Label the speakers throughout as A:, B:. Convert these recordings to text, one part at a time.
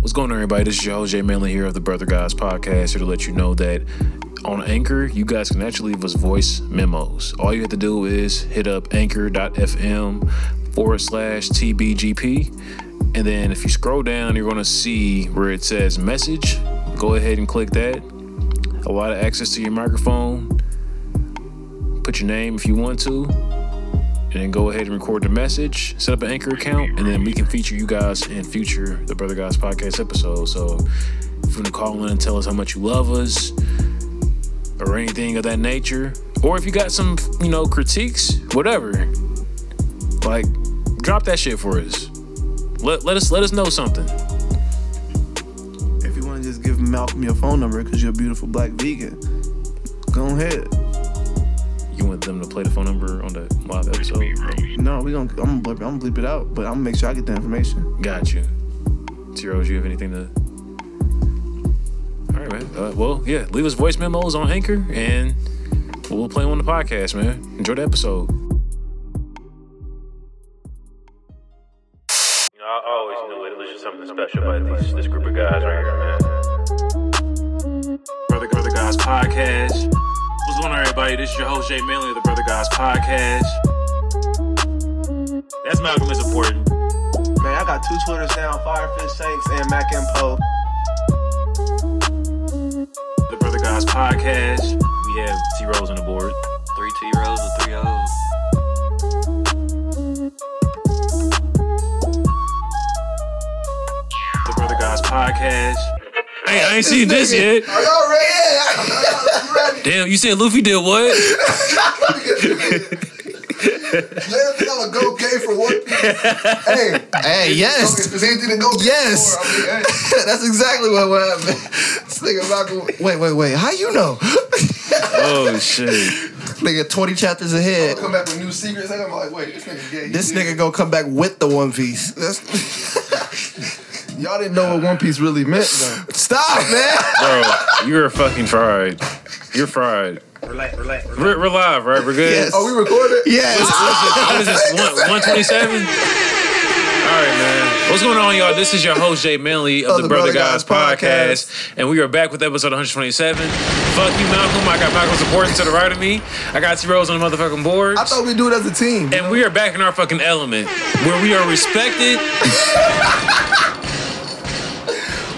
A: What's going on, everybody? This is your host, Jay Manley, here of the Brother Guys podcast, here to let you know that on Anchor, you guys can actually leave us voice memos. All you have to do is hit up anchor.fm forward slash TBGP. And then if you scroll down, you're going to see where it says message. Go ahead and click that. A lot of access to your microphone. Put your name if you want to and then go ahead and record the message, set up an anchor account, and then we can feature you guys in future the Brother Guys podcast episodes. So if you want to call in and tell us how much you love us or anything of that nature, or if you got some, you know, critiques, whatever, like drop that shit for us. Let, let us let us know something.
B: If you want to just give Malcolm your phone number because you're a beautiful black vegan, go ahead.
A: You want them to play the phone number on the live episode?
B: No, we gonna I'm gonna bleep, I'm gonna bleep it out, but I'm gonna make sure I get the information.
A: Got you. Zeros, you have anything to? All right, man. Uh, well, yeah. Leave us voice memos on Anchor, and we'll play them on the podcast, man. Enjoy the episode.
C: You know, I always knew it. It was just something special about these, this group of guys right here, man.
A: Brother, Brother Guys podcast. What's going on, everybody? This is your host Jay Manley of the Brother Guys podcast. That's Malcolm is important.
B: Man, I got two Twitters now, Firefish Shanks and Mac and Poe.
A: The Brother Guys podcast. We have Zeros on the board.
D: Three two year olds or three O's.
A: The Brother Guys podcast. Hey, I ain't seen this yet.
E: Are y'all ready? I'm ready.
A: Damn, you said Luffy did what?
E: Man, I think I'm gonna go gay for one piece. Hey,
F: Hey,
E: if
F: yes.
E: there's anything to go gay
F: Yes.
E: for, I mean, hey.
F: That's exactly what happened. This nigga Malcolm. Wait, wait, wait. How you know?
A: Oh shit.
F: nigga, 20 chapters ahead.
E: I'll come back with new secrets. And I'm like, wait, this nigga gay. He
F: This
E: did
F: nigga gonna come back with the One Piece. That's-
E: it. Y'all didn't know what One Piece really meant, though.
F: Stop, man.
A: Bro, you're fucking fried. You're fried. Relax, relax. We're, we're live, right? We're good.
F: Yes.
B: Oh,
E: Are we recorded?
F: Yes.
A: What is this? One twenty seven. All right, man. What's going on, y'all? This is your host Jay Manley of, the, Brother, Guys, podcast, and we are back with episode 127. Fuck you, Malcolm. I got Malcolm's support to the right of me. I got T Rose on the motherfucking board.
B: I thought we do it as a team.
A: And we are back in our fucking element where we are respected.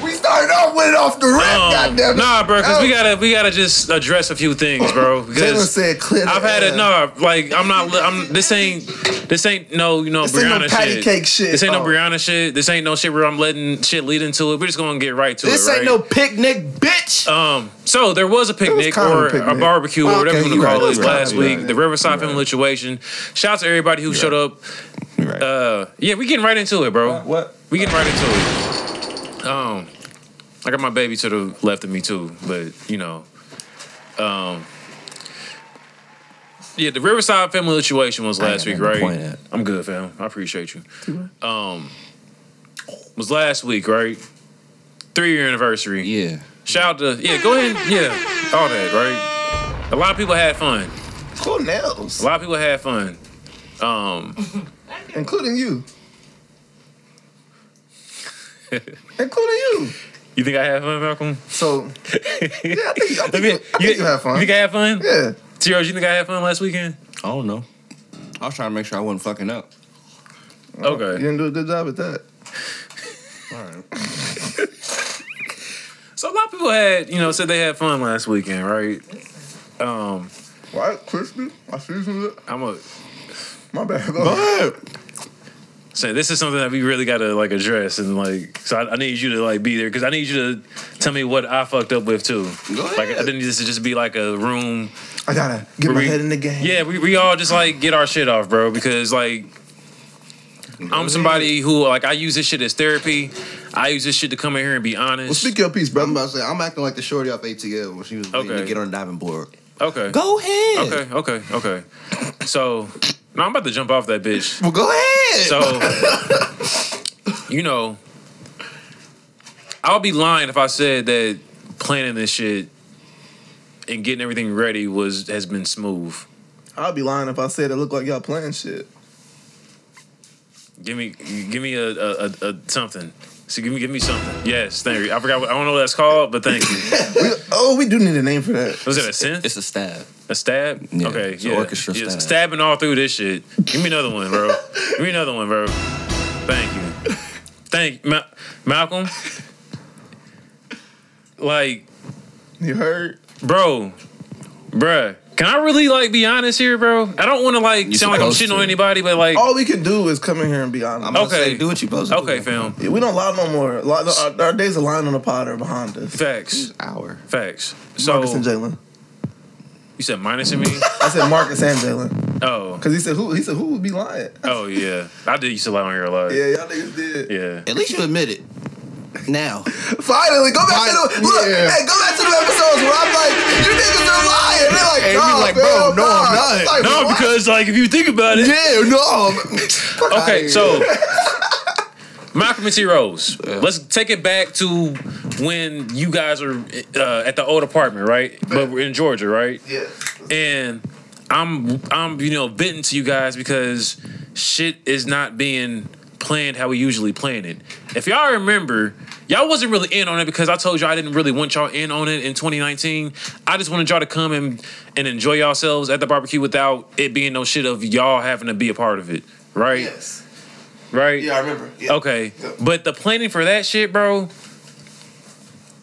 F: we started off with it off the rip.
A: Um,
F: goddamn it.
A: nah, bro, because we gotta we gotta just address a few things, bro.
F: Taylor
A: Because
F: said clear. the
A: I've had
F: air.
A: it. No, like I'm not. I'm this ain't. This ain't no. You know,
F: This ain't
A: Brianna
F: no patty
A: shit.
F: cake shit.
A: This ain't no
F: Oh.
A: Brianna shit. This ain't no shit where I'm letting shit lead into it. We're just gonna get right to
F: This
A: it.
F: ain't no
A: right?
F: picnic, bitch.
A: Um. So there was a picnic
F: kinda
A: or
F: a
A: a
F: picnic.
A: barbecue or
F: Okay,
A: whatever you want
F: you
A: to
F: right,
A: call
F: it
A: it
F: was
A: last
F: kinda-
A: week. The Riverside family situation. Shout out to everybody who showed up.
F: right.
A: Uh. Yeah, we getting right into it, bro.
B: What?
A: We getting right into it. Um, I got my baby to the left of me too, but you know, um, yeah, the Riverside family situation was last week, right? I'm good, fam. I appreciate you. Um, was last week, right? Three year anniversary.
G: Yeah.
A: Shout out to yeah. Go ahead, yeah. All that, right? A lot of people had fun.
B: Cool nails,
A: A lot of people had fun. Um,
B: including you. including you.
A: you think I had fun, Malcolm?
B: So, yeah, I think, I think,
A: You,
B: you, I think you have
A: You
B: fun.
A: think I had fun?
B: yeah.
A: T-Rose, you think I had fun last weekend?
G: I don't know. I was trying to make sure I wasn't fucking up.
B: You
A: Okay.
B: didn't do a good job at that.
A: So a lot of people had, you know, said they had fun last weekend, right? Um,
B: Why crispy? I seasoned it.
A: I'm a
B: My bad.
A: say this is something that we really gotta like address and like. So I, I need you to like be there because I need you to tell me what I fucked up with too.
G: Go ahead.
A: Like I didn't this to just be like a room.
B: I gotta get my
A: we-
B: head in the game.
A: Yeah, we we all just like get our shit off, bro, because like. I'm somebody who like I use this shit as therapy. I use this shit to come in here and be
F: Well,
A: honest.
F: speak your piece,
G: But I'm
F: brother.
G: about to say, I'm acting like the shorty off ATL when she was waiting
A: Okay.
G: to get on the diving board.
A: Okay.
F: Go ahead.
A: Okay, okay, okay. So now I'm about to jump off that bitch.
F: Well, go ahead.
A: So, you know, I'll be lying if I said that planning this shit and getting everything ready was has been smooth.
B: I'd be lying if I said it looked like y'all playing shit.
A: Give me, give me a, a, a, a something. So give me give me something. Yes, thank you. I forgot. What, I don't know what that's called, but thank you.
B: We, oh, we do need a name for that.
A: Was it a synth?
G: It's a stab.
A: A stab?
G: Yeah,
A: okay,
G: it's an
A: yeah.
G: orchestra
A: Yeah,
G: stab.
A: Stabbing all through this shit. Give me another one, bro. give me another one, bro. Thank you. Thank Ma- Malcolm. Like,
B: You heard?
A: bro, bruh. Can I really like be honest here, bro? I don't want to like
G: You're
A: sound like I'm shitting
G: supposed
A: on
G: to.
A: anybody, but like,
B: All we can do is come in here and be honest.
G: I'm gonna
A: Okay.
G: say, do what you supposed to do.
A: okay, fam.
B: Yeah, we don't lie no more. Lie, our, our days of lying on the pod are behind us.
A: Facts,
G: Hour.
A: facts. So
B: Marcus and Jalen.
A: you said minusing me?
B: I said Marcus and Jalen
A: Oh,
B: because he said who? He said who would be lying?
A: oh yeah. I did used to lie on here a lot.
B: Yeah, y'all niggas did.
A: yeah.
G: At least you admit it. Now.
F: Finally, go back to the look.
B: Yeah.
F: Hey, go back to the episodes where I'm like, you niggas are lying. They're like,
G: Hey, we
F: no,
G: like,
F: man,
G: bro,
F: I'm
G: no, I'm
F: It's
G: not.
F: Like,
A: No,
F: what?
A: because like if you think about it,
F: yeah, no. Fuck outta
A: okay,
F: here.
A: so Malcolm and T Rose. Let's take it back to when you guys are uh, at the old apartment, right? But we're in Georgia, right?
B: Yeah.
A: And I'm I'm you know bitten to you guys because shit is not being planned how we usually plan it. If y'all remember, y'all wasn't really in on it because I told y'all I didn't really want y'all in on it in 2019. I just wanted y'all to come and and enjoy yourselves at the barbecue without it being no shit of y'all having to be a part of it, right?
B: Yes.
A: Right?
B: I remember. Yeah.
A: Okay, but the planning for that shit, bro.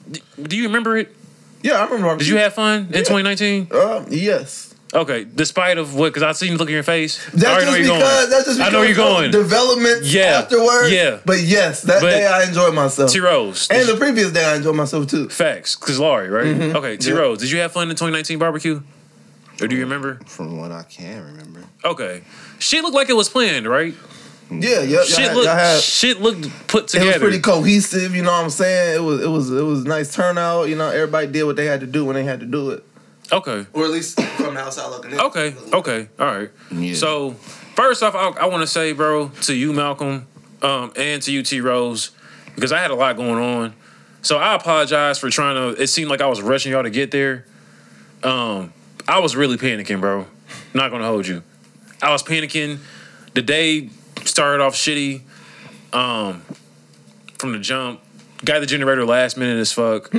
A: d- Do you remember it?
B: Yeah, I remember.
A: Did you have fun in 2019?
B: Um, yes.
A: Okay, despite of what, because I seen the look in your face. I already
B: That's
A: know
B: just
A: where you're
B: because
A: going.
B: that's just
A: I
B: because
A: know where you're going.
B: of Developments
A: Yeah.
B: afterwards.
A: Yeah.
B: But yes, that
A: But-
B: day I enjoyed myself.
A: T Rose.
B: and the previous day I enjoyed myself too.
A: Facts, because Laurie, right? Okay, T
B: Yeah.
A: Rose, did you have fun in 2019 barbecue? Or do you remember?
G: From what I can remember.
A: Okay. Shit looked like it was planned, right?
B: Yeah, yeah.
A: Shit
B: y'all
A: looked
B: had,
A: shit looked put
B: it
A: together.
B: was pretty cohesive, you know what I'm saying? It was it was it was nice turnout, you know, everybody did what they had to do when they had to do it.
A: okay.
B: Or at least from the outside looking in.
A: Okay. Okay. All right.
G: Yeah.
A: So first off, I, I want to say, bro, to you, Malcolm, um, and to you, T Rose, because I had a lot going on. So I apologize for trying to. It seemed like I was rushing y'all to get there. Um, I was really panicking, bro. Not gonna hold you. I was panicking. The day started off shitty. Um, from the jump, got the generator last minute as fuck.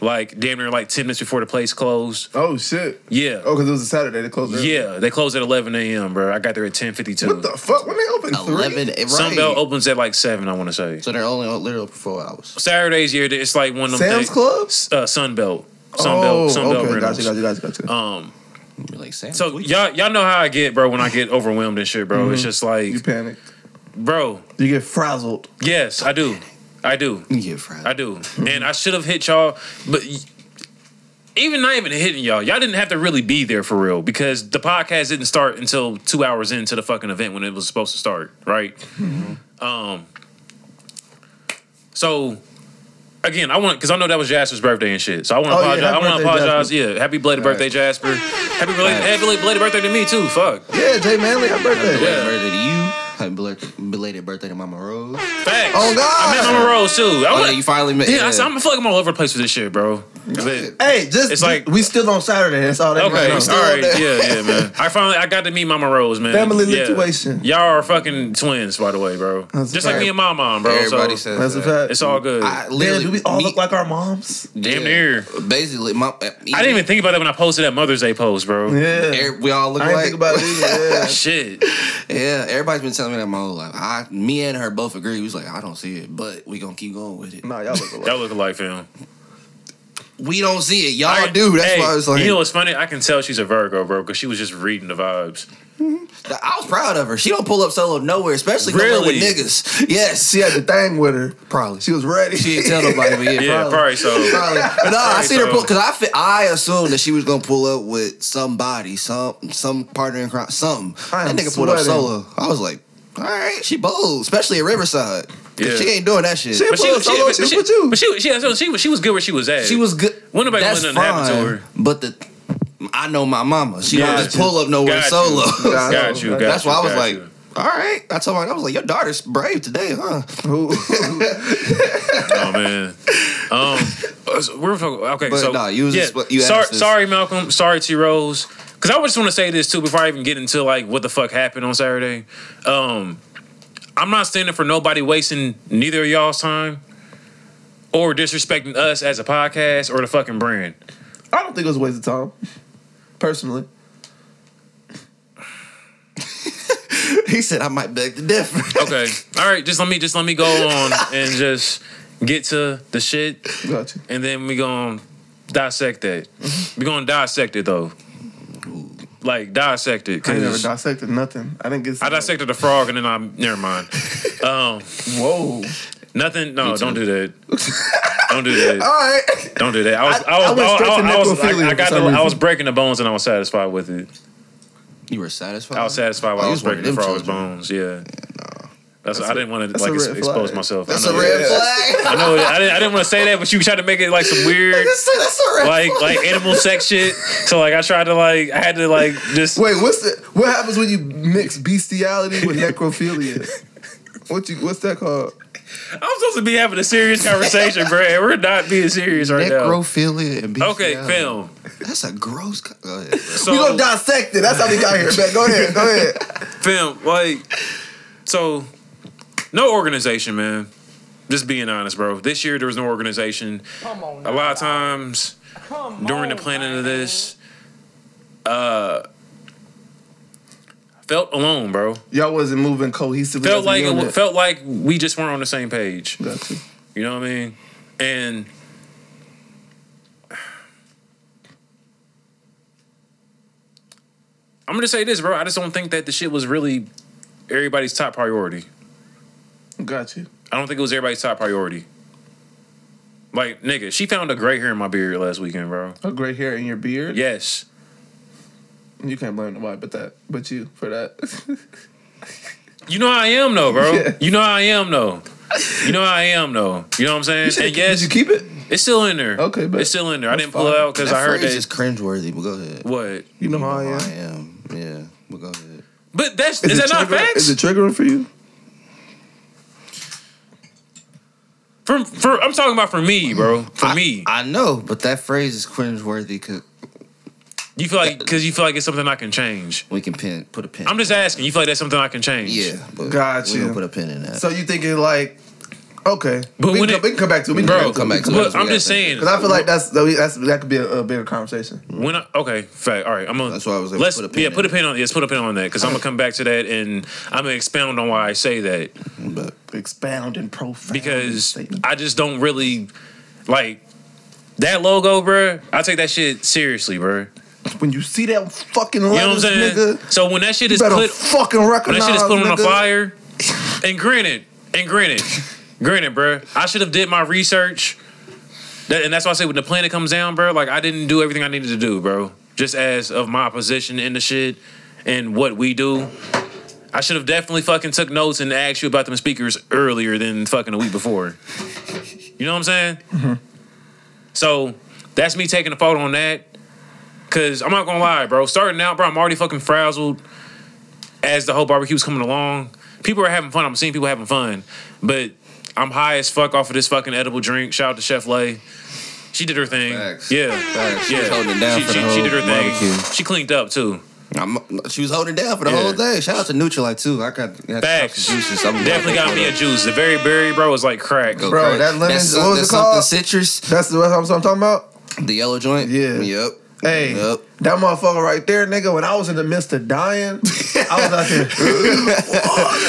A: Like damn near like ten minutes before the place closed.
B: Oh shit.
A: Yeah.
B: Oh, because it was a Saturday they closed early.
A: Yeah, they closed at 11 a.m., bro. I got there at 10:52.
B: What the fuck? When they opened three?
G: Eleven. Right.
A: Sunbelt opens at like seven, I want to say.
G: So they're only on literal for four hours.
A: Saturdays here, it's like one of them.
B: Sam's
A: things-
B: Club?
A: Uh, Sunbelt, Sunbelt,
B: oh,
A: Sunbelt
B: okay,
A: rentals.
B: gotcha, gotcha, gotcha, gotcha.
A: Um,
G: You're like, Sam,
A: so
G: please.
A: y'all y'all know how I get, bro. When I get overwhelmed and shit, bro, it's just like,
B: Mm-hmm. you panic.
A: bro.
B: You get frazzled.
A: Yes, I do, I do.
G: You get fried.
A: I do. And I should have hit y'all, but y- even not even hitting y'all, y'all didn't have to really be there for real because the podcast didn't start until two hours into the fucking event when it was supposed to start, right?
B: Mm-hmm.
A: Um. So. Again, I want because I know that was Jasper's birthday and shit. So I want to
B: Oh, yeah,
A: apologize.
B: happy
A: I want to
B: birthday,
A: apologize. Yeah, happy belated
B: All right.
A: birthday, Jasper. Happy belated, happy belated birthday to me too. Fuck.
B: Yeah, Jay Manley, happy birthday.
G: Belated birthday to you. Happy belated- belated birthday to Mama Rose.
A: Facts.
F: Oh, God.
A: I met Mama Rose too. I
G: Oh, yeah,
A: wanna-
G: you finally met.
A: yeah, I said, I'm I feel like I'm all over the place with this shit, bro. But-
B: Hey, just
A: It's like-
B: we still on Saturday. That's all that
A: Okay,
B: matters.
A: all right, yeah, yeah, man. I finally I got to meet Mama Rose, man.
B: Family
A: yeah.
B: situation.
A: Y'all are fucking twins, by the way, bro.
B: That's
A: Just
B: a
A: like
B: fact.
A: me and my mom, bro.
G: Everybody
A: so
G: says
B: That's a
G: that.
B: fact.
A: it's all good.
G: I
B: Damn,
G: literally
B: do we all
G: me-
B: look like our moms?
A: Damn
G: yeah.
A: near.
G: Basically, my. uh,
A: I didn't even think about it when I posted that Mother's Day post, bro.
B: Yeah.
G: Every, we all look
B: I didn't
G: like.
B: think about it either. Yeah.
A: Shit.
G: Yeah, everybody's been telling me that my whole life. I, me and her both agree. We was like, I don't see it, but we gonna keep going with it.
B: nah, y'all look alike.
A: That look alike film.
G: We don't see it, y'all do. That's why I was like,
A: You know what's funny? I can tell she's a Virgo, bro, because she was just reading the vibes.
G: I was proud of her. She don't pull up solo nowhere, especially really?
A: Really?
G: with niggas. Yes,
B: She had the thing with her.
G: probably.
B: She was ready.
G: She didn't tell nobody, but yeah,
A: Yeah,
G: probably.
A: probably so.
G: Probably. But no, I
A: Probably
G: seen her
A: so.
G: pull because I fi- I assumed that she was gonna pull up with somebody, some some partner in crime, some.
B: I
G: That
B: am
G: nigga pulled up
B: sweating.
G: solo. I was like, all right, she bold, especially at Riverside. 'Cause
A: Yeah.
G: She ain't doing that shit.
B: She-
A: But she,
B: Well,
A: she,
B: solo
A: but
B: too,
A: she,
B: but you.
A: but she, she, so she, was- she was good where she was at.
G: She was good.
A: When nobody
G: That's
A: wanted nothing to happen to
G: fine,
A: her.
G: But the I know my mama. She don't
A: Got
G: just
A: you.
G: pull up nowhere
A: Got you.
G: solo.
A: Got you. Got
G: That's
A: you,
G: why I was
A: got
G: like,
A: you.
G: all right. I told my I was like, your daughter's brave today, huh?
B: Who-
A: Oh man. Um, so we're fuck- okay.
G: But
A: so
G: nah, you was
A: yeah.
G: just- you
A: sorry,
G: asked this.
A: sorry, Malcolm. Sorry, T Rose. Because I just want to say this too before I even get into like what the fuck happened on Saturday. Um, I'm not standing for nobody wasting neither of y'all's time. or disrespecting us as a podcast or the fucking brand.
B: I don't think it was a waste of time, personally.
G: he said I might beg to differ.
A: Okay. All right. Just let me just let me go on and just get to the shit,
B: Gotcha.
A: and then we gonna dissect that. We gonna dissect it though. Like dissect it.
B: I ain't never
A: 'cause
B: dissected nothing. I didn't get.
A: I dissected the frog and then I'm never mind. Um,
B: Whoa.
A: nothing. No, don't do that. Don't do that.
B: All right.
A: Don't do that. I was,
B: I-
A: I, was,
B: I
A: I,
B: went straight to
A: I, I was,
B: necrophilia
A: I, I got
B: for
A: the,
B: some
A: I was
B: reason.
A: breaking the bones and I was satisfied with it.
G: You were satisfied.
A: I was satisfied while
G: Oh,
A: I
G: you
A: was
G: was one
A: breaking
G: of
A: the
G: them
A: frog's
G: children.
A: bones. Yeah. That's, I I didn't want to
B: that's
A: like
B: a
A: ex-
B: red
A: expose
B: flag.
A: myself.
G: That's
A: I
G: a
A: know
G: red
E: yeah.
G: flag.
A: I know. I didn't, I didn't want to say that, but you tried to make it like some weird,
G: That's a red
A: like like animal sex shit. So like I tried to like I had to like just
B: Wait, what's the, what happens when you mix bestiality with necrophilia? What you what's that called?
A: I'm supposed to be having a serious conversation, bro. and We're not being serious right now.
G: Necrophilia and bestiality.
A: Okay, film.
G: That's a gross. Co- Go ahead, bro.
A: So
E: We gonna dissect it. That's how we got here, man. Go ahead, go ahead.
A: Fam, like, so no organization, man. Just being honest, bro. This year there was no organization.
H: Come on,
A: A lot of times
H: come
A: during the planning of this, uh, felt alone, bro.
B: Y'all wasn't moving cohesively. as
A: Felt
B: a
A: like it, wa-
B: unit.
A: felt like we just weren't on the same page.
B: Gotcha.
A: You know what I mean? And I'm gonna say this, bro. I just don't think that the shit was really everybody's top priority.
B: Gotcha.
A: I don't think it was everybody's top priority. Like, nigga, she found a gray hair in my beard last weekend, bro.
B: A gray hair in your beard.
A: Yes.
B: You can't blame nobody but that, but you for that.
A: You know how I am though, bro.
B: Yeah.
A: You know how I am though. You know how I am though. You know what I'm saying? And
B: Did
A: yes,
B: you keep it?
A: it's still in there.
B: Okay, bet.
A: it's still in there. I didn't pull
B: fine.
A: it out because
G: That
A: I heard
G: phrase
A: that.
G: is cringeworthy. But go ahead.
A: What?
B: You know how I
G: I
B: am.
G: am. Yeah. But go ahead.
A: But that's is, that
B: it
A: not
B: trigger-
A: facts?
B: Is it triggering for you?
A: From for I'm talking about for me, bro. For
G: I-
A: me,
G: I know, but that phrase is cringeworthy because
A: you feel like because you feel like it's something I can change.
G: we can pin put a pin.
A: I'm just asking. You feel like that's something I can change.
G: Yeah, but
B: Gotcha.
G: We gonna put a pin in that.
B: So you thinking like, okay,
A: But
B: we,
A: when
B: can,
A: it-
B: we can come back to it. We can
A: bro.
G: come back to
A: but
G: it.
A: I'm just
G: We gotta think.
A: saying.
B: Because I feel like that's that's that could be a, a bigger conversation.
A: when I, okay, fact. All right, I'm gonna.
G: That's why I was like,
A: let's
G: put a pin
A: yeah,
G: in
A: put a
G: it.
A: pin on yes, put a pin on that because I'm gonna come back to that and I'm gonna expound on why I say that
G: but
B: Expound and profound.
A: because
B: statement.
A: I just don't really like that logo, bro. I take that shit seriously, bro.
B: when you see that fucking
A: You know what I'm
B: letters,
A: saying?
B: nigga,
A: So when that shit
B: you
A: is
B: better
A: put
B: fucking
A: When
B: recognize.
A: that shit is put on a
B: nigga.
A: flyer, and granted, and granted, granted, bruh, I should have did my research. That- and that's why I say when the planet comes down, bro, like I didn't do everything I needed to do, bro. Just as of my position in the shit and what we do. I should have definitely fucking took notes and asked you about them speakers earlier than fucking a week before. You know what I'm saying? So that's me taking a photo on that. Cause I'm not gonna lie, bro. Starting out, bro, I'm already fucking frazzled as the whole barbecue's coming along. People are having fun. I'm seeing people having fun. But I'm high as fuck off of this fucking edible drink. Shout out to Chef Lay. She did her thing.
G: Facts.
A: Yeah.
G: Facts. She
A: Yeah.
G: was holding it down
A: she,
G: for the
A: she- she did her
G: whole barbecue.
A: thing. She cleaned up too.
G: I'm, she was holding down for the
A: Yeah.
G: whole thing. Shout out to Neutralite too. I got had
A: Facts.
G: juices. I'm
A: Definitely got me a juice. The very berry, bro, is like crack.
G: Go
B: Bro,
G: crazy.
B: that lemon-
G: That's,
B: what was
G: that's
B: it called?
G: something citrus.
B: That's the that's what I'm talking about.
G: The yellow joint.
B: Yeah.
G: Yep.
B: Hey,
G: Yep.
B: that motherfucker right there, nigga. When I was in the midst of dying, I was out there.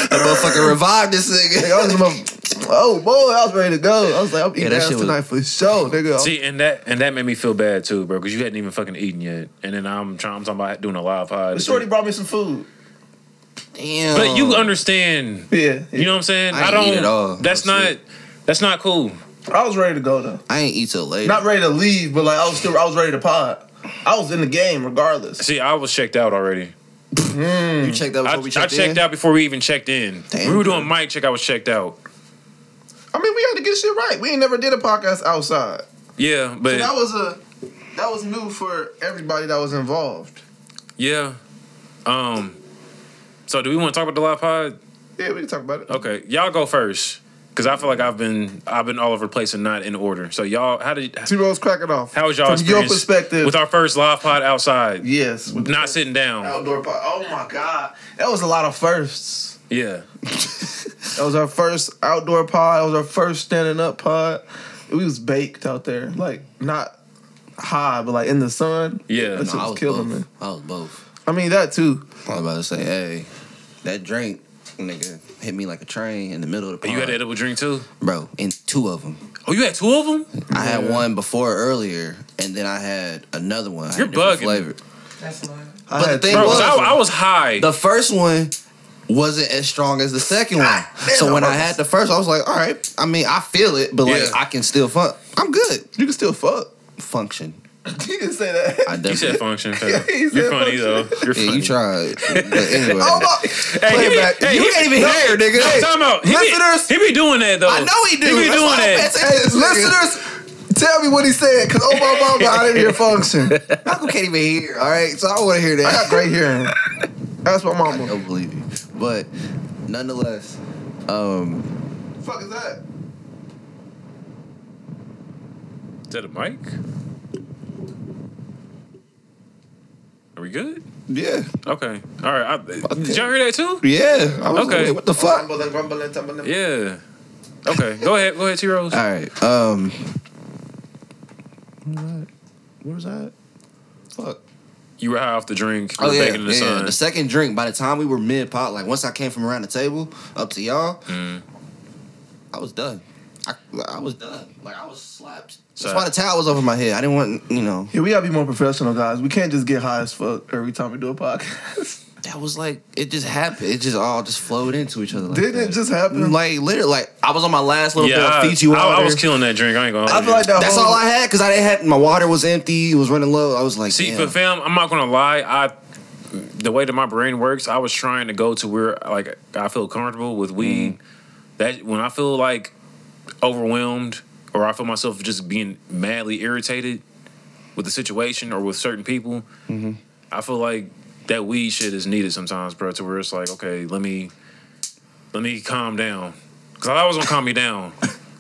G: That motherfucker revived this
B: Nigga, I
G: nigga.
B: was in my- oh boy, I was ready to go. I was like, I'm eating
G: that
B: ass
G: shit was-
B: tonight for sure, nigga.
A: See, and that and that made me feel bad too, bro, because you hadn't even fucking eaten yet. And then I'm trying I'm talking about doing a live pod.
B: But Shorty brought me some food.
G: Damn.
A: But you understand.
B: Yeah, yeah.
A: You know what I'm saying?
G: Um, I
A: I,
G: ain't
A: don't
G: eat at all.
A: That's
G: That's
A: not
G: it.
A: that's not cool.
B: I was ready to go though.
G: I ain't eat till later.
B: Not ready to leave, but like I was still, I was ready to pod. I was in the game regardless.
A: See, I was checked out already.
G: you checked out
A: I,
G: before we checked
A: I checked
G: in?
A: out before we even checked in.
G: Damn,
A: we were
G: bro.
A: doing mic check. I was checked out.
B: I mean, we had to get shit right. We ain't never did a podcast outside.
A: Yeah,
B: So
A: but
B: that was a that was new for everybody that was involved.
A: yeah. Um. So do we want to talk about the live pod?
B: Yeah, we can talk about it.
A: Okay, y'all go first, cause I feel like I've been I've been all over the place and not in order. So y'all, how did
B: Two rolls cracking off.
A: how was y'all
B: From your
A: experience
B: perspective?
A: with our first live pod outside,
B: yes, with
A: not sitting down?
B: outdoor pod. Oh my god, that was a lot of firsts.
A: Yeah.
B: That was our first outdoor pod. That was our first standing up pod. We was baked out there, like not high, but like in the sun.
A: Yeah,
B: that shit
G: I
B: was
G: was
B: killing
G: both.
B: me.
G: I was both.
B: I mean that too.
G: I was about to say, hey, that drink, nigga, hit me like a train in the middle of the
A: You
G: pond.
A: had edible drink too?
G: bro, in two of them.
A: Oh, you had two of them?
G: I had one before earlier, and then I had another one. I had
A: You're
G: a different
A: bugging.
G: Flavor.
B: I
G: But the
B: had
G: thing
B: two.
A: Bro, 'cause
G: was-
A: I, I was high.
G: The first one wasn't as strong as the second one. So when I had the first, I was like, all right. I mean, I feel it, but like
A: Yeah.
G: I can still fuck. I'm good.
B: you can still fuck.
G: Function.
B: You didn't say that.
G: I
A: you said
G: definitely.
A: function. pal.
B: he
A: You're
B: said
A: funny
B: function.
A: though. You're
G: Yeah,
A: funny.
G: you tried. But anyway,
B: Oh
A: Hey,
G: play
A: he
G: it
A: be-
G: back.
A: hey,
G: you
A: he-
G: can't even
A: no,
G: hear, nigga.
A: No,
G: Hey,
A: time out. He
G: listeners,
A: be, he be doing that though.
G: I know he do.
A: He be
G: That's
A: doing
G: why I
A: that.
G: pay
F: Hey,
G: attention to this nigga.
F: listeners, tell me what he said, because oh my mama, I didn't hear function. Malcolm can't even hear, all right? So I want to hear
B: I got
F: that.
B: great hearing. That's my
G: I
B: mama.
G: don't believe you. But nonetheless, um,
B: The fuck is that?
A: Is that a mic? Are we good?
G: yeah,
B: Oh,
A: Okay. All right. I, did y'all hear that too?
G: yeah. I was
A: Okay.
G: like, what the fuck?
B: Rumbling, rumbling, tumbling.
A: Yeah. Okay. Go ahead. Go ahead, T Rose.
G: All right. Um. What was that? Fuck.
A: You were high off the drink. You
G: Oh
A: were
G: yeah,
A: baking in the
G: yeah.
A: sun.
G: The second drink. By the time we were mid pot, like once I came from around the table up to y'all,
A: Mm.
G: I was done. I, I was done. Like I was slapped.
A: So-
G: That's why the towel was over my head. I didn't want you know.
B: Yeah, we gotta be more professional, guys. We can't just get high as fuck every time we do a podcast.
G: That was like it just happened. It just all just flowed into each other. Like
B: Didn't
G: that.
B: it just happen?
G: Like literally, like I was on my last little
A: yeah,
G: bit
A: I,
G: of Fiji water.
A: I, I was killing that drink. I ain't gonna.
B: I
A: hold
B: feel
A: you.
B: like that.
G: That's
B: whole-
G: all I had because I didn't have my water was empty. It was running low. I was like,
A: See,
G: damn.
A: but fam, I'm not gonna lie. I the way that my brain works, I was trying to go to where like I feel comfortable with weed.
G: Mm-hmm.
A: That when I feel like overwhelmed or I feel myself just being madly irritated with the situation or with certain people,
G: Mm-hmm.
A: I feel like that weed shit is needed sometimes, bro. To where it's like, okay, let me let me calm down because I was gonna calm me down.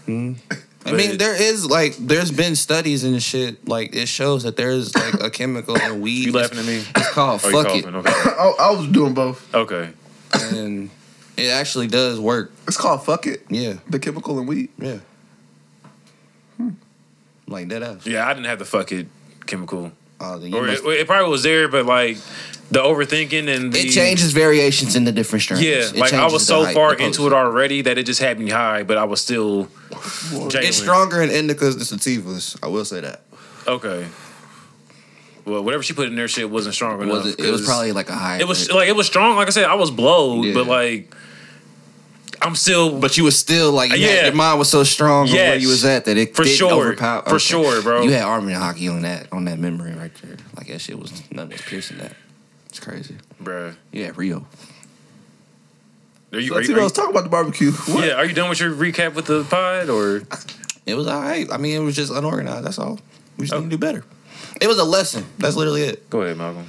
G: I mean, there is like there's been studies and shit like it shows that there's like a chemical in weed.
A: You laughing at me?
G: It's called
A: Oh, you
G: fuck
A: coughing? Okay,
B: I, I was doing both.
A: okay.
G: it, and it actually does work.
B: It's called fuck it.
G: Yeah,
B: The chemical and weed.
G: yeah. Like that ass.
A: Yeah, I didn't have the fuck it chemical.
G: Oh, then you
A: Or
G: must-
A: it, it probably was there, but like the overthinking and the,
G: it changes variations in the different strains.
A: Yeah,
G: It
A: like I
G: changes
A: was
G: the
A: so
G: height,
A: far
G: the potency.
A: into it already that it just had me high, but I was still.
G: It's
A: It's
G: stronger in indicas than sativas. I will say that.
A: Okay. Well, whatever she put in there, shit wasn't strong enough.
G: Was it, it was
A: 'cause
G: probably like a high.
A: It was like it was strong. Like I said, I was blowed,
G: Yeah.
A: but like I'm still.
G: But you was still like, you had-
A: Yeah.
G: your mind was so strong on where
A: Yes.
G: you was at that it
A: For
G: didn't
A: sure.
G: overpower.
A: For sure, bro.
G: You had army and hockey on that on that memory right there. Like that shit was nothing was piercing that. It's crazy.
A: bruh.
G: Yeah, Rio.
A: Are you? Are you, are
B: Latinos, talk about the barbecue.
A: you
B: What?
A: yeah. Are you done with your recap with the pod or?
G: It was all right. I mean, it was just unorganized. That's all. We just need to do better. It was a lesson. That's literally it.
A: Go ahead, Malcolm.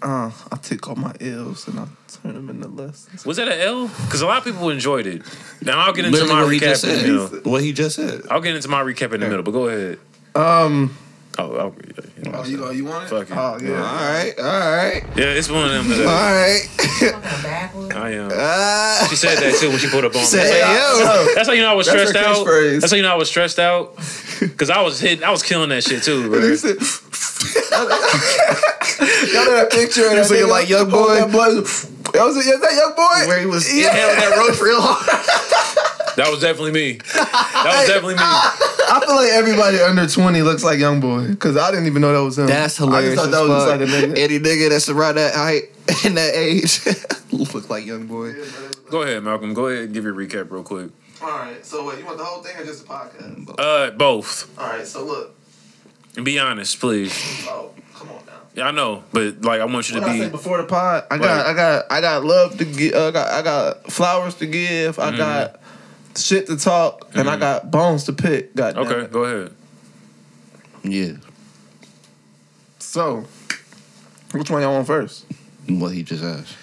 B: Uh, I take all my L's and I turn them into lessons.
A: Was that an L? Because a lot of people enjoyed it. Now I'll get into
G: Literally
A: my
G: what he just
A: recap. In
G: said.
A: the middle.
G: What he just said.
A: I'll get into my recap in the middle, but go ahead.
B: Um,
A: Oh, I'll, yeah, you know.
B: oh, you, oh, you want it?
A: Fuck it.
B: Oh, yeah.
G: All right. All right.
A: yeah, it's one of them.
G: All
A: That
G: right.
A: I am.
G: Uh,
A: She said that too when she pulled up on me.
G: said, yo.
A: That's how you know I was
B: Ah. That's her
A: stressed out.
B: catchphrase.
A: That's how you know I was stressed out. Cause I was hitting, I was killing that shit too, bro.
B: He said- Y'all know that picture? of
G: You
B: that
G: looking
B: nigga?
G: like young boy?
B: Oh, That boy. That was, yeah, that young boy.
G: Where he was
B: Yeah.
G: inhaling that roach real hard.
A: That was definitely me. That was definitely
B: ah.
A: me.
B: I feel like everybody under 20 looks like young boy because I didn't even know that was him.
G: That's hilarious.
B: I just thought that was just like a nigga.
G: Any nigga that's around that height and that age look like young boy.
A: Go ahead, Malcolm. Go ahead and give your recap real quick.
B: All right, so wait, you want the whole thing or just the podcast?
A: Uh, both.
B: All right, so look.
A: And be honest, please.
B: Oh, come on now.
A: Yeah, I know, but like I want you to
B: What I say
A: be.
B: before the pod, I got,
A: Right.
B: I got, I got love to give. I got, I got flowers to give. I got shit to talk, and I got bones to pick. God
A: Okay, go ahead.
G: Yeah.
B: So, which one y'all want first?
G: What he just asked.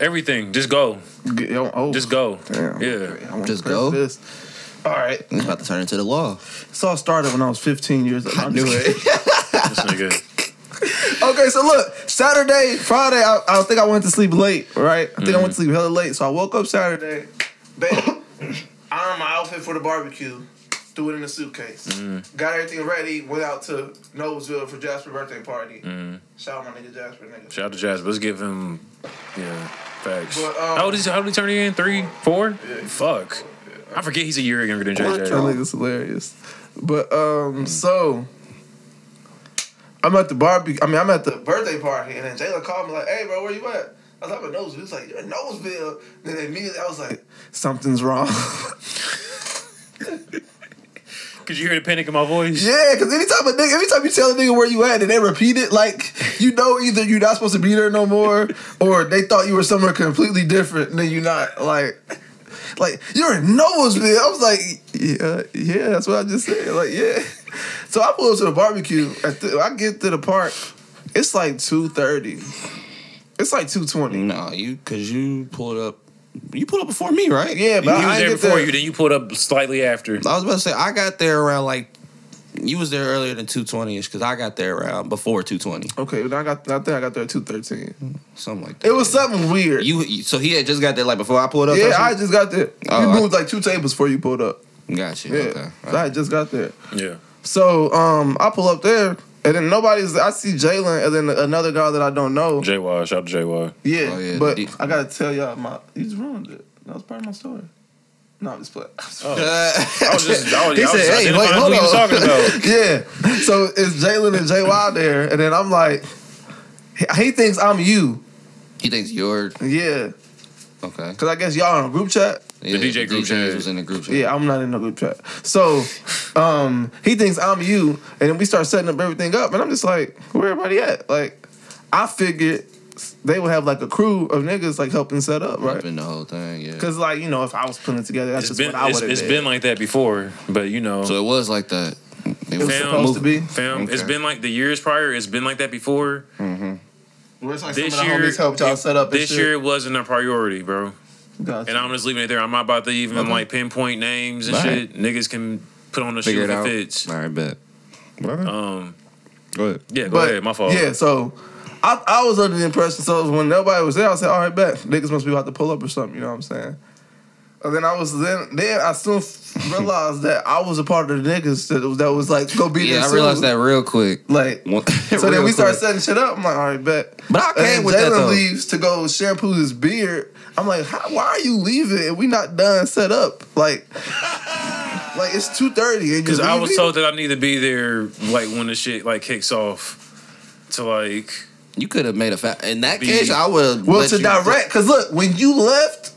A: Everything, just go,
B: Get- Y'all, oh,
A: just go.
B: Damn.
A: Yeah.
B: I want to press
G: Just go?
B: This. All right.
G: It's about to turn into the law.
B: So I started when I was 15 years old. I
G: knew
B: it.
A: This nigga.
B: okay, so look, Saturday, Friday, I, I think I went to sleep late, right? I think I went to sleep hella late. So I woke up Saturday. Bam. ironed my outfit for the barbecue, threw it in a suitcase, got everything ready, went out to Noblesville for Jasper's birthday party. Shout out my nigga Jasper, nigga.
A: Shout out to Jasper. Let's give him, yeah, facts.
B: But, um,
A: how old is how old he turn in? Three, four? Fuck. I forget he's a year younger than
B: That
A: JJ.
B: nigga's hilarious. But um, so I'm at the barbecue. I mean, I'm at the birthday party, and then Jayla called me like, "Hey, bro, where you at?" I was like, "I'm in Noseville." He's like, "You're in Noseville." Then immediately I was like, "Something's wrong."
A: Could you hear the panic in my voice?
B: yeah, because anytime a nigga, every time you tell a nigga where you at, and they repeat it, like you know either you're not supposed to be there no more, or they thought you were somewhere completely different, and then you're not like. Like you're in Noblesville. I was like, yeah, yeah, that's what I just said. Like, yeah. So I pull up to the barbecue. At the, I get to the park. It's like two thirty. It's like two twenty.
G: No, you because you pulled up. You pulled up before me, right?
B: Yeah, but
A: You- he was
B: I ain't
A: there
B: get
A: before
B: there.
A: you, then you pulled up slightly after.
G: I was about to say I got there around like you was there earlier than two twenty ish because I got there around before two twenty,
B: Okay, but I got. I think I got there at two thirteen.
G: something like that.
B: It was something weird.
G: You you- so he had just got there like before I pulled up.
B: yeah, I just got there.
G: Oh, I-
B: you moved like two tables before you pulled up.
G: I got you.
B: Yeah,
G: Okay.
B: so I just got there.
A: Yeah.
B: So um, I pull up there, and then nobody's. I see Jalen, and then another guy that I don't know.
A: Jay Wise, shout out to Jay Wise.
B: Yeah,
G: Oh, yeah,
B: but
G: the D-
B: I gotta tell y'all, my you just ruined it. That was part of my story. No, I'm just playing.
A: I was just, I was,
B: He
A: I was just
B: said, "Hey,
A: identifying
B: wait,
A: who
B: hold
A: he was
B: on."
A: talking
G: Oh.
A: about.
B: yeah. So it's Jalen and JY there, and then I'm like, he- he thinks I'm you.
G: He thinks you're
B: Yeah,
G: okay.
B: because I guess y'all in a group chat.
G: Yeah,
A: DJ group chat.
G: was in the group chat.
B: Yeah, I'm not in no group chat. So um, he thinks I'm you, and then we start setting up everything up, and I'm just like, where everybody at? Like, I figured they would have like a crew of niggas like helping set up,
G: Up
B: right?
G: in the whole thing. Yeah.
B: Because like you know, if I was putting it together, that's
A: It's
B: just
A: been,
B: what I
A: it's,
B: would have
A: it's been like that before, but you know.
G: So it was like that. It was
B: was
A: Fam,
B: supposed to be.
A: Fam, it's
G: Okay.
A: been like the years prior. It's been like that before.
B: Where it's like
A: This
B: some of the
A: year,
B: homies helped y'all set up. and
A: this
B: shit.
A: year it wasn't a priority, bro.
B: Gotcha.
A: And I'm just leaving it there. I'm not about to even like pinpoint names and
G: Right.
A: shit. Niggas can put on the
G: Figure
A: shoe
G: it
A: that
G: out.
A: fits.
G: All right, bet.
A: Um,
G: Go ahead.
A: yeah, go
B: but
A: ahead. My fault.
B: Yeah, so I, I was under the impression. So when nobody was there, I said, "All right, bet niggas must be about to pull up or something." You know what I'm saying? And then I was then then I soon realized that I was a part of the niggas that was, that was like go be there.
G: Yeah, I
B: soon.
G: realized that real quick.
B: Like. So then we started setting shit up. I'm like, all right, bet.
G: But I
B: And
G: came with
B: Jalen
G: that though.
B: leaves to go shampoo his beard. I'm like, How, why are you leaving? And we not done set up. Like, like it's two thirty.
A: Because I was told that I need to be there like when the shit like kicks off to like
G: You could have made a fact. In that
A: Be-
G: case, I would. have
B: Well,
G: let
B: to
G: you-
B: direct, because look, when you left,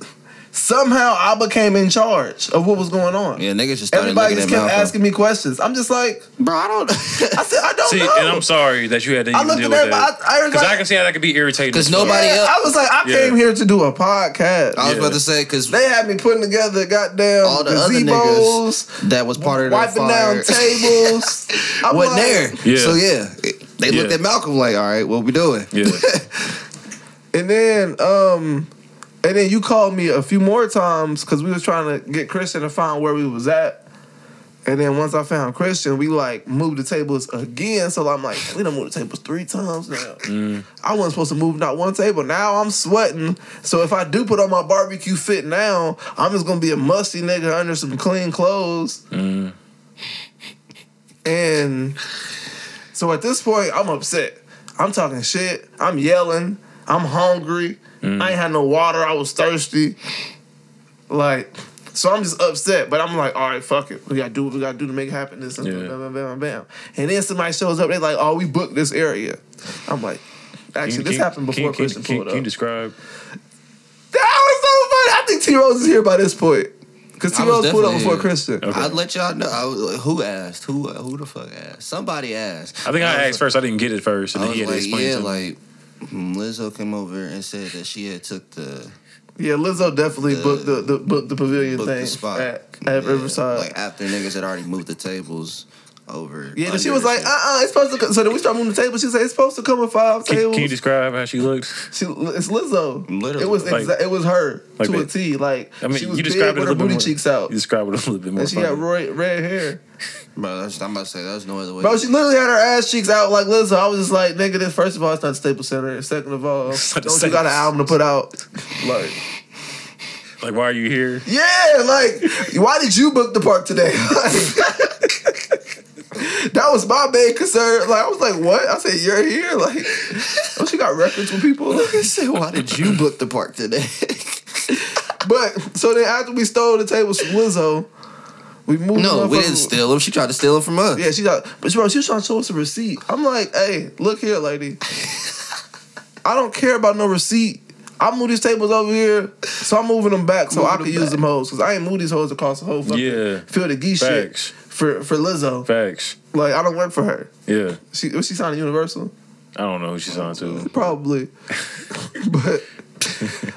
B: somehow I became in charge of what was going on.
G: Yeah, niggas just started
B: Everybody just
G: looking
B: kept
G: at Malcolm.
B: asking me questions. I'm just like,
G: Bro, I don't.
B: I said, I don't
A: see.
B: know.
A: And I'm sorry that you had to
B: I
A: even
B: looked
A: deal
B: at
A: with
B: everybody.
A: that.
B: I, I, was
A: Because I
B: like,
A: can see how that could be irritating.
G: Because
A: as fuck.
G: nobody
B: yeah,
G: else.
B: I was like, I
A: Yeah.
B: came here to do a podcast.
G: I was
A: Yeah.
G: about to say because
B: they had me putting together goddamn
G: all the other
B: gazebos,
G: niggas that was part of the
B: wiping
G: fire
B: down tables. I'm
G: wasn't
B: like-
G: there.
A: Yeah.
G: So yeah, it- they looked
A: Yeah.
G: at Malcolm like, all right, what we doing?
A: Yeah.
B: And then, um, and then you called me a few more times because we was trying to get Christian to find where we was at. And then once I found Christian, we like moved the tables again. So I'm like, we done moved the tables three times now. I wasn't supposed to move not one table. Now I'm sweating. So if I do put on my barbecue fit now, I'm just gonna be a musty nigga under some clean clothes. And so at this point, I'm upset. I'm talking shit. I'm yelling. I'm hungry. I ain't had no water. I was thirsty. Like, so I'm just upset. But I'm like, all right, fuck it. We gotta do what we gotta do to make it happen. This and
A: Yeah.
B: bam, bam, bam, bam. And then somebody shows up. They're like, oh, we booked this area. I'm like, actually,
A: Can you-
B: this
A: can-
B: happened
A: can-
B: before
A: can-
B: Christian
A: can-
B: pulled up.
A: Can you describe?
B: that was so funny. I think T Rose is here by this point. Because
G: I
B: T
G: was
B: Rose pulled up
G: definitely
B: before
G: here.
B: Christian.
A: Okay.
G: I'd let y'all know I was- who asked who who the fuck asked somebody asked.
A: I think I
G: was
A: asked first. I didn't get it first, and
G: I
A: then
G: was
A: he had to
G: like,
A: explain.
G: yeah,
A: something.
G: like hmm, Lizzo came over and said that she had took the
B: Yeah, Lizzo definitely
G: The-
B: booked the, the booked the pavilion
G: booked
B: thing
G: the spot
B: at, at
G: Yeah,
B: Riverside.
G: Like after niggas had already moved the tables over.
B: Yeah, then she was
G: under and
B: like, uh
G: shit.
B: uh it's supposed to come. So then we start moving the table. She said, it's supposed to come with five
A: can,
B: tables.
A: can you describe how she looks?
B: she, it's Lizzo.
G: Literally,
B: It was
A: like-
B: exa- it was her
A: like
B: to a
A: that.
B: T. Like
A: I mean,
B: she was
A: you
B: big
A: described
B: with
A: it a little
B: her
A: bit
B: booty
A: more.
B: cheeks out,
A: You described it a little bit more.
B: and she had
A: funny.
B: red, red hair.
G: bro, that's, I'm about to say that's no other way.
B: Bro, she literally had her ass cheeks out like Lizzo. I was just like, nigga, this first of all, it's not Staples Center. Second of all,
A: It's not the
B: don't you got
A: Staples.
B: an album to put out? Like,
A: Like, why are you here?
F: Yeah, like, why did you book the park today? Like, that was my main concern. Like, I was like, what? I said, you're here. Like,
B: oh,
F: don't you got records with people?
B: I said, why did
F: you booked the park today.
B: But so then after we stole the tables from Lizzo, we moved.
G: No,
B: on
G: we
B: from-
G: didn't steal them. She tried to steal them from us.
B: Yeah, she's like, but bro, she was trying to show us a receipt. I'm like, hey, look here, lady. I don't care about no receipt. I move these tables over here, so I'm moving them back so I can use them hoes because I ain't move these hoes across the whole fucking
A: Yeah.
B: field of geese shit
A: Facts.
B: for for Lizzo.
A: Facts.
B: Like I don't work for her.
A: Yeah.
B: She was she signed to Universal
A: I don't know who she's on to.
B: probably, but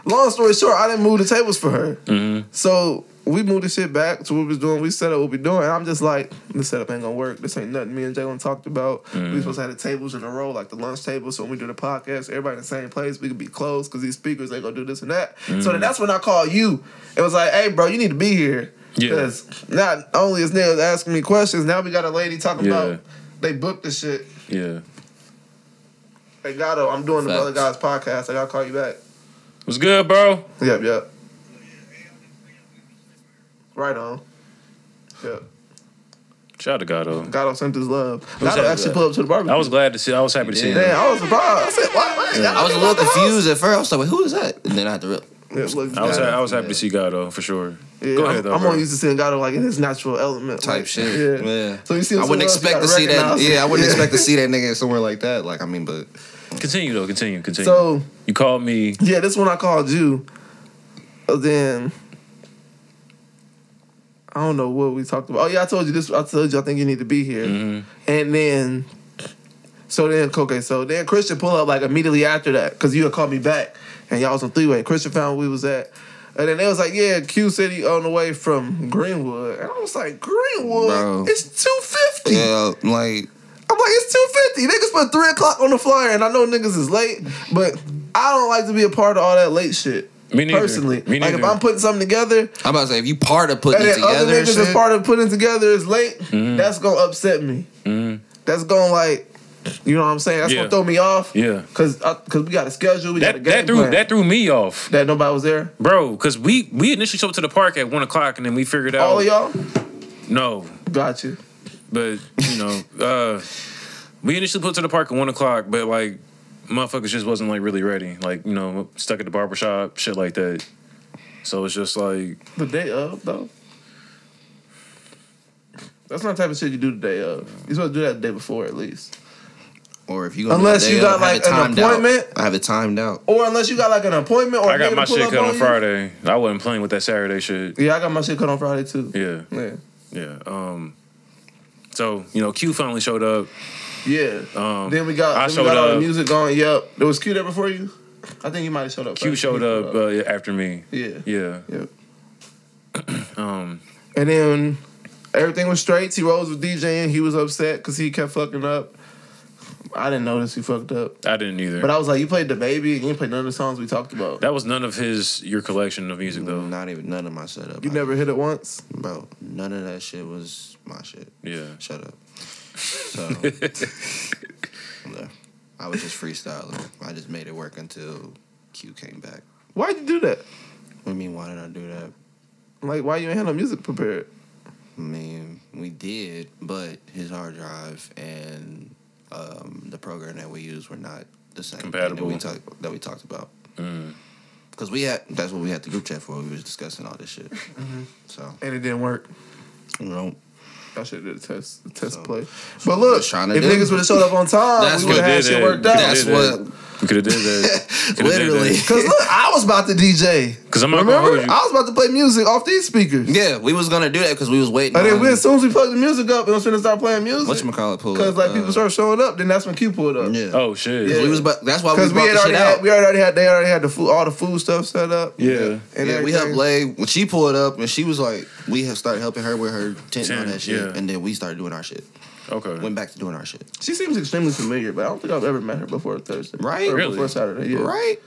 B: long story short, I didn't move the tables for her.
A: Mm-hmm.
B: So we moved the shit back to what we was doing. We set up what we doing. And I'm just like, this setup ain't gonna work. This ain't nothing me and Jalen talked about.
A: Mm-hmm.
B: We supposed to have the tables in a row, like the lunch table. So when we do the podcast, everybody in the same place. We could be close because these speakers ain't gonna do this and that. So
A: Mm-hmm.
B: then that's when I called you. It was like, hey, bro, you need to be here.
A: Yeah.
B: Because not only is niggas asking me questions, now we got a lady talking
A: Yeah.
B: about they booked the shit.
A: Yeah.
B: Hey, Gato, I'm doing the Brother
G: Facts.
B: Guys podcast. I gotta call you back.
A: What's good, bro?
B: Yep, yep. Right on. Yep.
A: Shout out to Gato.
B: Gato sent his love.
A: out
B: Gato
A: to
B: actually
A: Gato.
B: pulled up to the barbecue.
A: I was glad to see. I was happy to see
B: Damn,
A: him.
B: I was surprised. I said, why? why y'all
G: I was a
B: came
G: little
B: out the house?"
G: confused at first. I was like, wait, who is that? And then I had to real.
B: Yeah, look,
A: I was,
B: Gato.
A: ha- I was happy to see Gato for sure.
B: Yeah,
A: Go ahead, though.
B: I'm, I'm
A: bro.
B: only used to seeing Gato like in his natural element.
G: Type
B: like,
G: shit.
B: Yeah.
G: Yeah.
B: So you see him
G: I
B: somewhere else,
G: wouldn't
B: you
G: expect to
B: gotta
G: see that.
B: recognize
G: Yeah, I
B: him.
G: wouldn't expect to see that nigga somewhere like that. Like, I mean, but
A: Continue, though. Continue. Continue.
B: So,
A: you called me.
B: yeah, this one I called you. Uh, Then. I don't know what we talked about. Oh yeah, I told you this. I told you I think you need to be here.
A: Mhm.
G: Mm-hmm.
B: And then, so then, okay, so then Christian pull up like immediately after that because you had called me back and y'all was on three way. Christian found where we was at. And then they was like, yeah, Q City on the way from Greenwood. And I was like, Greenwood?
G: Bro.
B: It's 250.
G: yeah, like
B: I'm like, it's 250. Niggas put 3 o'clock on the flyer. And I know niggas is late, but I don't like to be a part of all that late shit.
A: Me neither.
B: Personally.
A: Me
B: like, if
A: neither.
B: I'm putting something together
G: I'm about to say, if you part of putting
B: and
G: it
B: then other
G: together, and
B: niggas is
G: shit,
B: part of putting together is late,
A: Mm-hmm.
B: that's gonna upset me.
A: Mhm.
B: That's gonna like, you know what I'm saying? That's
A: Yeah.
B: gonna throw me off.
A: Yeah.
B: Cause I, cause we got a schedule, we got a
A: That,
B: game
A: that threw
B: plan.
A: that threw me off.
B: that nobody was there.
A: Bro, because we we initially showed up to the park at one o'clock and then we figured out
B: All of y'all
A: no,
B: got you.
A: but you know, uh, we initially put to the park at one o'clock, but like motherfuckers just wasn't like really ready, like you know, stuck at the barbershop, shit like that. So it's just like
B: The day of though. That's not the type of shit you do the day of. You're supposed to do that the day before at least.
G: or if you gonna
B: Unless
G: do it,
B: you got,
G: I have
B: like,
G: it
B: an
G: timed
B: appointment.
G: out. I have it timed out.
B: Or unless you got like an appointment or
A: I
B: a
A: got
B: nigga
A: my
B: to pull
A: shit
B: up
A: cut on
B: you.
A: Friday. I wasn't playing with that Saturday shit.
B: Yeah, I got my shit cut on Friday too.
A: Yeah,
B: Yeah.
A: yeah. Um, so you know, Q finally showed up.
B: Yeah.
A: Um,
B: then we got,
A: I
B: then
A: showed
B: we got all
A: up.
B: the music going. Yep. It was Q there before you? I think you might have showed up.
A: Q
B: first.
A: showed up uh, after me.
B: Yeah.
A: Yeah.
B: Yep.
A: Um.
B: And then everything was straight. T Rose was DJing. He was upset because he kept fucking up. I didn't notice he fucked up.
A: I didn't either.
B: But I was like, you played the baby and you didn't play none of the songs we talked about.
A: That was none of his your collection of music though.
G: Not even none of my setup.
B: You
G: I-
B: never hit it once.
G: bro. None of that shit was my shit.
A: Yeah.
G: Shut up. So no, I was just freestyling. I just made it work until Q came back.
B: Why'd you do that?
G: I mean, why did I do that?
B: Like, why you ain't had no music prepared?
G: I mean, we did, but his hard drive and um, the program that we used were not the same thing
A: Compatible.
G: that we talked that we talked about.
A: Mm.
G: Cause we had that's what we had the group chat for. We was discussing all this shit. So
B: And it didn't work.
G: you know,
B: I should have did a test, a test
G: So-
B: play. But look,
G: Just
B: if
G: trying to do.
B: niggas would have showed up on time,
G: That's
B: we would have
A: what
B: had
A: did
B: shit
A: it.
B: worked
A: That
B: out.
G: that's
A: did that.
G: what
A: You could have did that. Coulda did
G: literally.
A: that.
B: Because look, I was about to DJ.
A: Cause I'm not gonna
B: Remember?
A: hold
B: I
A: you.
B: was about to play music off these speakers.
G: Yeah, we was gonna do that because we was waiting.
B: And then
G: on-
B: we, as soon as we plugged the music up, it was finna start playing music.
G: What's call it?
B: Because like people started showing up, then that's when Q pulled up.
G: uh, Yeah.
A: Oh shit.
B: Yeah.
G: we was. About, that's why we
B: Because
G: brought
B: we had
G: the shit
B: already
G: out.
B: had, we already had they already had the food all the food stuff set up.
A: Yeah.
B: And
G: yeah, we helped
B: everything.
G: Lay when she pulled up, and she was like, we have started helping her with her tent and all
A: Tent,
G: that shit,
A: yeah.
G: and then we started doing our shit.
A: Okay.
G: Went back to doing our shit.
B: She seems extremely familiar, but I don't think I've ever met her before Thursday.
G: Right?
B: Or
A: Really?
B: Before Saturday. Yeah.
G: Right.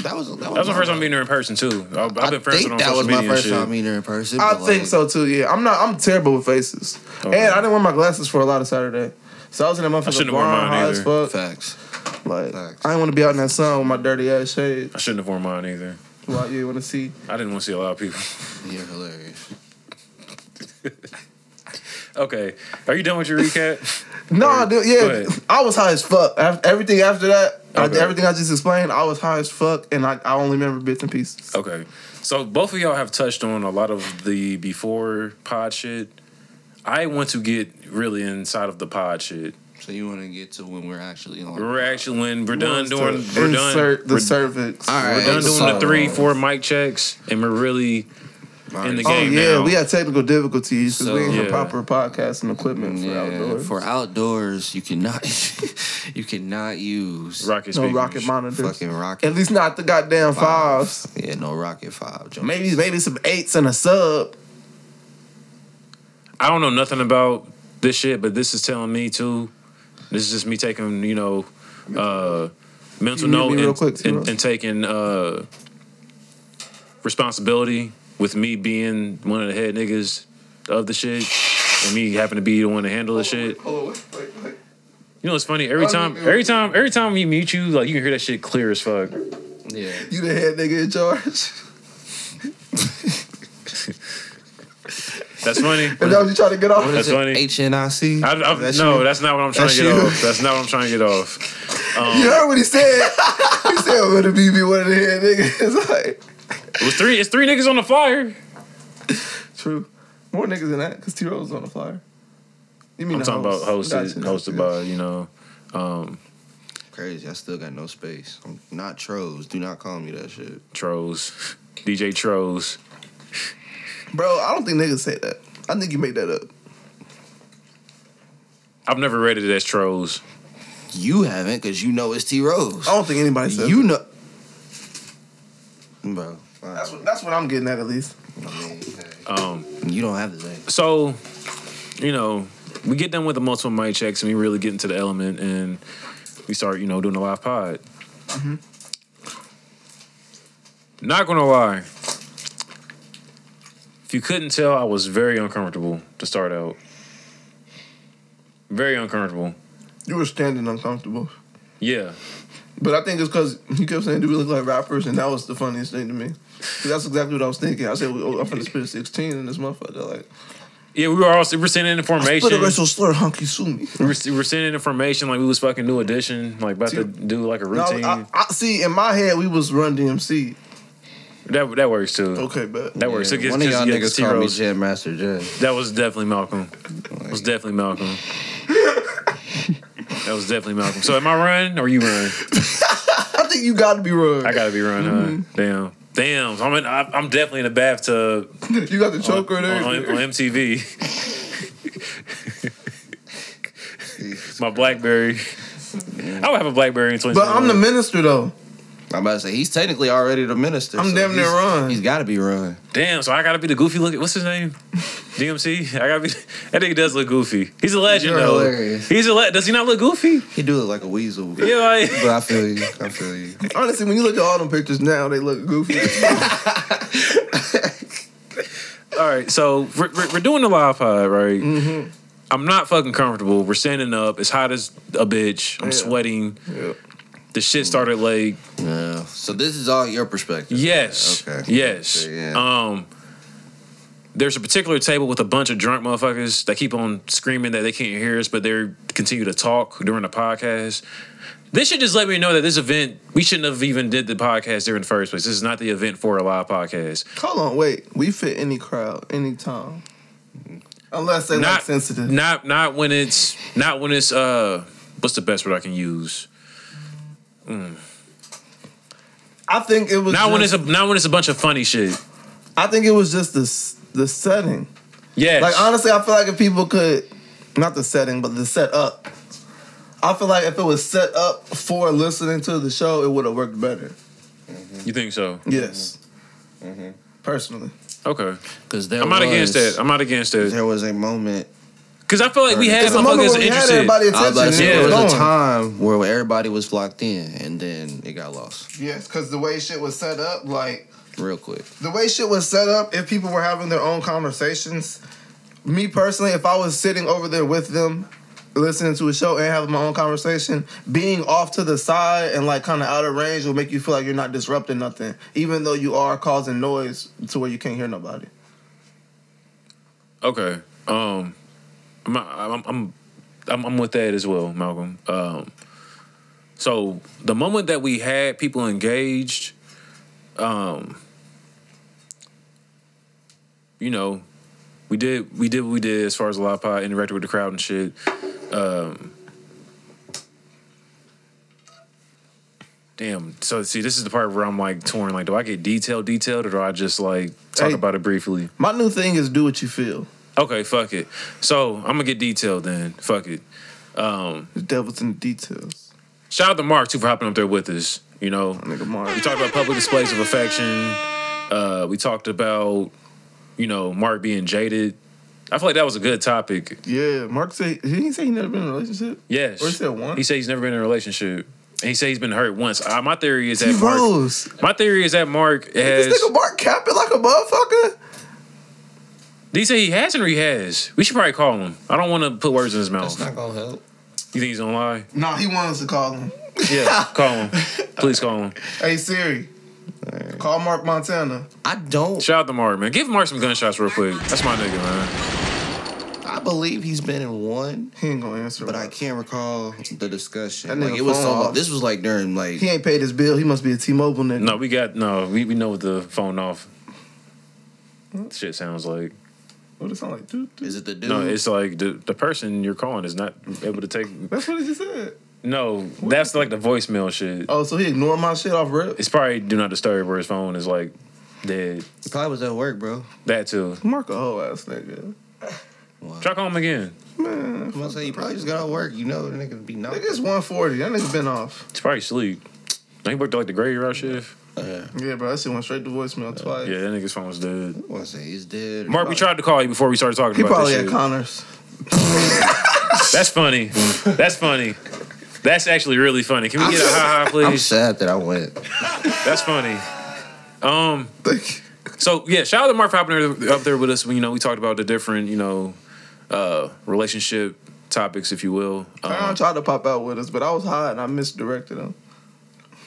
G: That was that was,
A: That was the first time meeting her in person too. I- I've been
G: Uh, I
A: friends with
G: think
A: her on
G: that
A: social
G: was my
A: media and
G: first time
A: shit.
G: meeting her in person.
B: I
G: but,
B: think
G: like,
B: so too. Yeah, I'm not. I'm terrible with faces,
A: Okay.
B: and I didn't wear my glasses for a lot of Saturday, so I was in that motherfucker
A: shouldn't have worn
B: blind,
A: mine
B: high as
A: either.
B: fuck.
G: Facts.
B: Like
G: Facts.
B: I didn't want to be out in that sun with my dirty ass shades.
A: I shouldn't have worn mine either.
B: Who out you want to see?
A: I didn't want to see a lot of people.
G: You're hilarious.
A: Okay, are you done with your recap?
B: No, dude, yeah,
A: Go ahead.
B: I was high as fuck. Af- Everything after that, I-
A: Okay.
B: everything I just explained, I was high as fuck, and I, I only remember bits and pieces.
A: okay, so both of y'all have touched on a lot of the before pod shit. I want to get really inside of the pod shit.
G: So you want to get to when we're actually on?
A: We're actually when we're done
B: Ones to
A: doing, we're done,
B: insert the
A: we're,
B: cervix.
G: All right.
A: we're done doing the
G: so-
A: three, four mic checks, and we're really in the
B: Oh
A: game
B: yeah,
A: now.
B: we had technical difficulties because
G: So-
B: we didn't have
A: Yeah.
B: proper podcasting equipment Um, for
G: Yeah,
B: outdoors.
G: for outdoors, you cannot, you cannot use
A: rocket
B: no
A: speakers.
B: rocket monitors.
G: fucking rocket.
B: At least not the goddamn fives.
G: Yeah, no rocket five. Jump.
B: Maybe maybe some eights and a sub.
A: I don't know nothing about this shit, but this is telling me too. This is just me taking, you know, uh, mental
B: You mute
A: note
B: me real
A: and,
B: quick, too,
A: and,
B: Russ.
A: and taking uh, responsibility with me being one of the head niggas of the shit and me having to be the one to handle the shit. You know, it's funny. Every time, every time, every time we mute you, like you can hear that shit clear as fuck.
G: Yeah,
B: You the head nigga in charge.
A: That's funny.
B: If that was you trying to get off.
A: That's funny.
G: HNIC.
A: I, I, no, that's not what I'm trying
B: That's
A: to get
B: you?
A: off. That's not what I'm trying to get off.
B: You heard what he said. he said, "I'm gonna be be one of the head niggas." like
A: It was three. It's three niggas on the flyer.
B: true. More niggas than that because T Rose was on the flyer. You mean
A: I'm
B: the
A: talking
B: host.
A: about hosted,
B: Gotcha.
A: hosted by you know. Um,
G: Crazy. I still got no space. I'm not trolls. Do not call me that shit.
A: Trolls, DJ Trolls.
B: Bro, I don't think niggas say that. I think you made that up.
A: I've never read it as Trolls.
G: You haven't, cause you know it's T Rose.
B: I don't think anybody said.
G: you know, bro. fine.
B: That's what, that's what I'm getting at at least.
G: I mean, hey,
A: Um,
G: you don't have the name.
A: so, you know, we get done with the multiple mic checks and we really get into the element and we start, you know, doing a live pod. Not gonna lie, if you couldn't tell, I was very uncomfortable to start out. Very uncomfortable.
B: You were standing uncomfortable.
A: Yeah.
B: But I think it's because you kept saying, "Do we look like rappers?" And that was the funniest thing to me. 'Cause that's exactly what I was thinking. I said, oh, "I'm finna spit a 16 in this motherfucker." Like,
A: Yeah, we were all we were sending information.
B: put a racial slur, honky sue me.
A: We were, we were sending information like we was fucking new edition, like about to do like a
B: No,
A: routine.
B: I, I see. In my head, we was Run DMC.
A: that that works too.
B: Okay, but
A: That works. It gets-
G: One of
A: just
G: y'all
A: gets
G: niggas called me
A: zeros.
G: Jam Master Jay.
A: That was definitely Malcolm. That was definitely Malcolm. that was definitely Malcolm. So am I run or you run?
B: I think you got to be Run.
A: I gotta be run. Huh?
B: Mm-hmm.
A: Damn, damn. So I'm in, I, I'm definitely in the bathtub
B: you got the choker
A: on,
B: there.
A: on, on MTV. My BlackBerry. I would have a BlackBerry in 20.
B: but I'm the minister though.
G: I'm about to say he's technically already the minister.
B: I'm damn near
G: he's-
B: Ron.
G: He's got to be run.
A: Damn, so I gotta be the goofy looking. What's his name? DMC. I gotta be. That nigga does look goofy. He's a legend
G: You're
A: though.
G: hilarious.
A: He's a le- Does he not look goofy?
G: He do look like a weasel.
A: Yeah, like
G: But I feel you. I feel you.
B: Honestly, when you look at all them pictures now, they look goofy.
A: all right. So we're, we're, we're doing the live pod, right? Mm-hmm. I'm not fucking comfortable. We're standing up. It's hot as a bitch. I'm
B: Yeah.
A: sweating.
B: Yeah.
A: The shit started like
G: Yeah. So this is all your perspective.
A: yes,
G: Okay.
A: yes.
G: Okay, yeah.
A: Um, there's a particular table with a bunch of drunk motherfuckers that keep on screaming that they can't hear us, but they continue to talk during the podcast. This should just let me know that this event we shouldn't have even did the podcast there in the first place. This is not the event for a live podcast.
B: Hold on, wait. We fit any crowd, any time, unless they like sensitive.
A: Not not when it's not when it's uh what's the best word I can use?
B: I think it was.
A: Not when it's
B: just-
A: a not when it's a bunch of funny shit.
B: I think it was just the s- the setting.
A: Yes.
B: Like honestly, I feel like if people could, not the setting, but the set up. I feel like if it was set up for listening to the show, it would have worked better.
A: you think so?
B: Yes. Mm-hmm. Personally,
A: Okay.
G: Because there
A: I'm not
G: was,
A: against that. I'm not against that.
G: There was a moment.
A: Cause I feel like we had
B: it's a
A: motherfuckers
B: moment where we had
A: interested.
B: everybody
G: I was
B: attention.
G: about to
B: and
G: say,
A: Yeah.
B: it
G: there
B: was
G: was a
B: going.
G: time where everybody was locked in, and then it got lost
B: Yes, because the way shit was set up, like
G: real quick.
B: the way shit was set up, if people were having their own conversations, me personally, if I was sitting over there with them, listening to a show and having my own conversation, being off to the side and like kind of out of range will make you feel like you're not disrupting nothing, even though you are causing noise to where you can't hear nobody.
A: Okay. Um, I'm I'm I'm I'm, I'm with that as well, Malcolm. Um, so the moment that we had people engaged, um, you know, we did we did what we did as far as the live pod interacted with the crowd and shit. Um, damn. So see, this is the part where I'm like torn. Like, do I get detailed, detailed, or do I just like talk
B: Hey.
A: about it briefly?
B: My new thing is do what you feel.
A: Okay, fuck it. So I'm gonna get detailed then. Fuck it. Um,
B: The devil's in the details.
A: shout out to Mark too for hopping up there with us. You know,
B: Nigga, Mark.
A: we talked about public displays of affection. Uh, we talked about you know Mark being jaded. I feel like that was a good topic.
B: Yeah, Mark said he didn't say he never been in a relationship.
A: Yes.
B: Or he said one?
A: He said he's never been in a relationship. And he said he's been hurt once. Uh, my theory is that
F: He
A: Mark.
F: rose.
A: My theory is that Mark has.
F: This nigga Mark capping like a motherfucker.
A: Did he say he hasn't or he has? We should probably call him. I don't want to put words in his mouth.
G: Not gonna help.
A: You think he's gonna lie?
B: Nah, he wants to call him.
A: Yeah, call him. Please call him.
B: Hey Siri, call Mark Montana.
G: I don't.
A: Shout out to Mark, man. Give Mark some gunshots real quick. That's my nigga, man.
G: I believe he's been in one,
B: He ain't gonna answer.
G: but I
B: Mark.
G: can't recall the discussion.
B: That nigga
G: Like it was
B: phone
G: so.
B: off.
G: Long. This was like during like.
B: He ain't paid his bill. He must be a T-Mobile nigga.
A: No, we got no. We we know what the phone off shit sounds like.
B: What it Oh, sound like? Doo, doo.
G: Is it the dude?
A: No, it's like the the person you're calling is not able to take.
B: That's what he just said.
A: No, that's like the voicemail shit.
B: Oh, so he ignored my shit off rip.
A: It's probably do not disturb where his phone is like dead.
G: He probably was at work, bro.
A: That too.
B: Mark a whole ass nigga.
A: Try calling him again.
B: Man,
G: I'm gonna say he probably just got out of work. You know, the nigga be not.
B: nigga's one forty. That nigga been off.
A: He's probably asleep. Now he worked like the graveyard shift.
G: Uh,
B: Yeah, bro. That shit went straight to voicemail twice.
A: Yeah, that nigga's phone's dead.
G: I wanna say he's dead.
A: Mark, we tried to call you before we started talking
B: He
A: about
B: probably
A: this
B: at
A: shit.
B: Connors.
A: That's funny. That's funny. That's actually really funny. Can we get a ha ha,
G: I'm
A: please?
G: sad that I went.
A: That's funny. Um.
B: Thank you.
A: So yeah, shout out to Mark for hopping up there with us. You know, we talked about the different, you know, uh, relationship topics, if you will.
B: Tyon
A: Um,
B: tried to pop out with us, but I was hot and I misdirected him.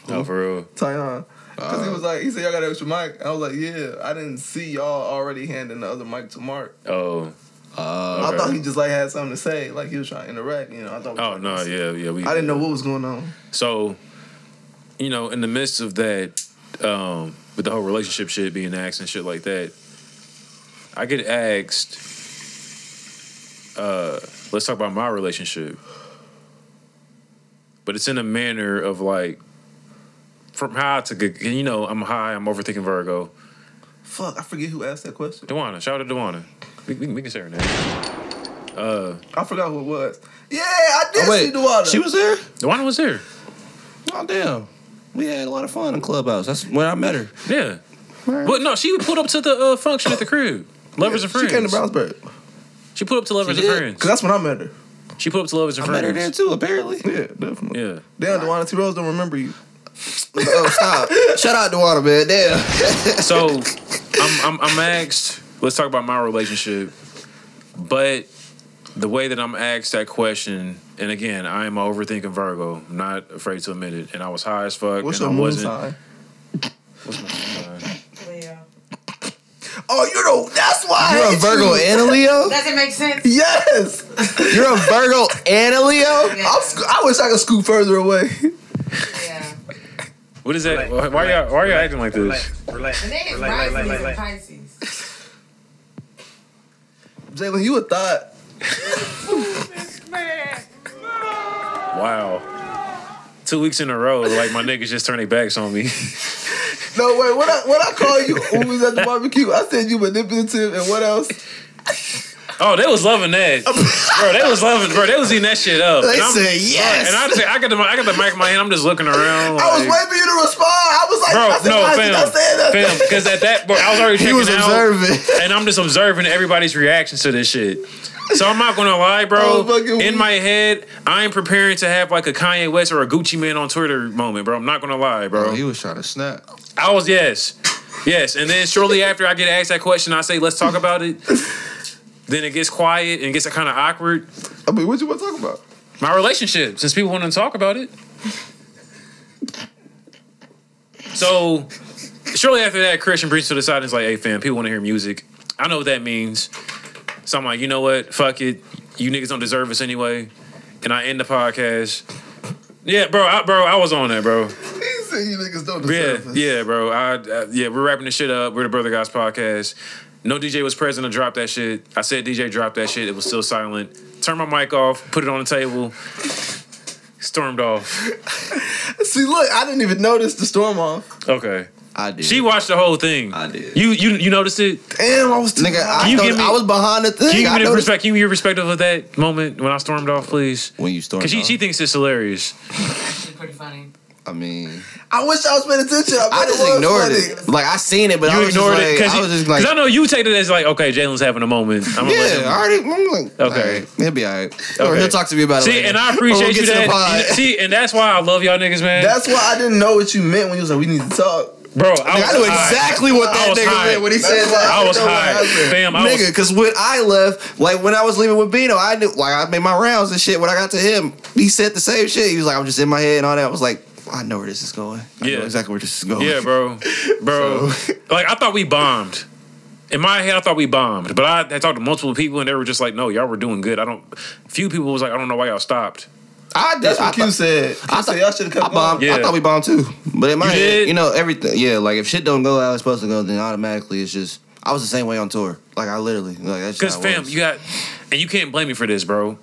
A: no, for real.
B: Tyon. Because
A: Uh-huh.
B: he was like, he said, y'all got an extra mic. I was like, yeah, I didn't see y'all already handing the other mic to Mark.
A: Oh,
G: Uh,
A: Okay.
B: I thought he just like had something to say, like he was trying to interact. You know, I thought.
A: oh no, yeah, yeah. We.
B: I didn't know what was going on.
A: So, you know, in the midst of that, um, with the whole relationship shit being asked and shit like that, I get asked, uh, let's talk about my relationship. But it's in a manner of like, from high to good, you know, I'm high, I'm overthinking Virgo.
B: Fuck, I forget who asked that question.
A: Dewana, shout out to Dewana. We, we, we can say her name. Uh,
B: I forgot who it was. Yeah, I did
G: oh, wait,
B: see Duwada.
G: she was there.
A: Dewana was there.
G: Oh damn, we had a lot of fun in clubhouse. That's when I met her.
A: Yeah. But no, she pulled up to the uh, function at the crib. Lovers and
B: She
A: friends.
B: came to Brownsburg.
A: She put up to Lovers
G: She
A: and
G: did?
A: Friends.
B: Cause that's when I met her.
A: She put up to Lovers and
G: I
A: Friends.
G: met her there too. Apparently.
B: Yeah, definitely.
A: Yeah.
B: Damn, Dewana T. Rose don't remember you.
F: Oh, stop. Shout out to Water, man. Damn.
A: So I'm, I'm I'm asked. Let's talk about my relationship. But the way that I'm asked that question, and again, I am an overthinking Virgo. I'm not afraid to admit it. And I was high as fuck.
B: What's
A: and
B: your
A: I
B: moon
A: wasn't.
B: sign?
H: Leo.
F: Oh, you know, that's why. You're a Virgo and a Leo?
H: Does it make sense?
F: Yes. You're a Virgo and a Leo? I'm sc- I wish I could scoot further away.
H: Yeah.
A: What is that?
C: Relax,
A: why are y'all Why are y'all
C: relax,
A: acting like this?
C: Relax, relax,
H: The name is
C: relax,
H: Rising
C: relax,
H: is in
C: relax,
H: Pisces.
B: Jalen, you a thought.
A: Wow. Two weeks in a row, like my niggas just turn their backs on me.
B: No, wait, what I, what I call you when we was at the barbecue? I said you manipulative and what else?
A: Oh, they was loving that, bro. They was loving, bro. They was eating that shit up.
F: They
A: And I'm-
F: said yes.
A: And I, just, I got the I got the mic in my hand. I'm just looking around.
F: I was
A: like-
F: waiting for you to respond. I was like,
A: Bro,
F: I said,
A: no,
F: why is he
A: fam,
F: not saying that?
A: fam, because at that point I was already
F: He
A: checking
F: was
A: out,
F: observing.
A: and I'm just observing everybody's reactions to this shit. So I'm not gonna lie,
F: Oh,
A: bro.
F: fucking
A: In
F: weak.
A: my head, I am preparing to have like a Kanye West or a Gucci Man on Twitter moment, bro. I'm not gonna lie,
G: Bro,
A: bro.
G: he was trying to snap.
A: I was yes, yes, and then shortly after I get asked that question, I say, "Let's talk about it." Then it gets quiet and it gets kind of awkward.
B: I mean, what you want to talk about?
A: My relationship, since people want to talk about it. So, shortly after that, Christian breaches to the side and is like, hey, fam, people want to hear music. I know what that means. So I'm like, you know what? Fuck it. You niggas don't deserve us anyway. And I end the podcast. Yeah, bro, I, bro, I was on that, bro.
B: He said you niggas don't
A: Yeah,
B: deserve this.
A: yeah, bro. I, I yeah, we're wrapping this shit up. We're the Brother Guys podcast. No DJ was present to drop that shit. I said DJ dropped that shit. It was still silent. Turned my mic off. Put it on the table. Stormed off.
B: See, look, I didn't even notice the storm off.
A: Okay.
G: I did.
A: She watched the whole thing.
G: I did.
A: You you you noticed it?
F: Damn, I was nigga. I,
A: you
F: thought-
A: give me-
F: I was behind the thing.
A: Can you give
F: I
A: me the
F: noticed-
A: perspective? Can you give me your perspective of that moment when I stormed off, please?
G: when you stormed
A: Because she,
G: off.
A: she thinks it's hilarious.
H: Actually, pretty funny.
G: I mean,
F: I wish I was paying attention. I,
G: I
F: bet
G: just
F: was
G: ignored
F: funny.
G: it. Like I seen it, but I
A: You
G: was just
A: ignored
G: like,
A: it
G: I was just like,
A: because I know you take it as like, okay, Jalen's having a moment. I'm gonna
G: yeah,
A: let him
G: I already. I'm like,
A: Okay.
G: okay, he'll be all right. Or
A: Okay.
G: he'll talk to me about it.
A: See,
G: later.
A: and I
G: Or
A: appreciate
G: we'll get
A: you
G: to the
A: that.
G: pod.
A: You- See, and that's why I love y'all niggas, man.
B: That's why I didn't know what you meant when you was like, we need to talk.
A: Bro, I,
G: I knew
A: was high.
G: exactly what
A: I
G: that
A: was
G: nigga
A: high.
G: meant when he said
B: That's
G: that.
A: I was
B: I know what
A: high.
B: happened.
A: Fam, I
G: nigga,
A: was.
G: because when I left, like when I was leaving with Bino, I knew, like I made my rounds and shit. When I got to him, he said the same shit. He was like, "I'm just in my head and all that." I was like, "I know where this is going. I
A: Yeah.
G: know exactly where this is going."
A: Yeah, bro. Bro. Like, I thought we bombed. In my head, I thought we bombed. But I had talked to multiple people, and they were just like, no, y'all were doing good. I don't. Few people was like, I don't know why y'all stopped.
G: I did.
B: That's
G: I
B: what Q
G: thought-
B: said. Q
G: I
B: said
G: thought-
B: y'all should have
G: I
B: kept
G: bombed.
B: on.
A: Yeah.
G: I thought we bombed too, but in my
A: You
G: head,
A: did?
G: you know everything. Yeah, like if shit don't go how it's supposed to go, then automatically it's just. I was the same way on tour. Like I literally, like that's
A: Because,
G: just how it
A: fam,
G: was.
A: you got. And you can't blame me for this, bro.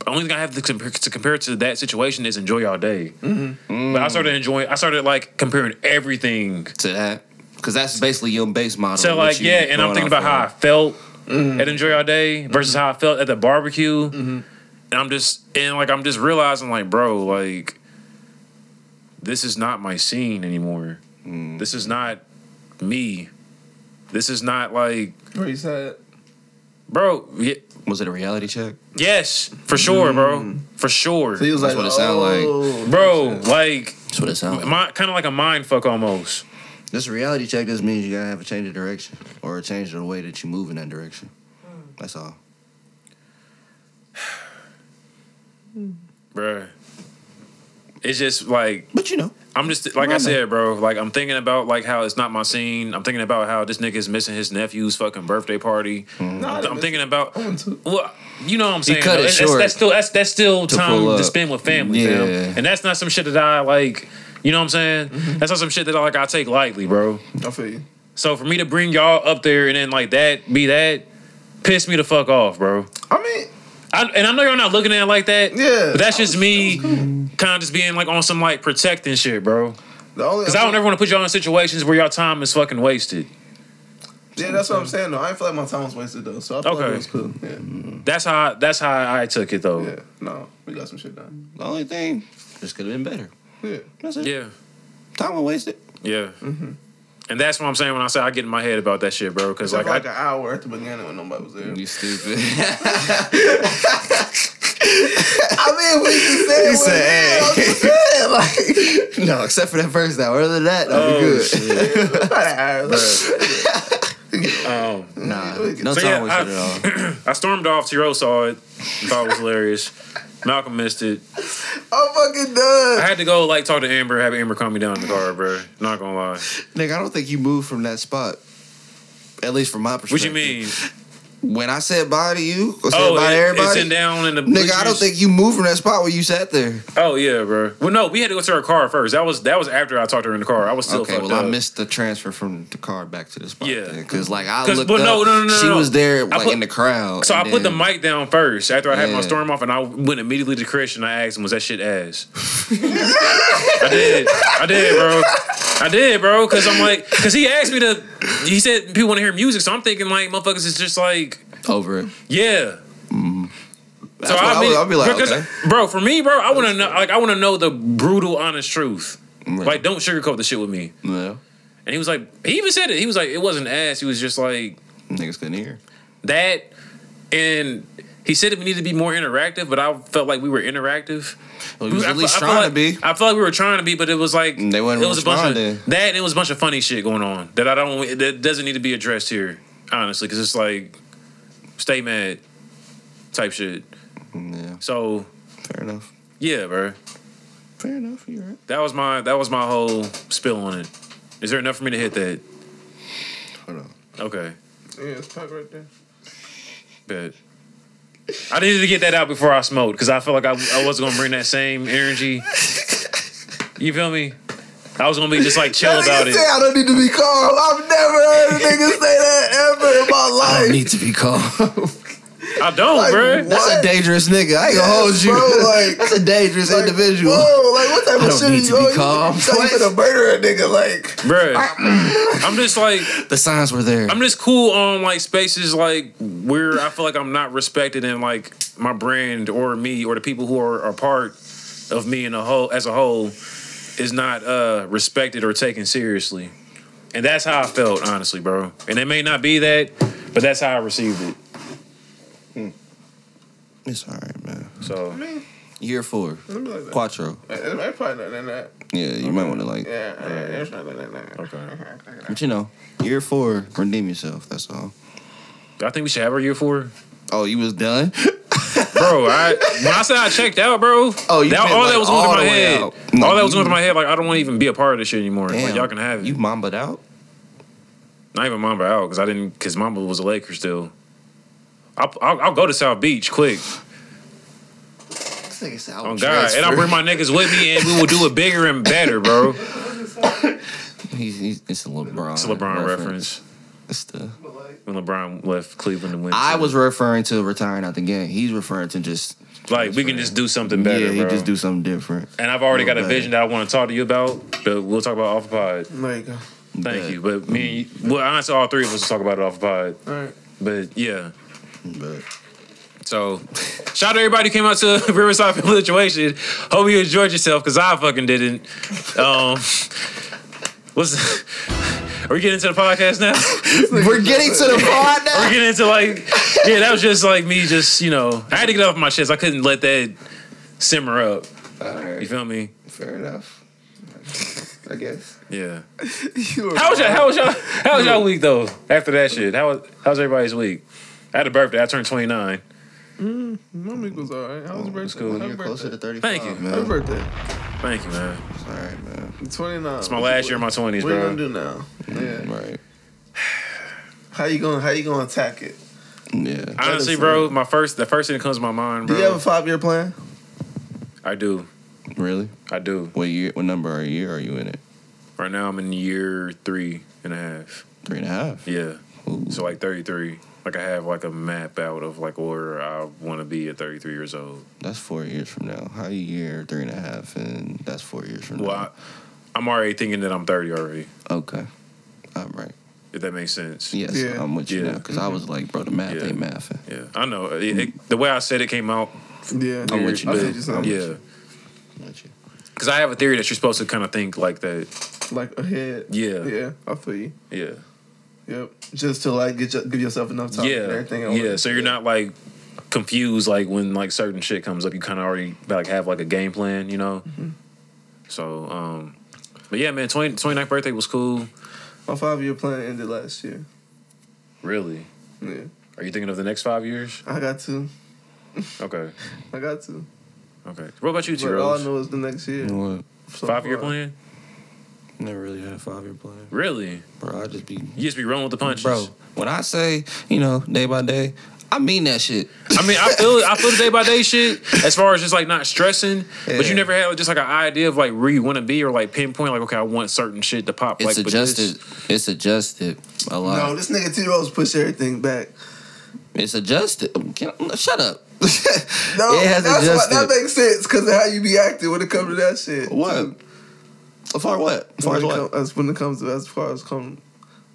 A: The Only thing I have to compare to, compare to that situation is enjoy y'all day.
G: Mm-hmm.
A: But I started enjoying. I started like comparing everything
G: to that because that's basically your base model.
A: So
G: what
A: like
G: you
A: yeah, and I'm
G: going
A: thinking about
G: off
A: how I
G: of.
A: felt at Enjoy Our Day versus how I felt at the barbecue,
G: Mm-hmm.
A: and I'm just and like I'm just realizing like bro like this is not my scene anymore.
G: Mm.
A: This is not me. This is not like
B: Where he said,
A: bro. Y-
G: was it a reality check?
A: yes, for sure,
G: Mm.
A: bro, for sure,
B: so he was
G: That's
B: like,
G: what it sound like.
B: "Oh."
A: bro. Like
G: That's what it sounds. like.
A: my kind of like a mind fuck almost.
G: This reality check just means you gotta have a change of direction or a change of the way that you move in that direction.
F: Hmm.
G: That's all.
A: Bruh. It's just like
G: But you know,
A: I'm just like I said, bro. Like I'm thinking about like how it's not my scene. I'm thinking about how this nigga is missing his nephew's fucking birthday party.
B: Nah, I
A: I'm
B: didn't
A: thinking about
B: miss- I went to-
A: well, you know what I'm saying.
G: cut
A: though.
G: it
A: That's-
G: short
A: That's still that's that's still
G: to
A: time
G: pull
A: to
G: up.
A: spend with family, fam.
G: Yeah.
A: And that's not some shit that I like. You know what I'm saying? That's not some shit that I like. I take lightly, bro.
B: I feel you.
A: So for me to bring y'all up there and then like that be that piss me the fuck off, bro.
B: I mean,
A: I, and I know y'all not looking at it like that.
B: Yeah.
A: But that's just me, kind of just being like on some like protecting shit, bro.
B: the only
A: Because I don't ever want to put y'all in situations where y'all time is fucking wasted.
B: Yeah, that's what I'm saying. though. I ain't feel like my time was wasted though, so I feel like
A: Okay.
B: it was cool. Yeah,
A: That's how that's how I took it though.
B: yeah. No, we got some shit done.
G: the only thing this could have been better.
B: Yeah,
G: That's it.
A: Yeah.
G: Time was wasted.
A: Yeah. And that's what I'm saying when I say I get in my head about that shit, bro. Because
B: it's like,
A: like,
B: like
A: I,
B: an hour at the beginning when nobody was there.
G: You stupid.
F: I mean, we just said.
G: he
F: what
G: said,
F: it was.
G: "Hey."
F: Yeah, like,
G: no, except for that first hour. Other than that,
A: Oh,
G: that'll be good.
B: About an hour.
A: um,
G: Nah, no
A: So,
G: time
A: yeah,
G: wasted
A: I-
G: at all.
A: I stormed off. T-Row saw it. and Thought it was hilarious. Malcolm missed it.
F: I'm fucking
A: I
F: done.
A: had to go like talk to Amber, have Amber calm me down in the car, bro. Not gonna lie.
G: Nigga, I don't think you moved from that spot. At least from my
A: What
G: perspective.
A: you mean?
G: When I said bye to you, or said
A: Oh,
G: bye
A: it,
G: to
A: everybody? it's
G: everybody,
A: in down in the
G: nigga, I don't
A: bleachers?
G: think you moved from that spot where you sat there.
A: Oh yeah, bro. Well, no, we had to go to her car first. That was that was after I talked to her in the car. I was still
G: okay,
A: fucked
G: well,
A: up.
G: I missed the transfer from the car back to the spot.
A: Yeah.
G: because like I
A: 'Cause-
G: looked
A: well, no,
G: up,
A: no, no, no,
G: she
A: no.
G: was there
A: I
G: like
A: put-
G: in the crowd.
A: So I
G: and
A: put the
G: then-
A: mic down first after I had my
G: Yeah.
A: storm off, and I went immediately to Chris and I asked him, "Was that shit ass?" I did, I did, bro, I did, bro, because I'm like, because he asked me to, he said people want to hear music, so I'm thinking like, motherfuckers is just like,
G: over it.
A: yeah.
G: That's what I would- I'd be like,
A: because-
G: okay.
A: bro, for me, bro, I want to know, like, I want to know the brutal, honest truth. Like, don't sugarcoat the shit with me.
G: No,
A: And he was like, he even said it. He was like, it wasn't ass. He was just like,
G: niggas couldn't hear.
A: that and he said that we need to be more interactive, but I felt like we were interactive.
G: Well, he was
A: I
G: at
A: fe-
G: least
A: I felt
G: trying
A: like-
G: to be.
A: I felt like we were trying to be, but it was like
G: They wasn't
A: it was a bunch
G: responding.
A: of that, and it was a bunch of funny shit going on that I don't that doesn't need to be addressed here, honestly, because it's like stay mad type shit.
G: Yeah,
A: So
G: fair enough.
A: yeah, bro.
G: Fair enough. You're right.
A: That was my that was my whole spill on it. Is there enough for me to hit that?
G: Hold on.
A: Okay,
B: Yeah, it's packed right there.
A: bet. I needed to get that out before I smoked because I felt like I, I was gonna bring that same energy. You feel me? I was gonna be just like chill about it.
F: Say I don't need to be calm. I've never heard a nigga say that ever in my life.
G: I need to be calm.
A: I don't, bruh.
G: That's a
F: What?
G: dangerous nigga. I ain't gonna hold
F: Yes,
G: you.
F: bro, like-
G: That's a dangerous individual.
F: Whoa, like what type
G: I
F: of
G: don't
F: shit
G: need
F: is
G: to
F: you
G: be
F: on? You
G: calm.
F: thought You finna murder a nigga like
A: bruh. I'm just like
G: The signs were there.
A: I'm just cool on like spaces like where I feel like I'm not respected in like my brand or me or the people who are a part of me in a whole as a whole is not uh respected or taken seriously. And that's how I felt, honestly, bro. And it may not be that, but that's how I received it.
G: it's all right, man.
A: So
G: Year four,
B: Let me like that.
G: Quattro.
B: It's probably nothing like that.
G: Yeah, you might want to like,
B: Yeah, yeah, it's nothing like that.
A: Okay.
G: but you know, year four, redeem yourself. That's all.
A: I think we should have our year four.
G: Oh, you was done.
A: Bro, I when I said I checked out, bro.
G: Oh, you
A: that,
G: been,
A: all
G: like,
A: that was going through
G: all
A: my
G: the way
A: head.
G: out.
A: all
G: No,
A: that was
G: you-
A: going through my head, like I don't want to even be a part of this shit anymore. Like
G: Damn.
A: y'all can have it.
G: You mamba'd out.
A: Not even Mamba out because I didn't because Mamba was a Laker still. I'll, I'll, I'll go to South Beach quick.
G: This nigga said I
A: Oh
G: would
A: God, and I'll
G: transfer.
A: bring my niggas with me, and we will do it bigger and better, bro.
G: He's, he's, it's a LeBron.
A: It's a LeBron reference
G: It's the-
A: when LeBron left Cleveland to win.
G: I
A: too.
G: was referring to retiring out the game. He's referring to just
A: like, we can just do something better,
G: yeah, he
A: bro.
G: just do Oh, something different.
A: and I've already got a
G: Better.
A: vision that I want to talk to you about, but we'll talk about it off the pod.
B: There you go.
A: Thank
G: Bet.
A: you, but me, and you, well, honestly, all three of us will talk about it off the pod.
B: All right.
A: But yeah,
G: But
A: So, shout out to everybody who came out to Riverside Film Situation. Hope you enjoyed yourself, because I fucking didn't. Um, what's are we getting into the podcast now?
G: we're getting to the pod
A: We're
G: now.
A: getting into like, yeah, that was just like me, just you know, I had to get off my chest. I couldn't let that simmer up. You feel me?
F: Fair enough. I guess.
A: Yeah. How was y'all? How was y'all? How was y'all week though? After that shit, how was how's everybody's week? I had a birthday. I turned twenty nine.
B: My week was all right. How was your birthday?
A: cool.
B: Happy
G: Oh, You're
B: birthday.
G: closer to thirty.
A: Thank you.
B: Happy
G: man.
B: birthday.
A: Thank you, man.
G: All right, man.
B: Twenty nine.
A: It's my last year in my twenties,
B: What are you gonna
A: bro.
B: do now? Yeah.
G: Right.
B: How you gonna How you gonna attack it?
G: Yeah.
A: Honestly, bro, my first the first thing that comes to my mind,
B: Do
A: bro.
B: you have a five year plan?
A: I do.
G: Really?
A: I do.
G: What year? What number or year are you in it?
A: Right now, I'm in year three and a half.
G: Three and a half.
A: Yeah.
G: Ooh.
A: So like 33. Like I have like a map out of like where I want to be at 33 years old.
G: That's four years from now. How you year three and a half, and that's four years from
B: Mm-hmm.
A: Well, I,
G: now.
A: I'm already thinking that I'm 30 already.
G: Okay. All right.
A: If that makes sense.
G: Yes,
B: Yeah.
G: I'm with you
A: Yeah.
G: now because I was like, bro, the math
A: Yeah.
G: ain't mathing.
A: Yeah. I know. It,
B: Mm-hmm.
A: it, the way I said it came out.
B: Yeah.
G: I'm with you,
B: I see what
G: dude.
B: you're saying.
A: Yeah.
G: I'm with you.
A: Because I have a theory that you're supposed to kind of think like that.
B: Like ahead.
A: Yeah.
B: Yeah. I feel you.
A: Yeah.
B: Yep. Just to like get your, give yourself enough time. And
A: Yeah.
B: everything.
A: Yeah. So you're not like confused like when like certain shit comes up. You kind of already like have like a game plan, you know.
B: Mm-hmm.
A: So, um, but yeah, man, 20, 29th birthday was cool.
B: My five year plan ended last year.
A: Really?
B: Yeah.
A: Are you thinking of the next five years?
B: I got to.
A: Okay.
B: I got to.
A: Okay. What about you, T
B: But all I
A: Rose?
B: know is the next year.
G: You know what?
B: So
A: Five year
B: far.
A: plan?
G: Never really had a five year plan,
A: Really?
G: bro. I just be
A: You just be rolling with the punches,
G: bro. When I say you know day by day, I mean that shit.
A: I mean, I feel I feel the day by day shit as far as just like not stressing, but
G: Yeah.
A: you never had like, just like an idea of like where you want to be or like pinpoint like okay, I want certain shit to pop.
G: It's
A: like, but this-
G: adjusted. It's adjusted a lot.
B: No, this nigga T Rose push everything back.
G: It's adjusted. Can I- shut up. no,
B: No,
G: it has
B: that's why,
G: adjusted.
B: that makes sense because of how you be acting when it comes to that shit.
G: what? As far as what? As far
B: When
G: as
B: it,
G: what?
B: come, as, when it comes to as far as come,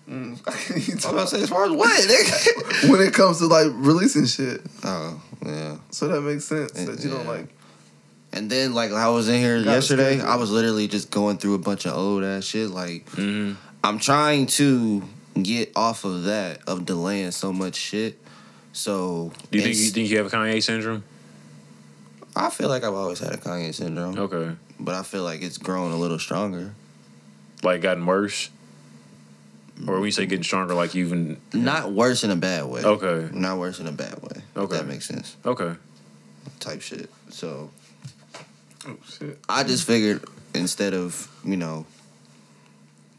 B: mm, I can't even
G: I'm about to
B: talk.
G: say as far as what? nigga?
B: when it comes to like releasing shit,
G: oh yeah.
B: so that makes sense
G: Yeah,
B: that you don't
G: yeah.
B: like.
G: And then like I was in here
B: Got a
G: yesterday,
B: schedule.
G: I was literally just going through a bunch of old ass shit. Like
A: Mhm.
G: I'm trying to get off of that of delaying so much shit. So
A: Do you think
G: it's-
A: you think you have a Kanye syndrome?
G: I feel like I've always had a Kanye syndrome,
A: Okay,
G: but I feel like it's grown a little stronger.
A: like gotten worse. Or when you
G: Mm.
A: say getting stronger, like you even
G: Not worse in a bad way.
A: okay,
G: Not worse in a bad way. If
A: Okay.
G: that makes sense.
A: okay,
G: Type shit. So
B: Oh shit.
G: I just figured instead of you know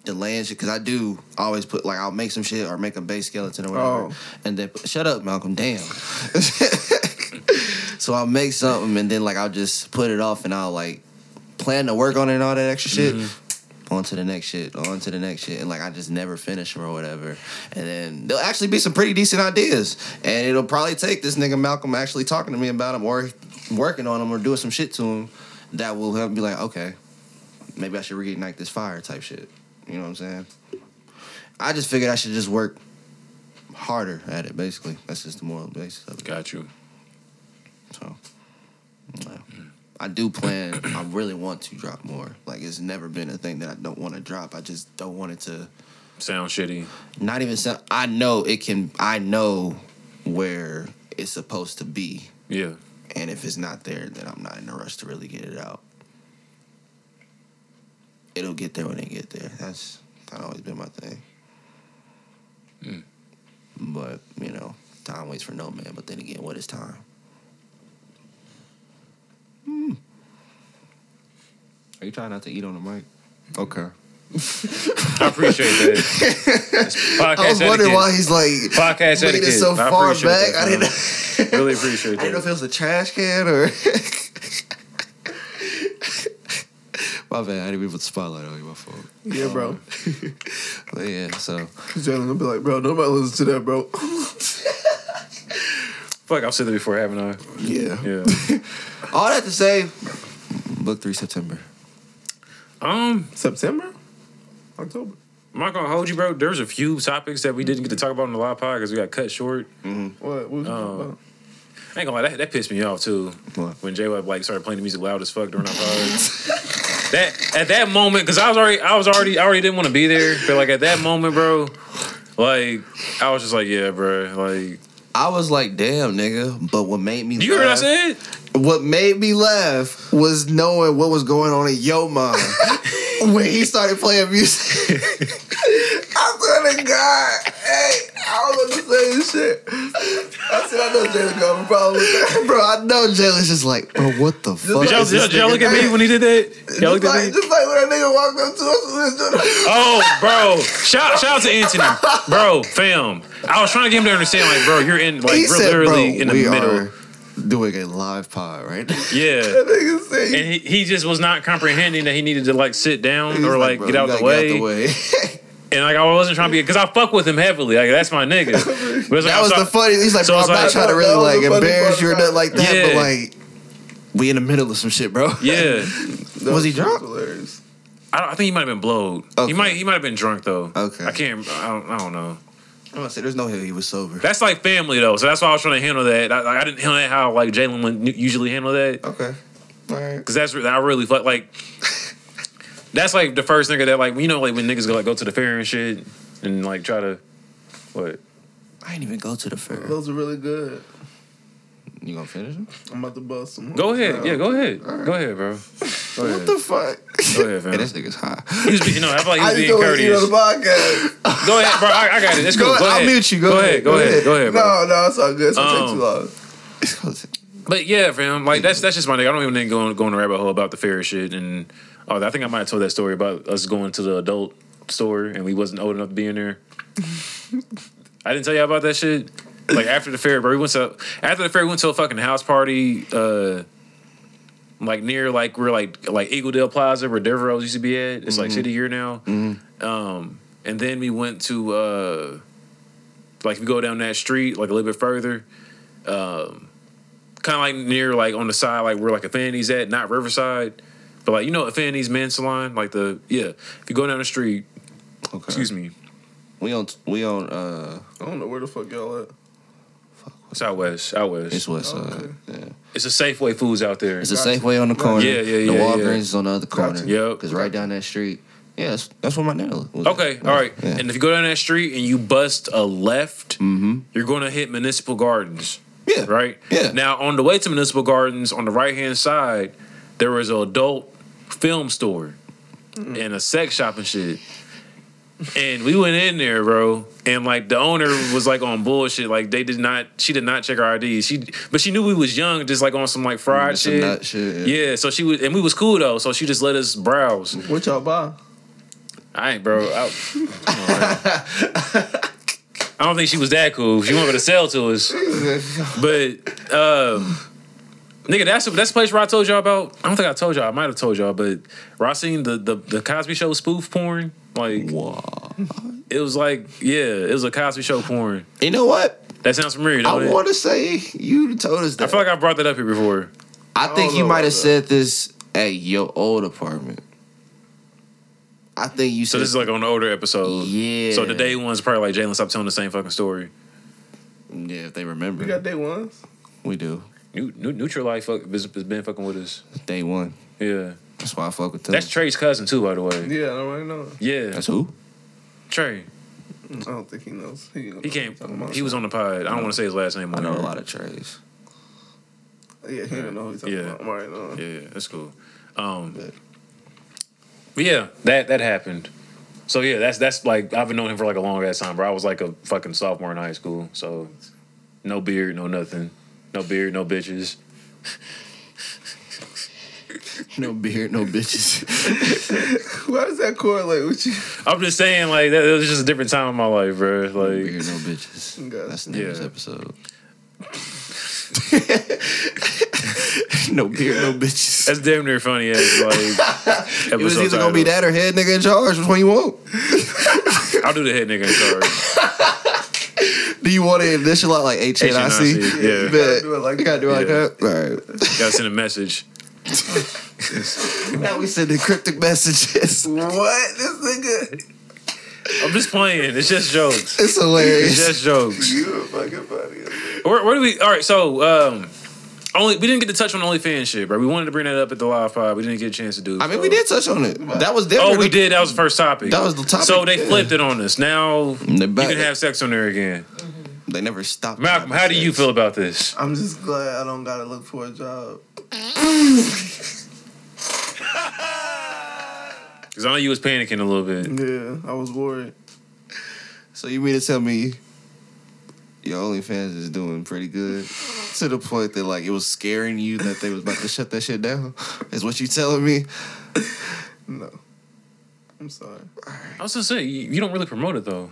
G: delaying shit because I do always put like I'll make some shit or make a base skeleton or whatever,
B: Oh.
G: and then shut up, Malcolm. Damn. so I'll make something and then like I'll just put it off and I'll like plan to work on it and all that extra shit. On to the next shit, on to the next shit, and like I just never finish them or whatever. And then there'll actually be some pretty decent ideas, and it'll probably take this nigga Malcolm actually talking to me about them or working on them or doing some shit to them that will help me be like, okay, maybe I should reignite this fire type shit. You know what I'm saying? I just figured I should just work harder at it, basically. That's just the moral basis of it.
A: got you.
G: So yeah. I do plan, I really want to drop more. Like it's never been a thing that I don't want to drop. I just don't want it to
A: Sound shitty.
G: not even sound I know it can I know where it's supposed to be.
A: Yeah,
G: And if it's not there, then I'm not in a rush to really get it out. It'll get there when it get there. That's kind of always been my thing. But you know, time waits for no man. But then again, what is time? Are you trying not to eat on the mic? Okay.
A: I appreciate that. It's podcast
G: I was wondering
A: etiquette.
G: why he's like
A: Podcast
G: leaning
A: etiquette.
G: so
A: I
G: far
A: appreciate
G: back.
A: that,
G: I didn't.
A: man. really appreciate
G: I didn't know if
A: that.
G: it was a trash can or. my bad. I didn't even put the spotlight on you. My fault.
B: Yeah, bro.
G: But yeah, so
B: Cause Jalen gonna be like, bro, nobody listens to that, bro.
A: Fuck, I've said that before, haven't I?
G: yeah.
A: Yeah.
G: All that to say, book three September.
A: um,
B: September, October.
A: I'm not gonna hold you, bro. There's a few topics that we didn't get to talk about on the live pod because we got cut short.
B: What? What was you talking
A: Oh.
B: about?
A: I ain't gonna lie, that, that pissed me off too.
G: What?
A: When J Web like started playing the music loud as fuck during our pod. that at that moment, because I was already, I was already, I already didn't want to be there. But like at that moment, bro, like I was just like, yeah, bro. Like,
G: I was like, damn, nigga. But what made me
A: do you hear
G: laugh,
A: what I said?
G: What made me laugh was knowing what was going on in your mind when he started playing music.
B: I swear to God, hey, I was gonna say this shit. I said I know Jalen got a problem with that.
G: bro, I know Jalen's just like, bro, what the fuck?
A: Did y'all,
G: is this
A: did y'all
G: nigga
A: look at me
G: doing?"
A: when he did that? Y'all looked
B: Just
A: at
B: like,
A: me.
B: just like when that nigga walked up to us and listened
A: Oh, bro! Shout, shout out to Anthony, bro, fam. I was trying to get him to understand, like, bro, you're in, like,
G: He
A: we're
G: said,
A: literally
G: bro,
A: in the
G: we
A: middle.
G: are doing a live pod right now.
A: Yeah,
B: to nigga said,
A: and he, he just was not comprehending that he needed to like sit down
G: He's
A: or like,
G: bro,
A: get,
G: you
A: out the
G: gotta
A: way.
G: way.
A: And like, I wasn't trying to be because I fuck with him heavily. Like, that's my nigga. But it's like,
G: that was
A: so-
G: the funny. He's like,
A: so
G: bro,
A: it's
G: I'm not
A: like-
G: trying to
B: That
G: really
B: was
G: like
B: the funny
G: embarrass
B: part
G: you or nothing like that, but
A: Yeah.
G: like, we in the middle of some shit, bro.
A: Yeah,
B: That
G: Was he
B: shit
G: drunk?
B: hilarious.
A: I, don't- I think he might have been blowed.
G: Okay.
A: He might he might have been drunk though.
G: Okay.
A: I can't. I don't, I don't know.
G: I'm gonna say, there's no hell he was sober.
A: That's like family though, so that's why I was trying to handle that. I, I didn't handle that how like Jalen would nu- usually handle that.
G: Okay. All right.
A: Cause that's re- I really fuck like that's like the first nigga that like you know like when niggas go like go to the fair and shit and like try to what
G: I didn't even go to the fair.
B: Those are really good.
G: You gonna finish him?
B: I'm about to bust some.
A: go
B: hoes
A: ahead
B: out.
A: yeah go ahead go ahead bro go ahead
G: What the fuck?
A: go ahead fam
G: Hey, this nigga's high.
A: he was be, you know I feel like he
B: I
A: was
B: just
A: being
B: don't want to eat on
A: courteous
B: the podcast.
A: go ahead bro I, I got it it's
G: Go
A: cool go,
G: ahead, I'll
A: ahead
G: mute you. Go ahead,
A: ahead go
G: go
A: ahead go ahead bro
B: No, no, it's all good. It's gonna take
A: Um,
B: too long.
A: but yeah fam like that's that's just my nigga I don't even need to go on, go on a rabbit hole about the fair shit and oh I think I might have told that story about us going to the adult store and we wasn't old enough to be in there I didn't tell y'all about that shit. Like after the fair, bro, we went to after the fair, we went to a fucking house party, uh, like near like we're like like Eagledale Plaza where Devereaux used to be at. It's like shitty here now. Um, and then we went to uh, like if you go down that street like a little bit further, um, kind of like near like on the side like where like Affinity's at, not Riverside, but like you know Affinity's men's salon, like the yeah. If you go down the street,
G: Okay.
A: excuse me,
G: We on we on uh
B: I don't know where the fuck y'all at.
A: Southwest, out west.
G: it's west side.
B: Okay.
G: Yeah.
A: It's a Safeway foods out there.
G: It's a Safeway on the corner.
A: Yeah, yeah,
G: The
A: yeah,
G: Walgreens
A: yeah.
G: is on the other corner.
A: Yep.
G: Because right down that street. Yeah, that's, that's where my nail was. at.
A: okay, all right.
G: Yeah.
A: And if you go down that street and you bust a left,
G: Mm-hmm.
A: you're going to hit Municipal Gardens,
G: yeah.
A: right?
G: Yeah.
A: Now, on the way to Municipal Gardens, on the right hand side, there was an adult film store and a sex shop and shit. And we went in there, bro, and like the owner was like on bullshit. Like they did not, she did not check our IDs. She, but she knew we was young, just like on some like fried
G: Some
A: shit.
G: nut shit,
A: yeah. so she was, and we was cool though. So she just let us browse.
B: What y'all buy?
A: I ain't, bro. I, come on, man. I don't think she was that cool. She wanted to sell to us, but um, nigga, that's that's the place where I told y'all about. I don't think I told y'all. I might have told y'all, but where I seen the the, the Cosby Show spoof porn. Like, it was like, yeah, it was a Cosby Show porn.
G: You know what?
A: That sounds familiar. Don't
G: I
A: it?
G: want to say you told us
A: I
G: that.
A: feel like I brought that up here before.
G: I think
B: don't
G: you
B: know
G: might
B: about
G: have
B: that.
G: said this at your old apartment. I think you
A: So
G: said
A: this is like on the older episode.
G: yeah.
A: So the day one's probably like Jalen, stop telling the same fucking story.
G: yeah, if they
B: We
G: remember,
B: got day ones.
G: we do
A: New, new, neutral life fuck, has has been fucking with us.
G: day one.
A: Yeah.
G: That's why I fuck with them.
A: That's Trey's cousin too, by the way.
B: Yeah, I already know.
A: Yeah,
G: That's who?
A: Trey.
B: I don't think he knows. don't know
A: He
B: what
A: came.
B: you're talking about.
A: He was on the pod. I don't want to say his last name.
G: I
A: on
G: know a
A: here.
G: lot of trays.
B: Yeah, he don't know who he's talking
A: Yeah.
B: about. I'm already know.
A: Yeah, that's cool. Um, but yeah, that that happened. So yeah, that's that's like I've been known him for like a long ass time, bro. I was like a fucking sophomore in high school, so no beard, no nothing, no beard, no bitches.
G: No beard, no bitches.
B: Why does that correlate with you?
A: I'm just saying, like that, that was just a different time in my life, bro.
G: no
A: Like,
G: beard, no bitches.
B: Got
G: That's the name of this
A: Yeah.
G: episode. no beard, no bitches.
A: that's damn near funny as like.
G: It was
A: episode
G: either gonna be
A: title.
G: that or head nigga in charge. Which one you want?
A: I'll do the head nigga in charge.
G: Do you want to initial out like H N I C?
A: HNIC, yeah.
G: Bet.
B: do it like
G: You gotta do it like
A: Yeah.
G: that. All right.
A: Gotta send a message.
G: now we sending cryptic messages.
B: What? This nigga.
A: I'm just playing. It's just jokes.
G: It's
A: It's
G: hilarious.
A: just jokes.
B: You a fucking funny.
A: Where, where do we? All right, so um, only we didn't get to touch on OnlyFans shit, bro. We wanted to bring that up at the live pod. We didn't get a chance to do. it,
G: I mean,
A: so-
G: we did touch on it. That was
A: Oh,
G: different.
A: we did. That was the first topic.
G: That was the topic,
A: So they
G: yeah.
A: flipped it on us. Now
G: They
A: you
G: back-
A: can have sex on there again.
G: They never stopped.
A: Malcolm, how do you feel about this?
B: I'm just glad I don't gotta look for a job.
A: Because I know you was panicking a little
G: Mm.
A: bit.
B: Yeah, I was worried.
G: So you mean to tell me your OnlyFans is doing pretty good to the point that like it was scaring you that they was about to shut that shit down? Is what you telling me?
B: No. I'm sorry.
A: I was gonna say you, you don't really promote it though.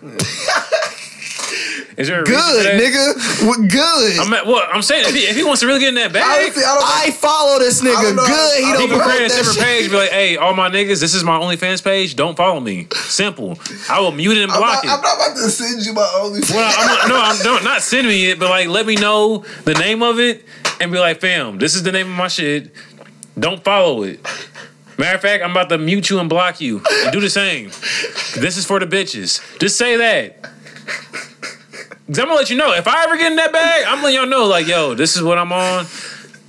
A: Is there a reason for
G: Good,
A: that?
G: nigga. What good?
A: I'm at, well, I'm saying if he, if he wants to really get in that bag,
G: Honestly, I, don't, I follow this nigga.
B: don't know.
G: Good. He
A: he can
G: don't
A: create
G: promote
A: a
G: that
A: separate
G: shit.
A: page. Be like, hey, all my niggas, this is my OnlyFans page. Don't follow me. Simple. I will mute it and
E: I'm
A: block
E: not, I'm
A: it.
E: not about to send you my only.
A: Well, I'm, no, I'm no, not send me it, but like let me know the name of it and be like, fam, this is the name of my shit. Don't follow it. Matter of fact, I'm about to mute you and block you. And do the same. This is for the bitches. Just say that. Cause I'm gonna let you know. If I ever get in that bag, I'm letting y'all know, like, yo, this is what I'm on.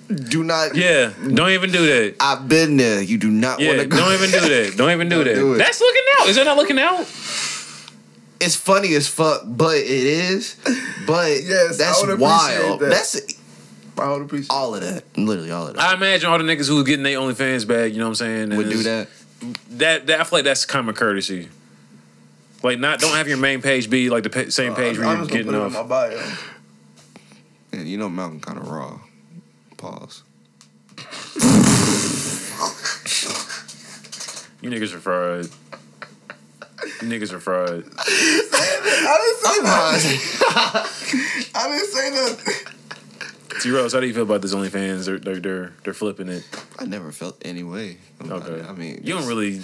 G: Do not.
A: Yeah, don't even do that.
G: I've been there. You do not
A: Yeah,
G: want to go.
A: don't even do that. Don't even do
G: Don't
A: that.
G: do it.
A: That's looking out. Is that not looking out?
G: It's funny as fuck, but it is. But
B: Yes,
G: that's
B: I would appreciate
G: wild.
B: that.
G: That's
B: I would appreciate
G: all of that. Literally all of that.
A: I imagine all the niggas who was getting their OnlyFans bag, you know what I'm saying?
G: would
A: is-
G: do that.
A: That, that I feel like that's common courtesy. Like not don't have your main page be like the pa- same page where
B: Uh, I'm
A: you're
B: just gonna
A: getting
B: put it in my
A: off.
B: bio.
G: Yeah, you know, Mountain kind of raw. Pause.
A: You niggas are fried. You niggas are fried.
G: I didn't say
E: I didn't say nothing.
A: Zeros, how do you feel about this OnlyFans? They're they're they're, they're flipping it.
G: I never felt any way. about
A: Okay.
G: it. I mean,
A: You don't really.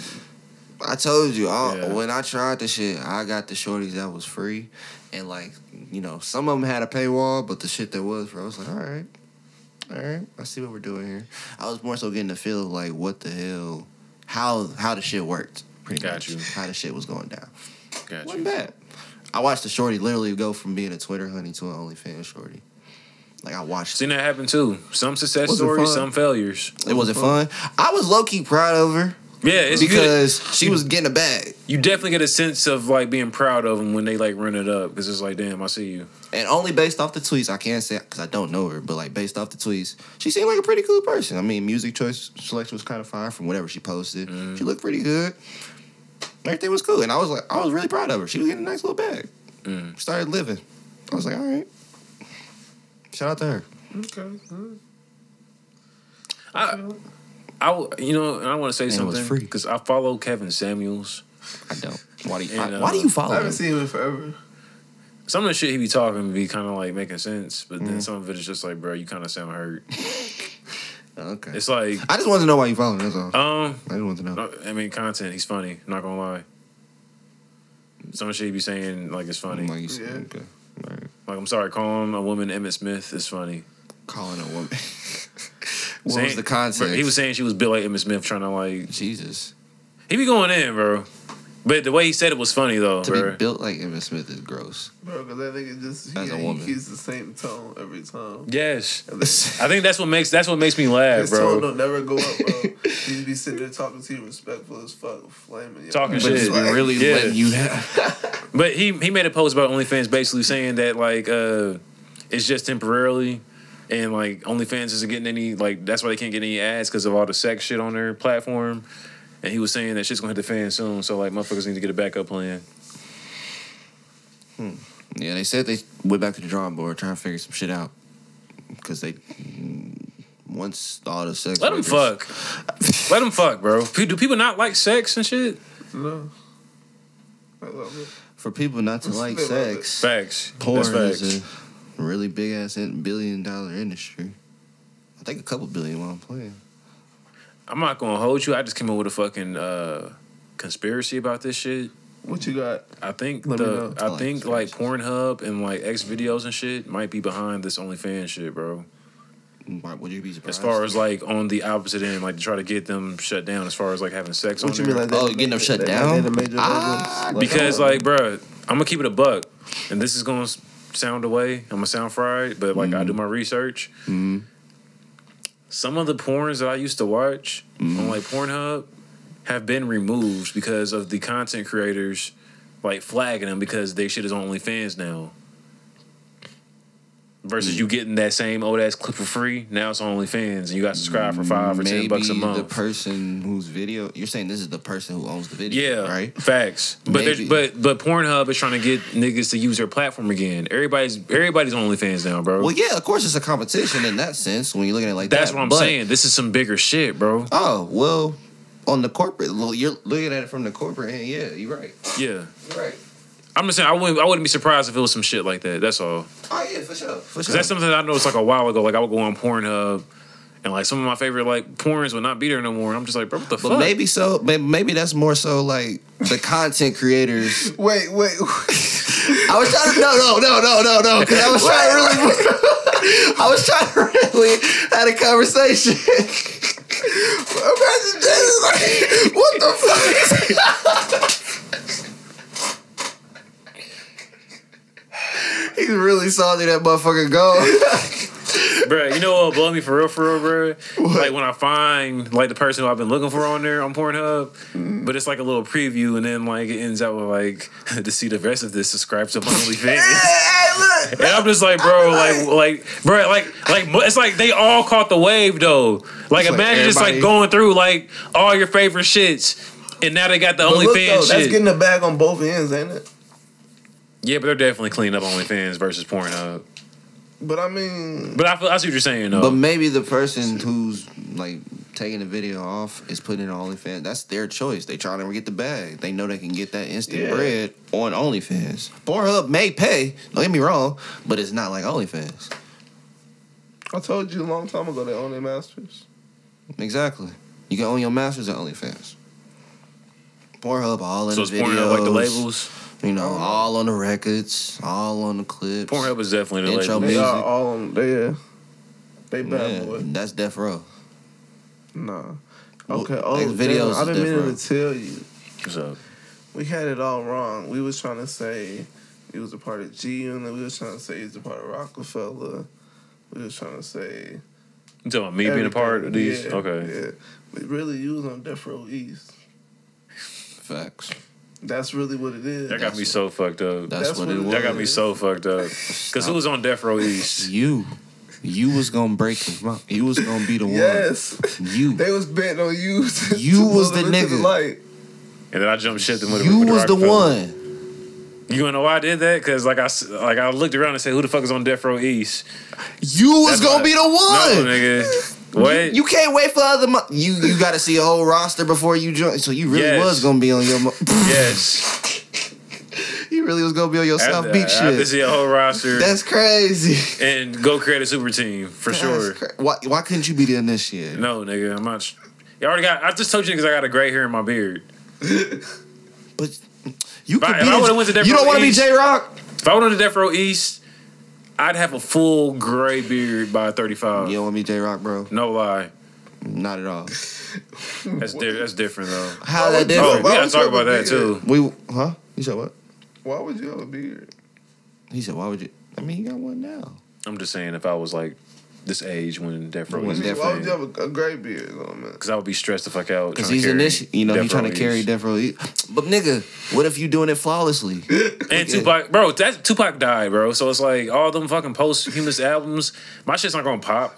G: I told you, I,
A: Yeah.
G: when I tried the shit, I got the shorties that was free, and like, you know, some of them had a paywall, but the shit that was, bro, I was like, all right, all right, I see what we're doing here. I was more so getting the feel of like, what the hell, how how the shit worked, pretty
A: Got
G: much,
A: you.
G: how the shit was going down.
A: Got
G: Wasn't
A: you.
G: bad. I watched the shorty literally go from being a Twitter honey to an OnlyFans shorty. Like I watched,
A: Seen that happen too. Some success
B: Wasn't
A: stories,
B: fun.
A: some failures.
G: it wasn't fun. I was low key proud of her
A: Yeah, it's good.
G: because she was getting a bag.
A: you definitely get a sense of like being proud of them when they like run it up because it's like, damn, I see you.
G: And only based off the tweets, I can't say because I don't know her, but like based off the tweets, she seemed like a pretty cool Mm-hmm. person. I mean, music choice selection was kind of fine from whatever she posted. She looked pretty good. Everything was cool, and I was like, I was really proud of her. She was getting a nice little bag. Started living. I was like, all right. Shout out to her.
B: Okay. good.
A: I, I, w- you know, and I want to say
G: it was
A: something
G: free.
A: because I follow Kevin Samuels.
G: I don't. Why do you?
A: And,
G: I-
A: uh,
G: why do you
B: I
G: follow?
B: haven't
G: him?
B: seen him in forever.
A: Some of the shit he be talking be kind of like making sense, but
G: Mm-hmm.
A: then some of it is just like, bro, you kind of sound hurt.
G: Okay.
A: It's like,
G: I just wanted to know why you follow him. That's all.
A: um,
G: I just wanted to know.
A: no, I mean, content. He's funny. Not gonna lie. Some shit he be saying like it's funny.
G: I'm Like, you said,
B: Yeah.
G: okay. All right.
A: Like I'm sorry, calling a woman Emmett Smith is funny.
G: Calling a woman. what
A: Saying-
G: was the concept?
A: bro, He was saying she was built like Emmett Smith, trying to like
G: Jesus.
A: he be going in, bro. But the way he said it was funny though,
G: To
A: bro.
G: be built like Emma Smith is gross.
B: Bro, because that nigga just he,
G: As a
B: he
G: woman.
B: keeps the same tone every time.
A: yes,
B: And then-
A: I think that's what makes that's what makes me laugh,
B: His tone
A: bro.
B: don't never go up, bro. he just be sitting there talking to you respectful as fuck, flaming. you.
A: Talking
G: But
A: shit,
G: just really
A: yeah.
G: letting you have.
A: But he he made a post about OnlyFans, basically saying that like uh it's just temporarily. And like OnlyFans isn't getting any like that's why they can't get any ads because of all the sex shit on their platform. And he was saying that shit's gonna hit the fan soon, so like motherfuckers need to get a backup plan.
G: Yeah, they said they went back to the drawing board trying to figure some shit out. Because they. mm, Once all the sex.
A: Let them
G: workers-
A: fuck. Let them fuck, bro. P- Do people not like sex and shit?
B: No. I love it.
G: For people not to like
B: They love it.
G: sex,
A: Facts.
G: porn
A: That's facts.
G: is a really big ass in- billion dollar industry. I think a couple billion while I'm playing.
A: I'm not gonna hold you. I just came up with a fucking uh, conspiracy about this shit.
B: What you got?
A: I think
B: Let me know.
A: the
G: I
A: I,
G: like
A: think like Pornhub and like X videos and shit might be behind this OnlyFans shit, bro.
G: Why would you be surprised?
A: As far as like on the opposite end, like to try to get them shut down. As far as like having sex
B: What
A: on
B: you
A: there.
B: mean like that?
G: Oh, getting them shut
B: They-
G: down? Ah,
B: they the major labels.
A: because like, bruh, I'm gonna keep it a buck, and this is gonna s- sound away. I'm gonna sound fried, but like I do my research. Some of the porns that I used to watch on like Pornhub have been removed because of the content creators like flagging them because they shit is on OnlyFans now. Versus you getting that same old ass clip for free. Now it's on OnlyFans and you got subscribed for five or ten bucks a month.
G: the person whose video you're saying this is the person who owns the video,
A: Yeah,
G: right?
A: Facts, but there's-
G: Maybe.
A: but but Pornhub is trying to get niggas to use their platform again. Everybody's everybody's on OnlyFans now, bro.
G: Well, yeah, of course it's a competition in that sense when you look at it like
A: That's
G: that.
A: what I'm
G: but-
A: saying. This is some bigger shit, bro.
G: Oh well, on the corporate, well, you're looking at it from the corporate end. Yeah, you're right.
A: Yeah,
G: You're right.
A: I'm just saying I wouldn't I wouldn't be surprised if it was some shit like that. That's all.
G: Oh yeah, for sure. For
A: Cause
G: sure.
A: that's something that I noticed like a while ago. Like I would go on Pornhub, and like some of my favorite like porns would not be there no more. And I'm just like, bro, what the
G: but
A: fuck?
G: maybe so. may- Maybe that's more so like the content creators.
F: Wait, wait.
G: I was trying to no no no no no no because I was trying to really I was trying to really had a conversation. Imagine Jesus like what the fuck? he really saw that motherfucker go.
A: Bruh, you know what blow me for real, for real, bruh? Like when I find like the person who I've been looking for on there on Pornhub, but it's like a little preview, and then like it ends out with like to see the rest of this subscribe to my OnlyFans, and I'm just like, bro, like, like, bruh, like, like, mu- it's like they all caught the wave though. Like,
G: It's like
A: imagine just like
G: everybody-
A: going through like all your favorite shits. And now they got the
B: But look, though,
A: OnlyFans
B: that's
A: shit.
B: getting a bag on both ends, ain't it?
A: yeah, but they're definitely cleaning up OnlyFans versus Pornhub.
B: But I mean,
A: But I feel I see what you're saying though.
G: But maybe the person who's like taking the video off is putting it on OnlyFans. That's their choice. They trying to get the bag. They know they can get that instant
B: Yeah.
G: bread on OnlyFans. Pornhub may pay. Don't get me wrong, but it's not like OnlyFans.
B: I told you a long time ago they own their masters.
G: Exactly. You can own your masters at OnlyFans. Pornhub all in
A: so
G: the
A: it's
G: videos.
A: Pornhub like the labels.
G: You know, all on the records, all on the clips.
A: Pornhub is definitely the
G: Intro
A: labels.
B: They
G: Music.
B: are all on. They uh, they bad
G: Yeah,
B: boy.
G: that's Death Row.
B: Nah.
G: Well,
B: Okay.
G: like,
B: Oh,
G: videos
B: videos.
G: is
B: I've been meaning
G: different.
B: to tell you.
A: What's up?
B: We had it all wrong. We was trying to say he was a part of G Unit. We was trying to say he was a part of Rockefeller. We was trying to say
A: You talking about me being a part of these?
B: Yeah,
A: okay.
B: Yeah. But really, you was on Death Row East.
G: Facts.
B: That's really what it is.
A: That got me so fucked up.
G: That's,
B: That's
G: what,
B: what
G: it
B: it-
G: was.
A: That got me so fucked up. Because who was on Death Row East?
G: You. You was gonna break him. up. You was gonna be the one.
B: Yes.
G: You.
B: They was bent on you. To,
G: You
B: to
G: was
B: pull
G: the
B: them into
G: nigga.
B: light.
A: And then I jumped ship and went to
G: You
A: Rupert
G: was the
A: Rockefeller.
G: one.
A: You wanna know why I did that? Cause like I s- like I looked around and said, "Who the fuck is on Death Row East?"
G: You was
A: That's
G: gonna
A: why-
G: be the
A: No,
G: one.
A: nigga. Wait.
G: You can't wait for other. Mo- you you got to see a whole roster before you join. So you really
A: Yes.
G: was gonna be on your. Mo-
A: yes.
G: you really was gonna be on your
A: I-
G: South Beach
A: I, I, had to
G: shit.
A: see a whole roster
G: That's crazy.
A: and go create a super team for sure.
G: That's cra- why why couldn't you be there this year?
A: No, nigga, I'm not. sh- You already got. I just told you because I got a gray hair in my beard.
G: But you
A: If I-
G: could
A: if
G: be.
A: I
G: the-
A: would've went to
G: you don't
A: Detroit
G: want to be
A: East-
G: J Rock.
A: If I went on the Death Row East, I'd have a full gray beard by 35.
G: You don't want to be J Rock, bro.
A: No lie,
G: Not at all.
A: that's di- that's different though.
G: How that
A: Oh, we
G: different?
B: why
A: gotta
B: would
A: talk
B: you
A: about
B: have a
A: that too.
G: We huh? You said what?
B: Why would you have a beard?
G: He said, "Why would you?" I mean, you got one now.
A: I'm just saying, if I was like this age when Death Row
G: When
A: was
G: Death
B: Why would you
A: because
B: have a, a gray beard on, man?
A: I would be stressed the fuck out. trying
G: Because
A: to
G: he's in
A: carry
G: this, you know,
A: Death
G: he's trying to
A: Row
G: carry
A: East.
G: Death Row East. But nigga, what if you doing it flawlessly?
A: And Tupac, bro, that Tupac died, bro. So it's like all them fucking posthumous albums, my shit's not gonna pop.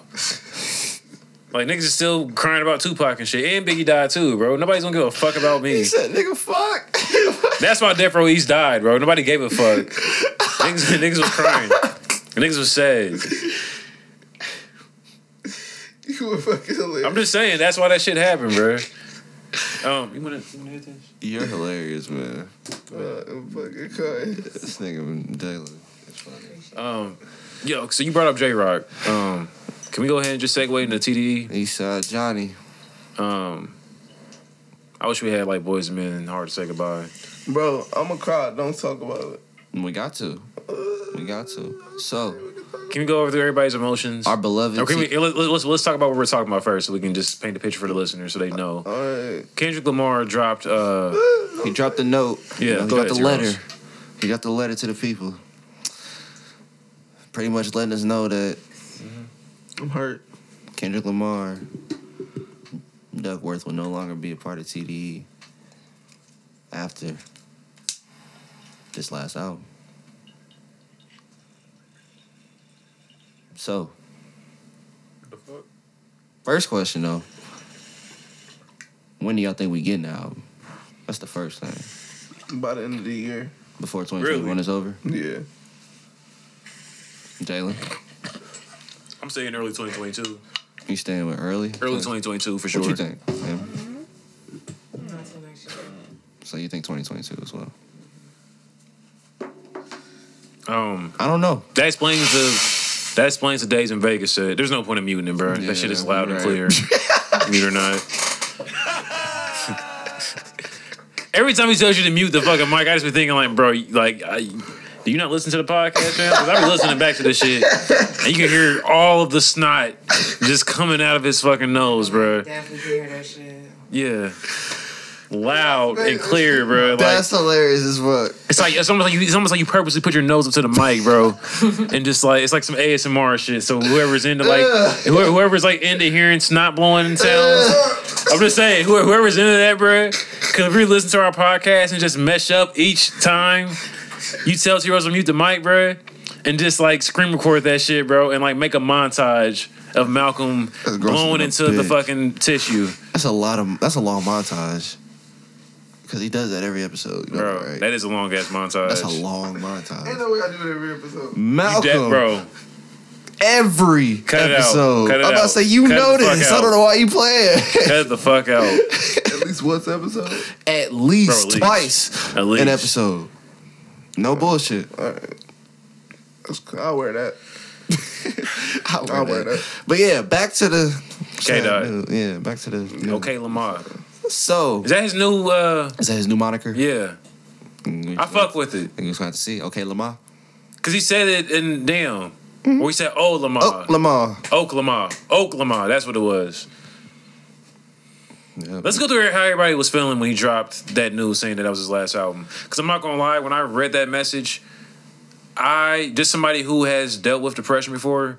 A: Like niggas is still crying about Tupac and shit, and Biggie died too, bro. Nobody's gonna give a fuck about me.
G: said, "Nigga, fuck."
A: That's why Death Row East died, bro. Nobody gave a fuck. niggas, niggas was crying. Niggas was sad.
B: You were fucking hilarious.
A: I'm just saying that's why that shit happened, bro. Um, you wanna, you wanna hit this?
G: You're hilarious, man.
B: Uh, I'm fucking crying.
G: This nigga been dealing.
A: Um, yo, so you brought up J Rock. Um, can we go ahead and just segue into TDE?
G: Eastside Johnny.
A: Um, I wish we had like boys and men hard to say goodbye.
B: Bro, I'm gonna cry. Don't talk about it.
G: We got to. We got to. So
A: Can we go over through everybody's emotions?
G: our beloved.
A: or can
G: T- E.
A: we, let, let's, let's talk about what we're talking about first so we can just paint the picture for the listeners so they know.
B: All right.
A: Kendrick Lamar dropped, uh,
G: he dropped the note.
A: Yeah,
G: You know, he
A: go ahead,
G: got the
A: T. Rose.
G: letter. He got the letter to the people. Pretty much letting us know that
B: I'm hurt.
G: Kendrick Lamar, Duckworth will no longer be a part of TDE after this last album. So, first question though, when do y'all think we getting the album? That's the first thing.
B: By the end of the year.
G: Before 2021
A: Really?
G: is over,
B: Yeah.
G: Jalen,
A: I'm saying early 2022.
G: you staying with early?
A: Early 2022 for sure.
G: What you think? Yeah.
H: Not till next year.
G: So you think 2022 as well?
A: Um,
G: I don't know.
A: that explains the that explains the days in Vegas. Said there's no point in muting, bro.
G: Yeah,
A: that shit is
G: you're
A: loud and
G: right.
A: clear. mute or not. Every time he tells you to mute the fucking mic, I just be thinking like, bro, you- like, I, do you not listen to the podcast, man? Because I be listening back to this shit, and you can hear all of the snot just coming out of his fucking nose, bro.
H: Definitely hear that shit.
A: Yeah. Loud and clear, bro. Like
F: That's hilarious as fuck.
A: it's like it's almost like you it's almost like you purposely put your nose up to the mic, bro, and just like it's like some ASMR shit. So whoever's into like whoever, whoever's like into hearing snot blowing sounds, I'm just saying whoever, whoever's into that, bro, because if you listen to our podcast and just mesh up each time, you tell T Rose to mute the mic, bro, and just like screen record that shit, bro, and like make a montage of Malcolm
G: That's gross
A: blowing
G: than a
A: into the
G: bitch.
A: fucking tissue,
G: That's a lot of. That's a long montage. Cause he does that every episode, you know,
A: bro.
G: right?
A: That is a long ass montage.
G: That's a long
B: Ain't
G: montage.
B: no way I do it every episode.
A: You
G: Malcolm,
A: dead, bro.
G: every
A: Cut it out.
G: episode.
A: Cut it
G: I'm about
A: out.
F: I
A: So
F: say you
A: Cut
F: know
A: the fuck
F: this.
A: out.
F: I don't know why you playing.
A: Cut the fuck out.
B: At least once episode.
G: at least
A: Bro, at least.
G: twice
A: At least.
G: an episode. No bullshit.
B: That's cool. I'll wear that.
G: I wear
B: I'll wear
G: that.
B: that.
G: But yeah, back to the.
A: K Dot.
G: Yeah, back to the.
A: Okay, Lamar.
G: So
A: Is that his new uh
G: is that his new moniker?
A: yeah. I fuck with it.
G: You just gonna have to see. Okay, Lamar.
A: Cause he said it in damn. Or he said oh Lamar.
G: Oh, Lamar.
A: Oak Lamar. Oak Lamar. That's what it was.
G: Yeah.
A: Let's go through how everybody was feeling when he dropped that news saying that that was his last album. Because I'm not gonna lie, when I read that message, I just somebody who has dealt with depression before,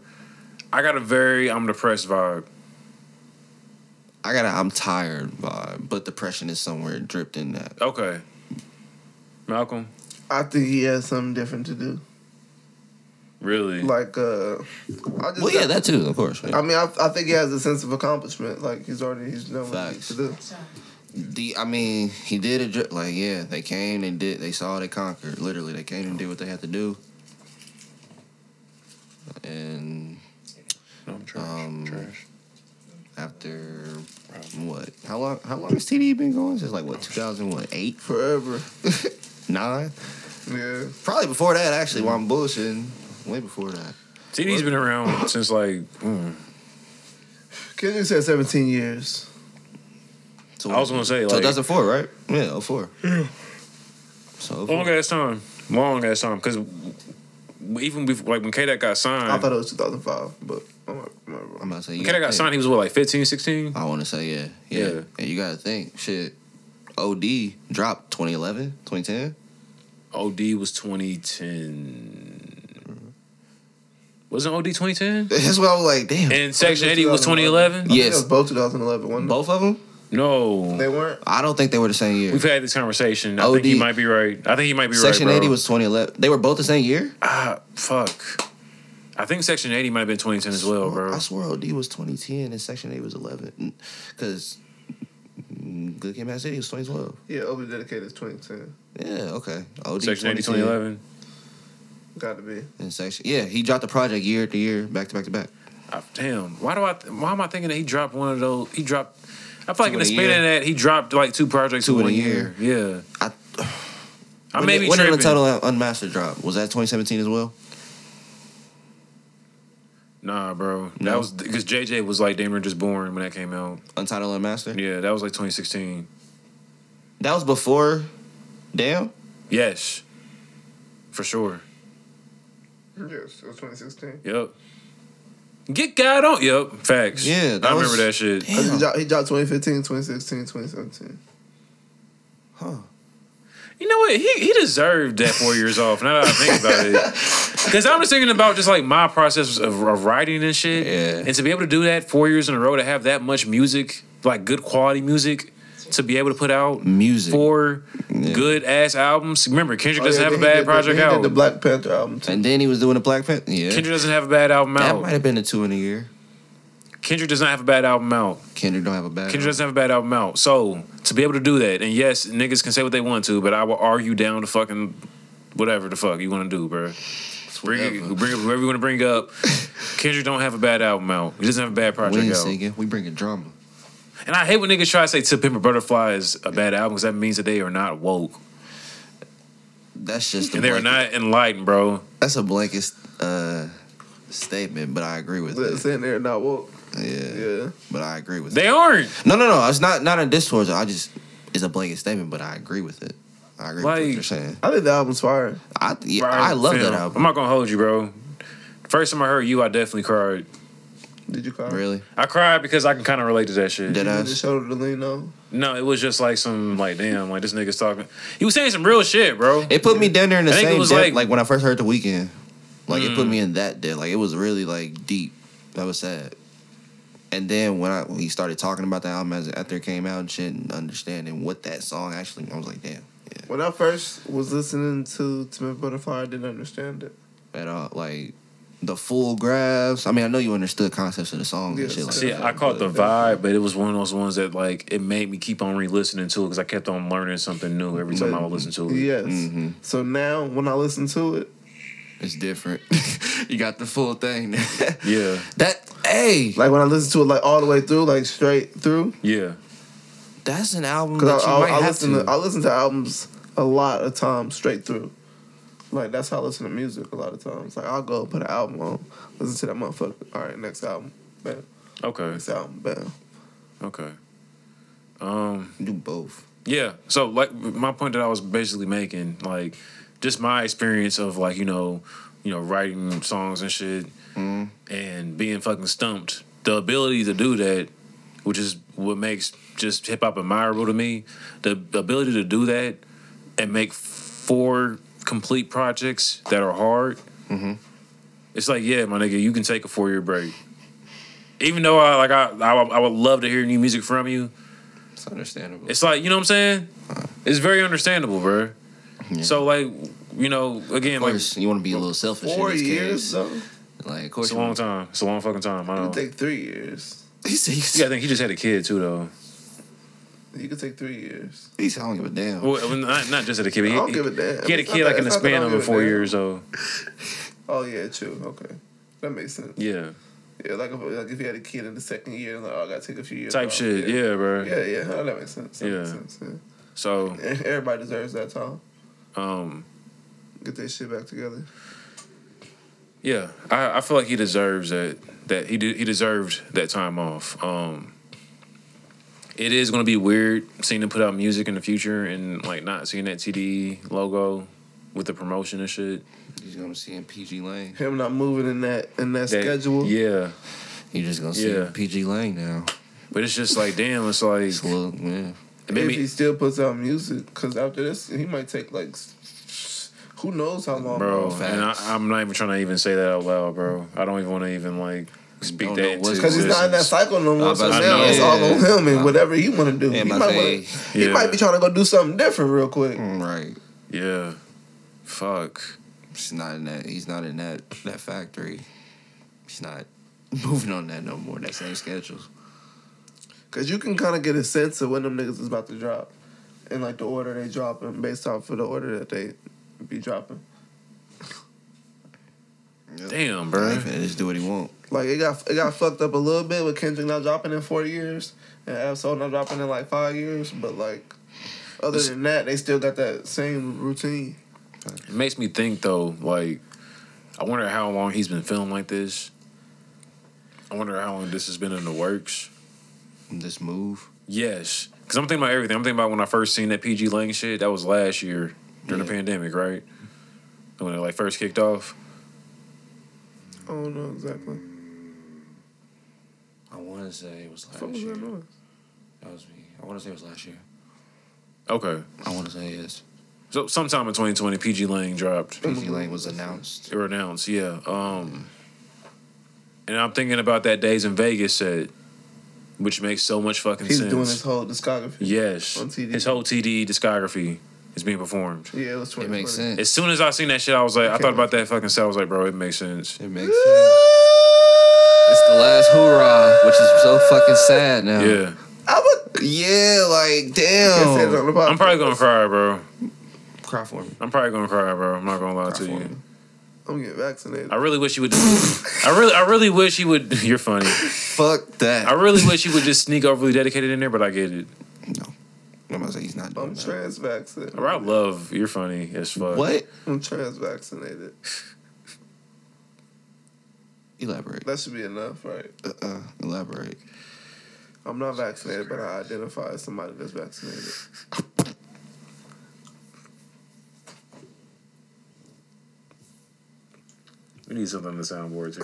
A: I got a very I'm depressed vibe.
G: I gotta. I'm tired vibe, but depression is somewhere dripped in that.
A: Okay. Malcolm,
B: I think he has something different to do.
A: really?
B: Like, uh, I just.
G: Well, yeah, that too, of course. yeah.
B: I mean, I, I think he has a sense of accomplishment. Like he's already he's done what he needs
G: Facts.
B: to do.
G: The I mean, he did address like yeah, they came, they did, they saw, they conquered. Literally, they came and did what they had to do. And
A: No, I'm trash.
G: Um,
A: trash.
G: after what? How long? How long has TD been going? Since like what? Two thousand what? Eight?
B: forever.
G: Nine?
B: Yeah.
G: Probably before that actually. While I'm bullshitting, way before that.
A: TD's been around since like mm,
B: Kendrick said 17 years.
G: So
A: I was gonna say
G: so
A: like
G: 2004, right? Yeah, 04. Yeah. So
A: long ass time, long ass time. Because even before, like when K Dot got signed,
B: I thought it was 2005, but I'm not, I'm not wrong.
G: I'm about to say
A: when
G: you
A: K Dot got
G: think.
A: signed, he was what like 15, 16?
G: I want to say yeah, yeah.
A: Yeah.
G: And you gotta think, shit. OD dropped 2011, 2010.
A: OD was twenty ten. Wasn't OD twenty ten?
G: That's why I was like, damn.
A: And Section Eighty was twenty eleven.
B: I think it
G: Yes.
B: was both 2011. One,
G: both of them?
A: No,
B: They weren't.
G: I don't think they were the same year.
A: we've had this conversation. I think
G: OD.
A: he might be right. I think he might be
G: Section
A: right. bro.
G: 80 was 2011. They were both the same year?
A: ah fuck. I think Section Eighty might have been twenty ten as well, bro.
G: I swore OD was 2010 and Section 8 was 11. Because mm, Good Kid Mad City was 2012.
B: Yeah, Obi Dedicated is 2010.
G: Yeah, okay. OD
A: Section 80,
G: 2010.
A: 2011.
B: Gotta be.
G: And section, yeah, he dropped the project year after year, back to back to back.
A: Ah, damn, why do I? Th- why am I thinking that he dropped one of those? He dropped. I feel like
G: Two
A: in
G: in
A: the
G: a
A: span of that, he dropped like two projects
G: Two
A: in
G: in
A: one
G: a
A: year. Yeah,
G: I-
A: I
G: When
A: may
G: did-
A: be
G: when
A: tripping.
G: did Untitled Un- Unmastered drop? Was that 2017 as well?
A: Nah, bro, that
G: No?
A: was because JJ was like damn near just born when that came out.
G: Untitled Unmastered?
A: Yeah, that was like 2016.
G: That was before Damn?
A: Yes, for sure.
B: Yes, it was 2016.
A: Yep. Get God on. Yep. Facts.
G: Yeah, that
A: I remember
G: was-
A: that shit.
B: I think He dropped, he dropped 2015, 2016, 2017.
A: You know what? He he deserved that four years off. Now that I think about it, because I'm just thinking about just like my process of, of writing and shit,
G: Yeah.
A: and to be able to do that four years in a row to have that much music, like good quality music, to be able to put out
G: Music.
A: four
G: Yeah.
A: good ass albums. Remember, Kendrick
B: Oh, yeah,
A: doesn't have
B: then
A: a
B: he
A: bad
B: did the-
A: project
B: then he
A: out.
B: did the Black Panther album too.
G: And then he was doing the Black Panther. Yeah.
A: Kendrick doesn't have a bad album
G: that might
A: out.
G: have been a two in a year.
A: Kendrick does not have a bad album out.
G: Kendrick don't have a bad.
A: Kendrick doesn't have a bad album out. So to be able to do that, and yes, niggas can say what they want to, but I will argue down to fucking whatever the fuck you want to do, bro. Bring, it- bring it- whoever you want to bring up. Kendrick don't have a bad album out. He doesn't have a bad
G: we
A: project
G: ain't
A: out.
G: singing. We bringing drama.
A: And I hate when niggas try to say "To Pimp a Butterfly" is a bad album because that means that they are not woke
G: That's just.
A: and they are
G: blanket-
A: not enlightened, bro.
G: That's a blanket uh, statement, but I agree with
B: That's
G: it.
B: in there, not woke.
G: Yeah,
B: Yeah.
G: but I agree with
A: They
G: it.
A: aren't.
G: No, no, no. It's not not a diss towards it. I just it's a blanket statement, but I agree with it. I agree with
A: Like-
G: what you're saying.
B: I think the album's fire.
G: I yeah,
A: bro.
G: I love
A: Fam,
G: that
A: I'm
G: album.
A: not gonna hold you, bro. First time I heard you, I definitely cried.
B: Did you call it?
G: Really,
A: I cried because I can kind of relate to that shit.
G: dead
B: You just
G: ass.
B: showed it to Lino.
A: No, it was just like some like damn, like this nigga's talking. He was saying some real shit, bro.
G: It put me down there in the
A: I think it
G: same
A: was
G: depth,
A: like- Mm.
G: like, when I first heard the weekend. Like it put me in that depth. Like it was really like deep. That was sad. And then when I when he started talking about the album as, after it came out and shit and understanding what that song actually, I was like, damn,
B: When I first was listening to Timid Butterfly, I didn't understand it.
G: at all. uh, Like the full graphs. I mean, I know you understood concepts of the song and
B: Yes.
G: shit like
A: See,
G: that.
A: I caught the
G: but-
A: vibe, but it was one of those ones that like it made me keep on re-listening to it because I kept on learning something new every time I would listen to it.
B: Yes.
G: Mhm.
B: So now when I listen to it,
G: It's different. you got the full thing.
A: Yeah,
G: that hey,
B: like when I listen to it like all the way through, like straight through,
A: yeah.
G: that's an album that
B: because
G: you
B: I, I,
G: might
B: I
G: have
B: listen to.
G: to.
B: I listen to albums a lot of times straight through. Like that's how I listen to music a lot of times. Like I'll go put an album on, listen to that motherfucker. All right, next album, bam.
A: Okay,
B: Next album, bam.
A: okay. Um,
G: do both.
A: yeah. So like my point that I was basically making, like just my experience of like you know, you know, writing songs and shit, and being fucking stumped. The ability to do that which is what makes just hip hop admirable to me. The ability to do that and make four complete projects that are hard. It's like, yeah, my nigga, you can take a four year break. Even though I like, I, I would- I would love to hear new music from you.
G: It's understandable.
A: It's like, you know what I'm saying? It's very understandable, bro. So like, you know, again,
G: of
A: like
G: course, you want to be a little selfish.
B: Four
G: in this
B: years
G: Case.
B: though.
G: Like, of course,
A: it's a
G: you
A: long
G: want-
A: time. It's a long fucking time. I
B: It
A: know.
B: take three years.
G: He said, he
A: Yeah, I
G: said-
A: think he just had a kid too, though.
B: You could take three years.
G: He said, I don't give a damn.
A: Well, well, not, not just at a kid. but He,
B: I don't give a damn.
A: He had a
B: It's
A: kid
B: not
A: like
B: that-
A: in the
B: it's not that I
A: span
B: don't
A: of
B: give a
A: four
B: damn.
A: years old.
B: Oh yeah, true. Okay, that makes sense.
A: Yeah,
B: Yeah, like if, like if you had a kid in the second year, like oh, I gotta take a few years.
A: type
B: off.
A: shit. Yeah, bro.
B: Yeah, yeah, oh, that makes sense. That makes
A: Yeah.
B: sense. Yeah.
A: So,
B: And Everybody deserves that time.
A: um,
B: Get their shit back together.
A: Yeah, I, I feel like he deserves that. That he did, he deserved that time off. Um, it is gonna be weird seeing him put out music in the future and like not seeing that TDE logo with the promotion and shit.
G: He's gonna see in PG Lane.
B: Him not moving in that in that,
A: That-
B: schedule.
A: Yeah,
G: You're just gonna see
A: Yeah.
G: in PG Lane now.
A: but it's just like damn. It's like
G: It's a little, yeah.
B: If he
A: maybe
B: still puts out music, because after this, he might take like, s- who knows how long.
A: bro.
G: Facts.
A: And I, I'm not even trying to even say that out loud, bro. I don't even want to even like speak
G: Don't
A: that
G: know what's
A: into
B: Because he's not in that
A: existence.
B: cycle no more.
G: I'm
B: So
G: about
A: to
B: now
A: say,
B: it's all
G: yeah.
B: on him and whatever he want to do.
G: Yeah,
B: he,
G: I'm
B: might
G: about to
B: wanna,
G: say,
B: he
A: yeah.
B: might be trying to go do something different real quick.
G: mm, Right.
A: Yeah, fuck.
G: She's not in that. He's not in that that factory. He's not moving on that no more. That same schedule.
B: Because you can kind of get a sense of when them niggas is about to drop. And like the order they dropping based off of the order that they be dropping.
A: Damn,
G: Right.
A: bro.
G: just do what he want.
B: Like it got it got fucked up a little bit with Kendrick not dropping in four years and Absol not dropping in like five years. But like other than that, they still got that same routine.
A: It makes me think though, like, I wonder how long he's been feeling like this. I wonder how long this has been in the works.
G: This move.
A: Yes, because I'm thinking about everything. I'm thinking about when I first seen that PG Lang shit. That was last year during the
G: Yeah.
A: pandemic, right? When it like first kicked off.
B: I don't know Oh, exactly.
G: I want to say it was last
B: What was that noise?
G: That was me. I want to say it was last year.
A: Okay,
G: I want to say yes.
A: so sometime in 2020, PG Lang dropped
G: PG Lane was announced.
A: or announced. Yeah, um, and I'm thinking about that Days in Vegas set, which makes so much fucking
B: He's
A: sense.
B: doing his whole discography.
A: Yes.
B: On TD.
A: His whole TD discography is being performed.
B: Yeah, it was twenty.
G: It makes sense.
A: As soon as I seen that shit, I was like, I thought about that fucking set. I was like, bro, it makes sense.
G: It makes sense. It's the last hoorah, which is so fucking sad now.
A: Yeah.
B: I would Oh.
G: Yeah,
B: can't
G: like
B: say that
G: damn.
B: on the podcast.
A: I'm probably gonna cry, bro.
G: Cry for me.
A: I'm probably gonna cry, bro. I'm not gonna lie to
G: for
A: you.
G: me.
B: I'm getting vaccinated.
A: I really wish you would. I really, I really wish he would. You're funny.
G: Fuck that.
A: I really wish he would just sneak overly dedicated in there, but I get it.
G: I'm about to say he's not doing
B: I'm
G: that.
B: trans vaccinated.
A: Bro, I love. You're funny as fuck.
G: What?
B: I'm trans vaccinated.
G: Elaborate.
B: That should be enough, right?
G: Uh, uh, elaborate.
B: I'm not vaccinated, but I identify as somebody that's vaccinated.
A: We need something on the soundboard too.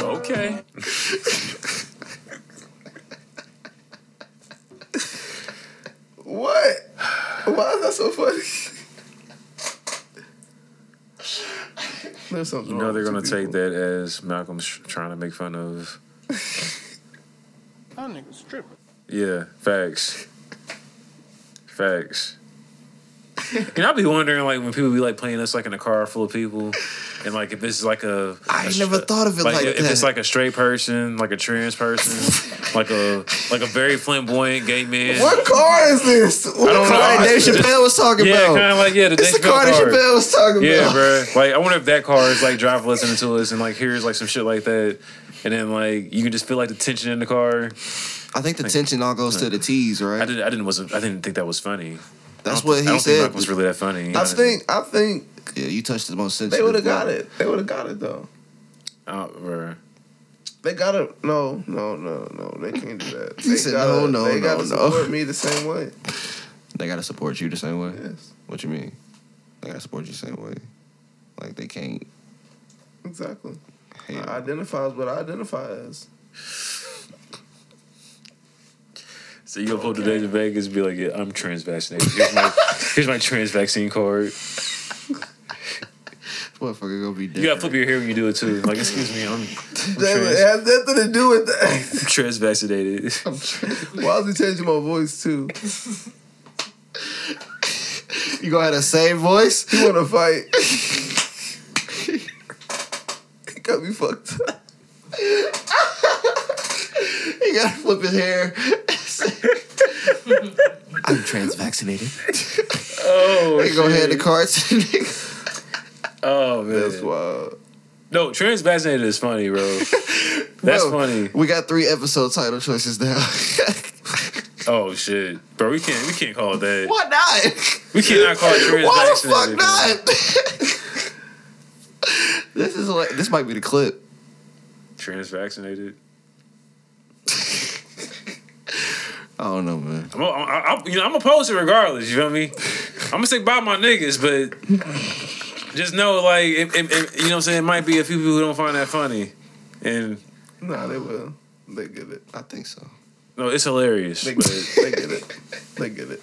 A: bro. okay.
B: What? Why is that so funny? There's something.
A: You know
B: wrong
A: they're
B: with
A: gonna take
B: you people.
A: that as Malcolm's trying to make fun of. Yeah, facts. Facts. And I'll be wondering, like, when people be like playing this, like in a car full of people, and like if this is like a
G: I
A: a
G: ain't never thought of it like
A: if it's
G: that.
A: like a straight person, like a trans person, like a like a very flamboyant gay man.
G: What car is this? What
A: don't know.
G: car
A: I-
G: that Dave Chappelle was talking
A: Yeah,
G: about?
A: kind of like yeah, the
G: it's the
A: Dave Chappelle
G: car that
A: car.
G: Chappelle was talking
A: Yeah,
G: about.
A: bro. Like, I wonder if that car is like driver listening to us and like hears like some shit like that, and then like you can just feel like the tension in the car.
G: I think the tension all goes to the T's,
A: I
G: right?
A: didn't. I didn't. Wasn't. I didn't think that was funny.
G: That's
A: I don't
G: what
A: think-
G: he
A: I don't Think
G: said.
A: Malcolm was really that funny.
B: I think. I think
G: yeah, you touched the most sensitive.
B: they would have got
G: part.
B: it. They would have got it though.
A: Oh, bro.
B: They gotta no no no no. They can't do that.
G: He
B: They
G: said,
B: gotta,
G: "No, no,
B: They
G: no,
B: gotta
G: no."
B: support me the same way.
G: They gotta support you the same way.
B: Yes,
G: What you mean? They gotta support you the same way. Like they can't
B: exactly.
G: hate.
B: I identify as what I identify as.
A: So you go pull up today to Vegas and be like, yeah, I'm trans vaccinated. Here's my here's my trans vaccine card.
G: Motherfucker gonna be dead.
A: You gotta flip your hair when you do it too. Like, excuse me, I'm, I'm
B: Damn, it
A: trans,
B: has nothing to do with that.
A: trans vaccinated.
B: Why is he changing my voice too?
G: You gonna have the same voice?
B: He wanna fight. he got me fucked up.
G: He gotta flip his hair. I'm trans vaccinated.
A: Oh,
G: They gonna hand the cards. to the nigga.
A: Oh man,
B: That's wild.
A: no, trans vaccinated is funny, bro. That's
G: Bro,
A: funny.
G: We got three episode title choices now.
A: Oh shit, bro, we can't we can't call it that.
G: Why not?
A: We cannot call it trans
G: Why the
A: vaccinated.
G: fuck not? this is like this might be the clip.
A: Trans vaccinated.
G: I don't know, man.
A: I'm, a- I- I- you know, I'm opposed to regardless. You feel me? I'm gonna say bye my niggas, but just know like it, it, it- you know what I'm saying. It might be a few people who don't find that funny, and
B: Nah, they will. They get it.
G: I think so.
A: no, it's hilarious.
B: They
A: But
B: get it. They get it. They get it.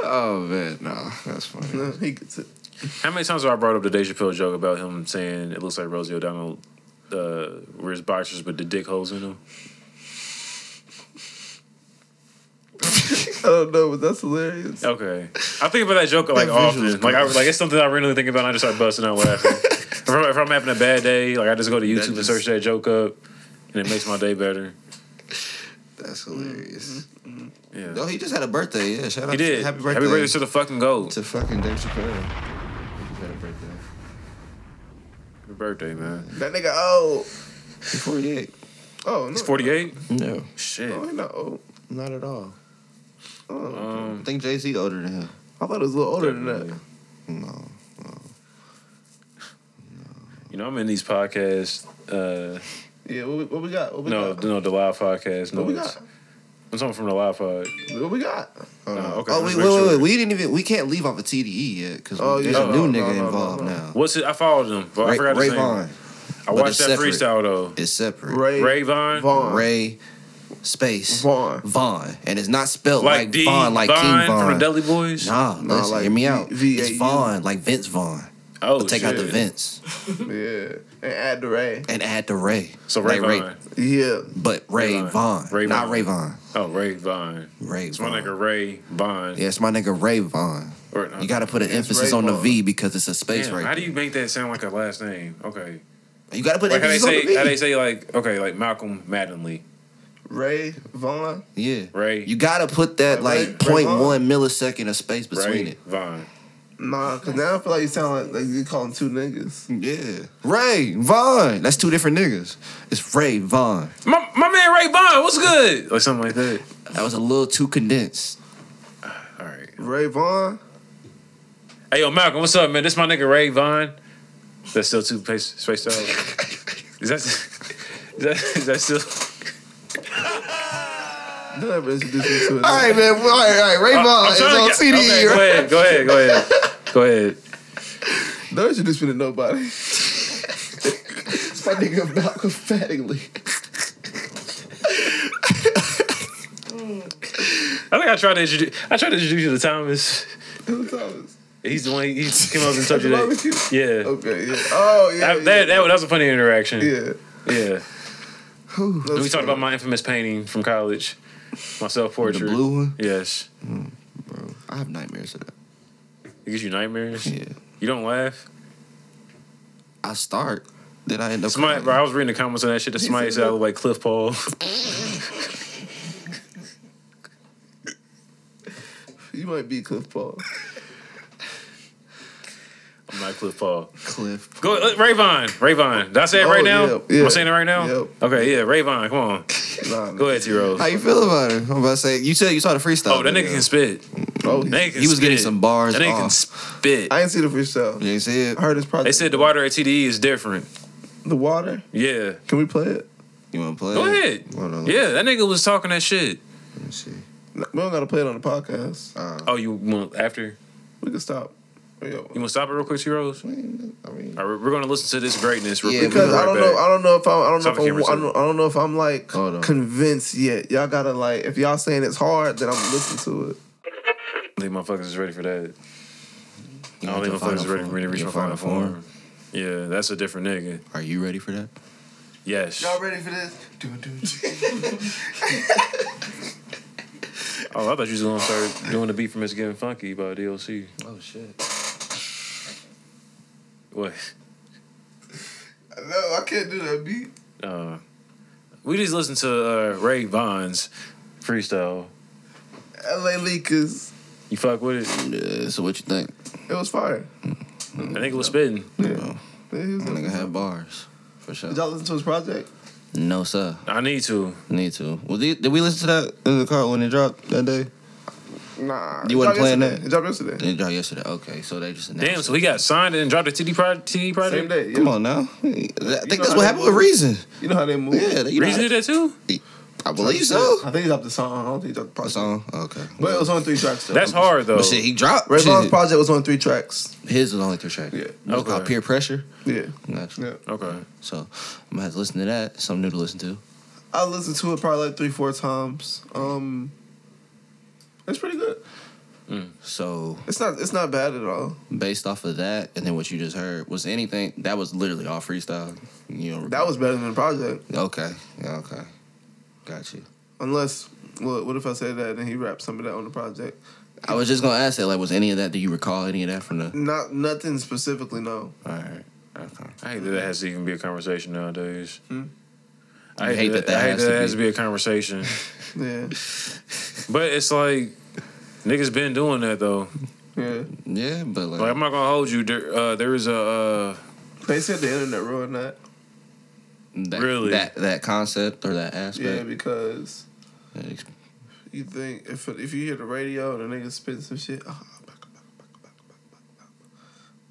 G: Oh man, no, that's funny.
B: No, he gets it.
A: how many times have I brought up the Dave Chappelle joke about him saying it looks like Rosie O'Donnell uh, wears boxers with the dick holes in them?
B: I don't know, but that's hilarious.
A: Okay, I think about that joke like often. Like, I, like it's something I randomly think about. and I just start busting out laughing. if, I'm, if I'm having a bad day, like I just go to YouTube and
G: just-
A: search that joke up, and it makes my day better.
G: That's hilarious.
A: Yeah,
G: No, he just had a birthday. Yeah, shout out.
A: he did.
G: To, happy birthday.
A: to the fucking gold.
G: to fucking Dave Chappelle. He just had a birthday.
A: Happy birthday, man.
B: That nigga old.
G: He's 48.
B: Oh, no.
A: He's 48.
G: No,
A: Shit.
B: Oh, he not old.
G: not at all.
B: Oh,
G: I
A: Um,
G: think Jay Z older than him.
B: I thought it was a little older than that.
A: definitely.
G: No.
A: you know, I'm in these podcasts. Uh,
B: Yeah, what we, what we got? What we
A: no,
B: got?
A: no, the live podcast. No,
B: What we
A: it's-
B: got?
A: I'm talking from the live pod.
B: What we got?
G: Hold
B: Uh,
G: on.
A: okay,
G: oh
A: let's make
G: wait, wait,
A: sure.
G: wait, wait. We didn't even. We can't leave off of TDE yet because
B: Oh,
G: there's
B: yeah.
G: a new
B: No,
G: nigga
B: no, no,
G: involved
B: no, no.
G: now.
A: What's it? I followed him, but I
G: Ray,
A: forgot
G: Ray
A: his name.
G: Vaughn.
A: I
G: but
A: watched
G: it's
A: that
G: separate.
A: freestyle though.
G: It's separate.
B: Ray,
A: Uh, Ray Vaughn.
B: Vaughn.
G: Ray space
B: Vaughn.
G: Vaughn, and it's not spelled
A: Like,
G: like,
A: D
G: Vaughn, like King Vaughn.
A: from the Deli Boys.
G: Nah,
B: Nah,
G: listen,
B: like
G: hear me out.
B: V-
G: it's
B: VAU.
G: Vaughn, like Vince Vaughn.
A: oh,
G: but take
A: shit.
G: out the Vince
B: Yeah, and add the Ray.
G: and add the Ray.
A: So Ray
G: Like
A: Vaughn.
B: Yeah,
G: but Ray,
A: Ray Vaughn.
G: Vaughn,
A: Ray
G: not
A: Vaughn.
G: Ray Vaughn.
A: Oh, Ray Vaughn.
G: Ray
A: It's
G: Vaughn.
A: my nigga Ray Uh, Vaughn.
G: Yeah, it's my nigga Ray Vaughn.
A: Or- no.
G: You got to put an emphasis
B: Ray
G: on the
B: Vaughn.
G: V because it's a space
A: Damn,
G: right
A: how
G: there.
A: do you make that sound like a last name? Okay,
G: You got to put
A: like how they
G: emphasis on
A: say,
G: the
A: how they
G: V.
A: say, like okay, like Malcolm Maddenly,
B: Ray Vaughn.
G: Yeah.
A: Ray,
G: You gotta put that
B: Ray-
G: like
B: Ray
G: point
B: Vaughn.
G: one millisecond of space between
A: Ray
G: it.
A: Vaughn.
B: Nah, cause now I feel like you sound like, like you calling two niggas.
G: Yeah. Ray Vaughn. That's two different niggas. It's Ray Vaughn.
A: My, my man Ray Vaughn, what's good? Like something like that.
G: That was a little too condensed.
A: All right.
B: Ray Vaughn.
A: Hey, yo, Malcolm, what's up, man? This my nigga Ray Vaughn. That's still too space spaced out. Is that, is that is that still?
B: Don't ever introduce me to it.
G: All right, man. All right, all right. Ray Vaughn
A: Uh, I'm
G: is
A: trying to
G: on
A: get-
G: CDE.
A: Okay,
G: right?
A: go ahead, go ahead, go ahead, go ahead.
B: Don't introduce me to nobody.
G: It's my nigga Malcolm Fattigley.
A: I think I tried to introduce. I tried to introduce you to Thomas.
B: Who Thomas?
A: He's the one. He came up and told you
B: Barbecue?
A: that. Yeah.
B: Okay. Yeah. Oh yeah.
A: That, that, that, was a funny interaction.
B: yeah.
A: Yeah.
B: yeah.
A: And we talked about my infamous painting from college, my self
G: The
A: portrait.
G: blue one.
A: Yes.
G: I have nightmares of that.
A: It gives you nightmares.
G: Yeah.
A: You don't laugh.
G: I start, then I end up.
A: Somebody,
G: crying.
A: bro, I was reading the comments on that shit. That somebody said I look like Cliff Paul.
B: You might be Cliff Paul.
A: I'm not Cliff Paul.
G: Cliff.
A: Go, uh, Rayvon. Rayvon. Did I say it
B: Oh,
A: right now?
B: yeah, yeah.
A: Am I saying it right now?
B: Yep.
A: Okay, yeah, Rayvon. Come on.
B: Nah.
A: Go ahead, T Rose.
G: How you feel about it? I'm about to say. You said you saw the freestyle.
A: Oh, that nigga
G: video.
A: can spit.
B: Oh,
A: That nigga can
G: He was getting
A: spit.
G: some bars
A: That nigga can
G: off.
A: spit.
B: I ain't see the freestyle.
G: You ain't see it.
B: I heard his project.
A: They said the water at TDE is different.
B: the water.
A: Yeah.
B: Can we play it?
G: You want to play?
A: Go
G: it?
A: ahead.
G: Hold on.
A: Yeah, that nigga was talking that shit.
G: Let me see.
B: No, We don't gotta play it on the podcast.
G: Uh,
A: Oh, you want after?
B: We can stop. Yeah.
A: You want to stop it real quick, T Rose?
G: I mean, I mean-
A: All right, we're going to listen to this greatness. Real
G: Mm. Yeah,
A: quick.
B: Because
A: We'll be
B: I
A: right
B: don't know,
A: back.
B: I don't know if I'm, I don't know
A: Stop
B: if
A: the
B: I'm,
A: camera,
B: I don't, I don't know if I'm like
G: Hold on.
B: convinced yet. Y'all gotta like, if y'all saying it's hard, then I'm listening to it.
A: I think motherfuckers is ready for that. I don't
G: Your
A: think
G: final
A: motherfuckers is ready for me to
G: form.
A: reach
G: Your
A: my final form. Yeah, that's a different nigga.
G: Are you ready for that?
A: Yes.
I: Y'all ready for this? Dun, dun, dun.
A: Oh, I thought you was gonna start doing the beat from It's Getting Funky by DLC.
G: Oh shit.
A: What?
I: No, I can't do that beat.
A: Uh, We just listened to uh, Ray Vaughn's freestyle.
B: LA Leakers.
A: You fuck with it?
G: Yeah, so what you think?
B: It was fire.
A: I think it was spitting.
B: Yeah, he was
G: That nigga
B: dope.
G: had bars. For sure.
B: Did y'all listen to his project?
G: No, sir.
A: I need to.
G: Need to. Well, did, did we listen to that in the car when it dropped that day?
B: Nah.
G: You wasn't
B: It dropped
G: playing
B: yesterday.
G: that?
B: It dropped yesterday.
G: It dropped yesterday. Okay, so they just announced
A: Damn, so
G: it.
A: he got signed and dropped a TD, pro- TD project?
B: Same day.
G: Come
B: Yeah.
G: on now. I think
B: know
G: that's
B: how
G: what
B: they
G: happened with Reason.
B: You know how they move.
G: Yeah, you know,
A: Reason did that too?
G: I believe so.
B: I think he dropped the song. I don't think he dropped the
G: A
B: project.
G: song? Okay.
B: But it was on three tracks though.
A: That's hard though.
G: But shit, he dropped.
B: Ray
G: shit.
B: Vaughn's project was on three tracks.
G: His was only three track.
B: Yeah.
G: It was
A: Okay.
G: called Peer Pressure.
B: Yeah.
G: Naturally.
B: Yeah.
A: Okay.
G: So I'm gonna have to listen to that. Something new to listen to.
B: I listened to it probably like three, four times. Um it's pretty good.
G: So
B: It's not it's not bad at all.
G: based off of that, and then what you just heard was anything that was literally all freestyle. You know
B: That was better than the project.
G: okay. Yeah, okay. Got you.
B: Unless well, what if I say that and he rapped some of that on the project?
G: I was just gonna ask that. Like, was any of that? Do you recall any of that from the?
B: Not nothing specifically, no.
G: All right. Okay.
A: I hate that that has to even be a conversation nowadays.
B: Hmm?
A: I
G: You
A: hate that, that, I hate has, that to has to
G: be.
A: be a conversation.
B: Yeah.
A: but it's like, niggas been doing that though.
B: Yeah.
G: Yeah, but like,
A: Like, I'm not gonna hold you. There, uh, there is a. Uh,
B: They said the internet ruined that.
G: that,
A: really?
G: that that concept or that
B: Yeah,
G: aspect.
B: because
G: that ex-
B: You think if if you hear the radio and a nigga spitting some shit, ah, back, back, back, back, back, back, back.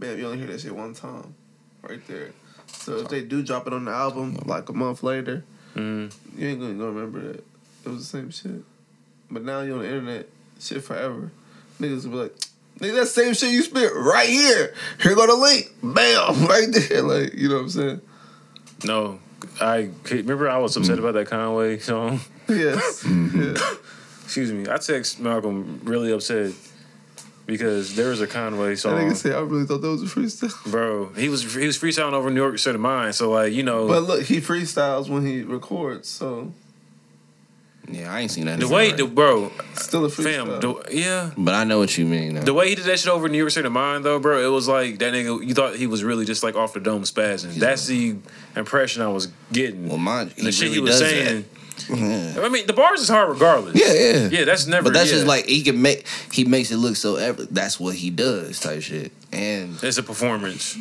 B: man, you only hear that shit one time, right there. So if they do drop it on the album like a month later,
A: mm,
B: you ain't gonna, gonna remember that it was the same shit. But now you on the internet, shit forever. Niggas will be like, nigga, that same shit you spit right here. Here go the link, bam, right there. Like you know what I'm saying?
A: no, I remember I was
B: Mm.
A: upset about that Conway song.
B: Yes. Yeah.
A: Excuse me. I text Malcolm really upset because there was a Conway
B: That
A: song.
B: nigga said, I really thought that was a freestyle.
A: Bro, he was he was freestyling over New York State of Mind, so like you know
B: But look, he freestyles when he records, so.
G: yeah, I ain't seen that.
A: the
G: in
A: way
G: forever.
A: the bro
B: Still a
A: fam
B: freestyle.
A: the, yeah
G: but I know what you mean. Though.
A: the way he did that shit over New York State of Mind though bro it was like that nigga you thought he was really just like off the dome spazzing that's the impression I was getting
G: well, my
A: the shit he was saying
G: Yeah.
A: I mean the bars is hard regardless
G: yeah, yeah,
A: yeah that's never
G: But that's
A: yeah.
G: just like he can make he makes it look so ever. That's what he does type shit. And
A: it's a performance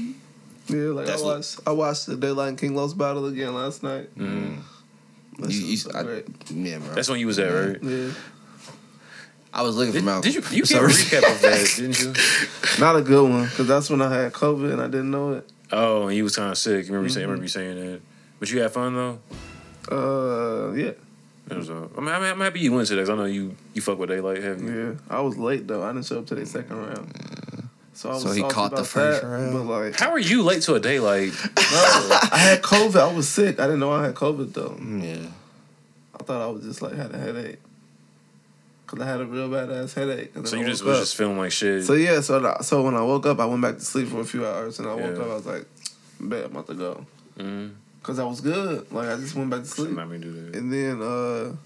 B: Yeah, like
G: That's
B: I
G: what-
B: watched I watched the Daylight and King Los battle again last night. That
G: you,
B: shit
G: you,
B: was
G: I,
B: great.
G: yeah, bro.
A: that's when you was at right
B: yeah.
G: I was looking for
A: did,
G: Malcolm.
A: did you you
G: So-
A: gave a recap of that didn't you
B: Not a good one, because that's when I had COVID and I didn't know it.
A: oh and you was kind of sick remember you saying remember you saying that but you had fun though
B: Uh, yeah,
A: That was all. I'm, I'm, I'm happy you went to that. 'cause I know you you fuck with daylight heavy.
B: yeah. I was late though. I didn't show up to the second round. So I was
G: So he
B: salty
G: caught the
B: about
G: first
B: that,
G: round.
B: But like,
A: How are you late to a daylight?
B: I had COVID. I was sick. I didn't know I had COVID though.
G: Yeah.
B: I thought I was just like had a headache. Cause I had a real bad ass headache. and
A: so
B: then
A: you
B: I
A: just
B: woke
A: was
B: up.
A: just feeling like shit.
B: So yeah, so the, so when I woke up, I went back to sleep for a few hours, and I woke
A: Yeah.
B: up, I was like, "Bet I'm about to go,"
A: Mhm.
B: cause I was good. Like I just went back to sleep,
A: Let me do that.
B: and then uh,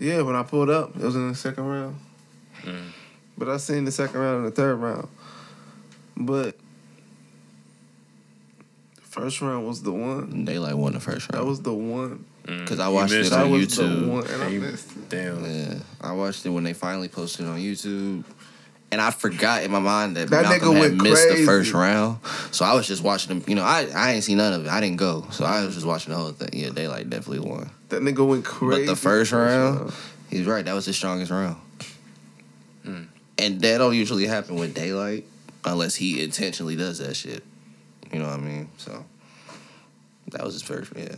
B: yeah, when I pulled up, it was in the second round.
G: Hmm.
A: Mm.
B: But I seen the second round and the third round, but the first round was the one.
G: Daylight won the first
B: That
G: round.
B: was the one.
A: Mm.
G: Because I
A: You
G: watched
A: missed
G: it
B: That
A: it.
G: on
B: was
G: YouTube.
B: the one, and I
A: And you-
B: missed it.
A: Mm, Damn.
G: Yeah, I watched it when they finally posted it on YouTube, and I forgot in my mind that,
B: That
G: Malcolm
B: nigga
G: had
B: went
G: missed
B: crazy.
G: the first round. So I was just watching them. You know, I I ain't seen none of it. I didn't go, so I was just watching the whole thing. Yeah, they like definitely won.
B: That nigga went crazy.
G: first round? He's right. That was his strongest round.
A: Hmm.
G: And that don't usually happen with daylight, unless he intentionally does that shit. You know what I mean? So that was his first. Yeah.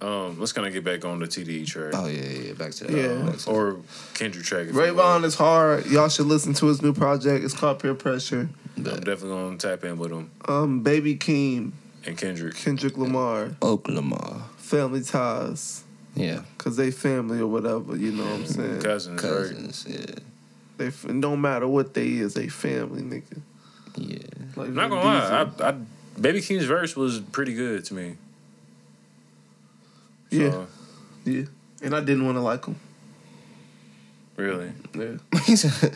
A: Um, let's kind of get back on the TDE track
G: Oh yeah, yeah. yeah. Back to that.
B: Yeah.
G: back to-
A: or Kendrick track. if
B: Ray
A: you will.
B: Vaughn is hard. Y'all should listen to his new project. It's called Peer Pressure.
A: I'm
G: but
A: definitely gonna tap in with him
B: Um, Baby Keem,
A: and Kendrick.
B: Kendrick Lamar,
G: Oklahoma.
B: Family Ties,
G: Yeah.
B: cause they family or whatever. You know what I'm saying?
A: Cousins, right?
G: Cousins. Yeah.
B: They f- no matter what they is, they family, nigga.
G: Yeah.
B: Like,
A: I'm not gonna lie, I, I Baby King's verse was pretty good to me. So,
B: yeah, yeah. And I didn't want to like him.
A: Really.
B: Yeah.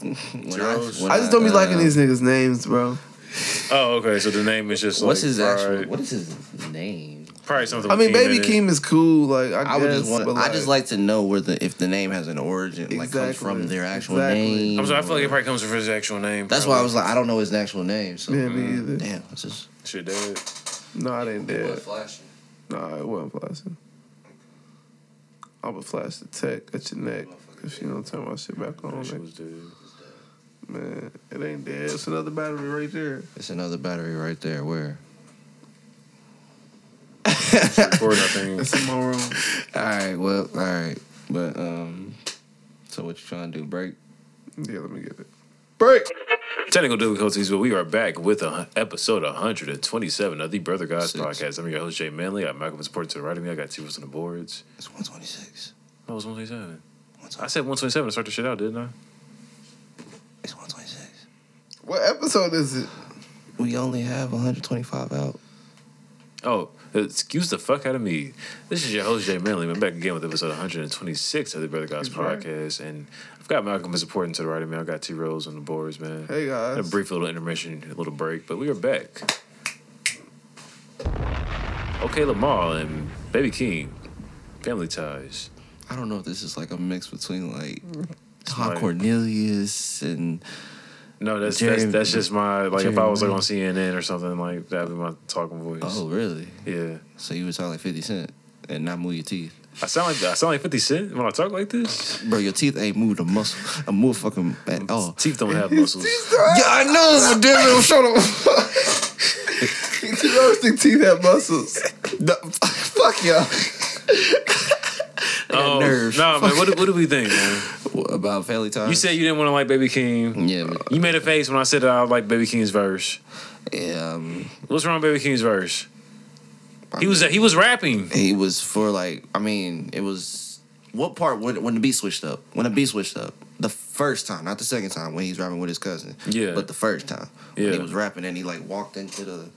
G: When I-
A: Zeros.
G: when
B: I just don't be liking
G: uh,
B: these niggas' names, bro.
A: Oh, okay. So the name is just
G: What's
A: like,
G: his actual?
A: alright,
G: What is his name?
A: probably something.
B: I
A: with
B: mean,
A: Keem in
B: Baby
A: it.
B: Keem is cool. Like I,
G: I would just
B: guess,
G: want.
B: but,
G: I just like to know where the if the name has an origin, like comes from their actual
B: Exactly.
G: name.
A: I'm sorry. I feel like it probably comes from his actual name.
G: That's why I
A: probably.
G: was like, I don't know his actual name. So Mm,
B: Yeah, me either.
G: damn, it's just
A: Shit, dude.
B: No, I didn't do it.
G: flashing.
B: No, it wasn't flashing. I would flash the tech at your neck if you don't turn my shit back on.
A: She
B: Like,
A: was dude.
B: man, it ain't dead. It's another battery right there.
G: It's another battery right there. Where?
A: She recorded, I think.
B: It's in my room.
G: All right. Well. All right. But um. So what you trying to do? Break.
B: Yeah, let me get it.
G: Break.
A: Technical difficulties, but we are back with a, episode 127 of the Brother Guys
G: Six.
A: podcast. I'm your host, Jay Manley. I'm Malcolm Support to the right of me. I got two on the boards.
G: It's one twenty six.
A: What was 127? I said 127 to start the shit out, didn't I?
G: It's one twenty six.
B: What episode is it?
G: We only have one hundred twenty five out.
A: Oh, excuse the fuck out of me. This is your host, Jay Manley. I'm back again with episode 126 of the Brother Guys podcast. And I've got Malcolm is supporting to the right of me. I've got two rolls on the boards, man.
B: Hey guys.
A: Had a brief little intermission, a little break, but we are back. Okay, Lamar and Baby King, Family Ties.
G: I don't know if this is like a mix between like Todd
A: like-
G: Cornelius and
A: No, that's
G: Jerry-
A: that's, that's just my like. if I was like
G: Jerry-
A: on CNN or something like that, would be my talking voice.
G: oh really?
A: yeah.
G: So you were talking like Fifty Cent and not move your teeth,
A: I sound like I sound like Fifty Cent when I talk like this.
G: bro. Your teeth ain't moved a muscle, a move fucking at all.
A: Teeth don't have muscles.
G: Yeah, I know it's a different show.
B: Two roasting teeth have muscles.
G: Fuck y'all. I got
A: Oh,
G: nerves.
A: nah, man. What, do- what do we think, man?
G: What about family time.
A: You said you didn't want to like Baby King.
G: yeah, but,
A: You made a face when I said that I like Baby King's verse.
G: yeah. Um,
A: What's wrong with Baby King's verse?
G: I
A: He was he was rapping.
G: He was for like, I mean, it was what part when when the beat switched up? When the beat switched up, the first time, not the second time when he's rapping with his cousin.
A: Yeah.
G: but the first time when
A: Yeah.
G: he was rapping and he like walked into the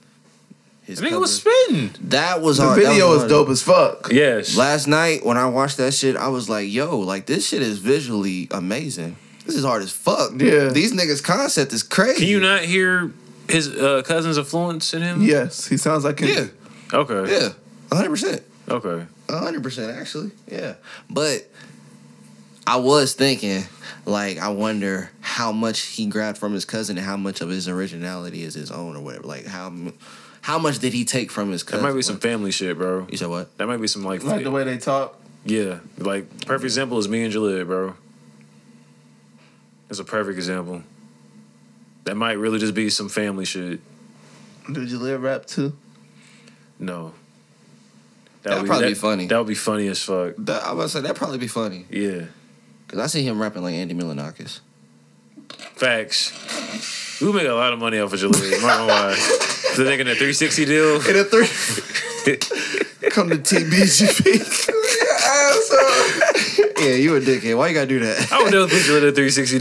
G: his.
A: The nigga
G: cover.
A: was spitting.
G: that was
B: The
G: hard. that
B: video
G: was
B: is
G: hard.
B: dope as fuck.
A: Yes.
G: Last night when I watched that shit, I was like, "Yo, like this shit is visually amazing. This is hard as fuck.
B: Yeah.
G: these niggas' concept is crazy.
A: Can you not hear his uh, cousin's influence in him?
B: Yes, he sounds like him.
G: Yeah,
A: Okay.
G: yeah, hundred percent.
A: Okay.
G: A hundred percent, actually. Yeah, but I was thinking, like, I wonder how much he grabbed from his cousin and how much of his originality is his own or whatever. Like, how m- how much did he take from his
A: That
G: cousin?
A: might be some family shit, bro.
G: You said what?
A: That might be some like,
B: Like the way they talk.
A: yeah, like perfect example is me and Jalid, bro. That's a perfect example. That might really just be some family shit.
B: Did you live rap too?
A: No.
G: That'd
A: would
G: probably
A: that-
G: be funny.
A: That would be funny as fuck.
G: That, I was gonna say that'd probably be funny
A: Yeah.
G: because I see him rapping like Andy Milanakis.
A: Facts. We make a lot of money off of Jalid. I'm not gonna lie. The nigga in the 360 deal.
G: In a three, come to TBGP. yeah, you a dickhead. Why you gotta do that?
A: I would never put Jalid in a 360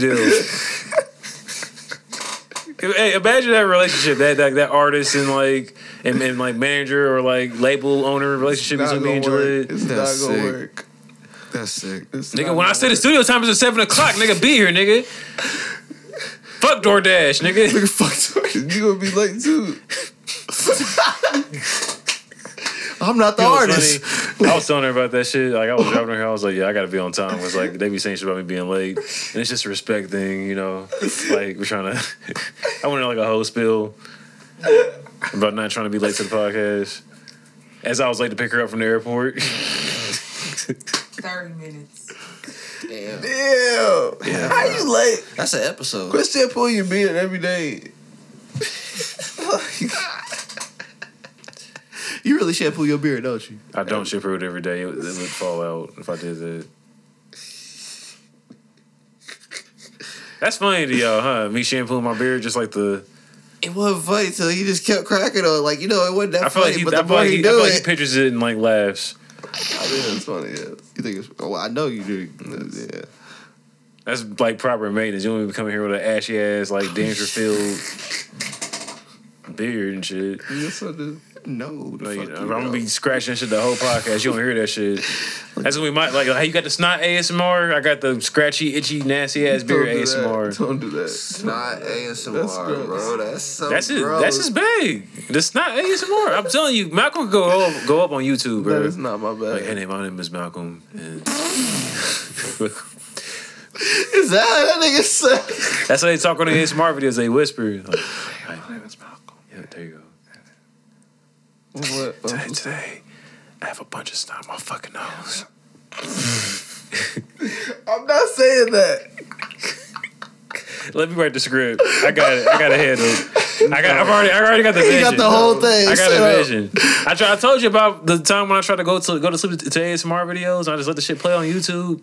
A: deal. hey, imagine that relationship, that that, that artist and like and, and like manager or like label owner relationship
B: Not
A: between me
B: gonna
A: and
B: work.
A: Jalid.
B: It's not
G: That's
B: gonna
G: sick.
B: work.
G: That's sick.
B: It's not
A: Nigga, when I
B: gonna
A: say the studio time is at seven o'clock, nigga, be here, nigga. Fuck DoorDash, nigga.
B: work. you gonna be late too.
G: I'm not the
A: It was
G: artist.
A: funny. I was telling her about that shit. Like I was driving her, I was like, "Yeah, I gotta be on time." Was like they be saying shit about me being late, and it's just a respect thing, you know. Like we're trying to. I went on like a whole spill about not trying to be late to the podcast. As I was late to pick her up from the airport.
H: 30 minutes.
G: Damn.
B: Damn.
G: Yeah,
B: How you late?
G: That's an episode.
B: Quit still pulling your beard every day.
G: You really shampoo your beard, don't you?
A: I don't ship her every day. It would, it would fall out if I did that. That's funny to y'all, huh? Me shampooing my beard just like the.
G: It wasn't funny till he just kept cracking on. Like you know, it wasn't that
A: I feel
G: funny.
A: like he,
G: but
A: I
G: the
A: feel
G: more
A: like
G: he,
A: he, I
G: do
A: feel like he
G: it,
A: pictures it and like laughs.
B: I mean, it's funny, yes.
G: you think it's. Oh, I know you do. Yeah.
A: That's like proper maintenance. You don't even come in here with an ashy ass, like dandruff filled beard and shit.
B: Yes, I do.
G: No, the
A: Like,
G: fuck
A: I'm
G: you
A: gonna
G: don't.
A: be scratching shit the whole podcast. You don't hear that shit. That's gonna be my like. Hey, you got the snot ASMR. I got the scratchy, itchy, nasty ass beer
B: do that.
A: ASMR.
B: Don't do that.
G: It's not
B: That's
G: ASMR,
B: gross.
G: bro. That's so
A: That's it.
G: gross.
A: That's his bag. The snot ASMR. I'm telling you, Malcolm could go up, go up on YouTube, bro.
B: That is not my
A: Like, hey,
B: bad.
A: name, my name is Malcolm. And
G: Is that how that nigga said?
A: that's how they talk on the ASMR videos. They whisper. Like, hey, my name is Malcolm. Yeah, there you go.
B: What? uh?
A: Today, today, I have a bunch of snot on my fucking nose.
B: I'm not saying that.
A: Let me write the script. I got it. I got a handle. I got. I've already. I already got the
G: He
A: vision.
G: got the whole thing.
A: I got
G: set
A: a
G: up.
A: vision. I try, I told you about the time when I tried to go to go to sleep to, to ASMR videos. And I just let the shit play on YouTube.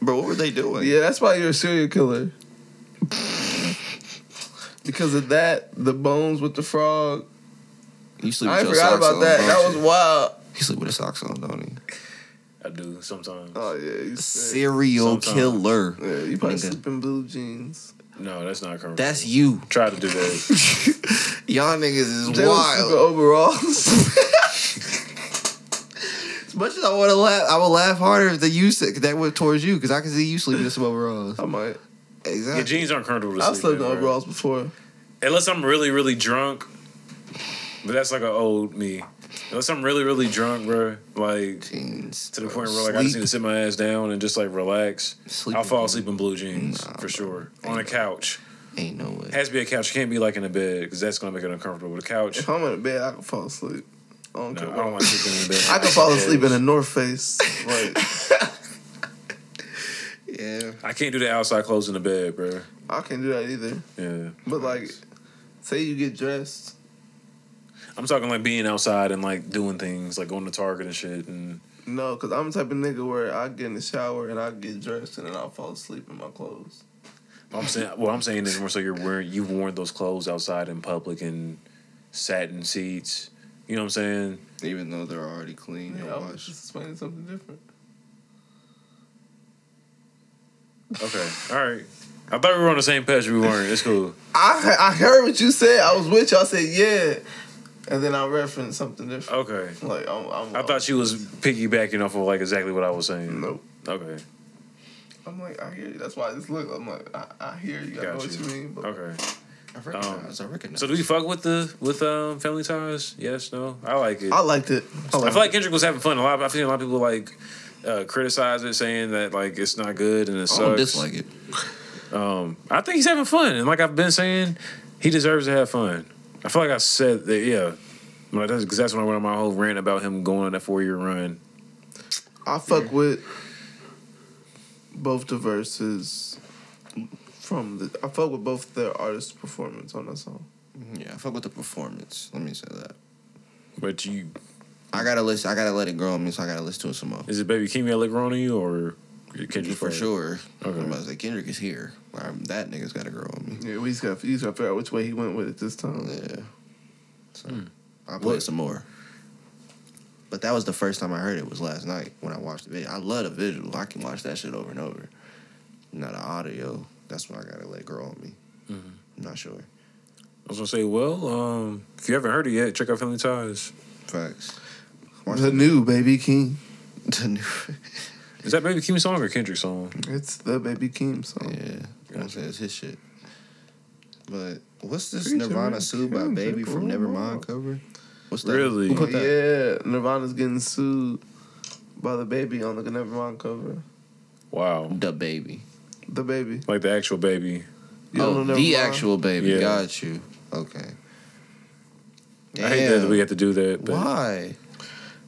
G: Bro, what were they doing?
B: Yeah, that's why you're a serial killer. Because of that, the bones with the frog.
J: You sleep
B: I
J: with
B: ain't
J: your
B: forgot
J: socks
B: about
J: on,
B: that.
J: don't
B: That was
J: you?
B: wild.
J: You sleep with his socks on, don't you?
A: I do sometimes.
B: Oh yeah, you sick.
J: Serial
A: Sometimes.
J: killer.
B: Yeah, you probably
J: Nigga.
B: sleep in blue jeans.
A: No, that's not comfortable.
J: That's you.
A: try to do that.
G: Y'all niggas is
B: Jalen sleep in
G: wild.
B: overalls.
G: As much as I want to laugh, I would laugh harder if the you said that went towards you because I can see you sleeping in some overalls.
B: I might.
A: Your
G: Exactly.
A: jeans aren't comfortable to sleep.
B: I've slept in
A: in, bro.
B: overalls before.
A: Unless I'm really really drunk. But that's like an old me. Unless I'm really really drunk, bro. Like
G: Jeans.
A: to the point where like I just need to sit my ass down and just like relax.
G: Sleep
A: I'll
G: in
A: fall
G: blue-
A: asleep in blue jeans
G: Nah,
A: for
G: bro.
A: sure on a couch.
G: Ain't no way.
A: Has to be a couch. It can't be like in a bed because that's gonna make it uncomfortable. The couch.
B: If I'm in bed, I can fall asleep. I don't
A: No,
B: care.
A: I don't want to sleep in the bed.
B: I can fall asleep in a North Face. Like
G: Yeah.
A: I can't do the outside clothes in the bed, bro.
B: I can't do that either.
A: Yeah,
B: But like, say you get dressed.
A: I'm talking like being outside and like doing things, like going to Target and shit. And
B: No, cause I'm the type of nigga where I get in the shower and I get dressed and then I fall asleep in my clothes.
A: I'm saying, what I'm saying is more so you're wearing, you've worn those clothes outside in public and sat in seats. You know what I'm saying?
G: Even though they're already clean
B: Yeah, I was just explaining something different.
A: Okay, all right. I thought we were on the same page. We weren't. It's cool.
B: I I heard what you said. I was with you. I said yeah, and then I referenced something different.
A: Okay.
B: Like I'm, I'm,
A: I thought she was piggybacking off of like exactly what I was saying.
B: Nope.
A: Okay.
B: I'm like I hear you. That's why I just look. I'm like I, I hear you. I know
A: Got
B: what you
A: you.
B: mean. But
A: Okay.
G: I recognize. I recognize.
A: Um, So do we fuck with the with um family ties? Yes, no. I like it.
B: I liked it. I,
A: I
B: liked
A: feel
B: it.
A: like Kendrick was having fun. A lot. Of, I feel a lot of people like uh, criticize it, saying that like it's not good and it sucks.
J: I don't dislike it.
A: Um, I think he's having fun, and like I've been saying, he deserves to have fun. I feel like I said that. Yeah, When I- that's because that's when I went on my whole rant about him going on that four year run.
B: I fuck with both the verses from the. I fuck with both their artists' performance on that song.
J: Yeah.
G: I fuck with the performance. Let me say that.
A: But you
G: I gotta listen. I gotta let it grow on me, so I gotta listen to it some more.
A: is it Baby Kimmy that lick on you or Kendrick
G: For sure.
A: Okay.
G: I'm about to say Kendrick is here. Um, that nigga's gotta grow on me.
B: Yeah, we just got we just got to figure out which way he went with it this time.
G: Yeah. So I'll play it some more. But that was the first time I heard it was last night when I watched the video. I love the visual. I can watch that shit over and over. Not the audio. That's when I gotta let grow on me. I'm not sure.
A: I was gonna say, well, um, if you haven't heard it yet, check out Family Ties.
G: Facts.
B: The new Baby King.
G: The new.
A: Is that Baby Kimmy song or Kendrick song?
B: It's the Baby King song.
G: Yeah. You know what I'm saying? It's his shit. But what's this
B: Preacher
G: Nirvana
B: Rick
G: Sue by
B: Kendrick,
G: Baby from
B: oh my.
G: Nevermind cover? What's that?
A: Really?
G: Who put that?
B: Oh, Yeah, Nirvana's getting sued by the baby on the Nevermind cover.
A: Wow,
G: The baby.
B: The baby.
A: like the actual baby.
B: You
G: oh,
B: don't know
G: the
B: Nevermind?
G: actual baby.
A: Yeah.
G: Got you. Okay.
A: I hate that
G: Damn.
A: we have to do that. But
G: Why?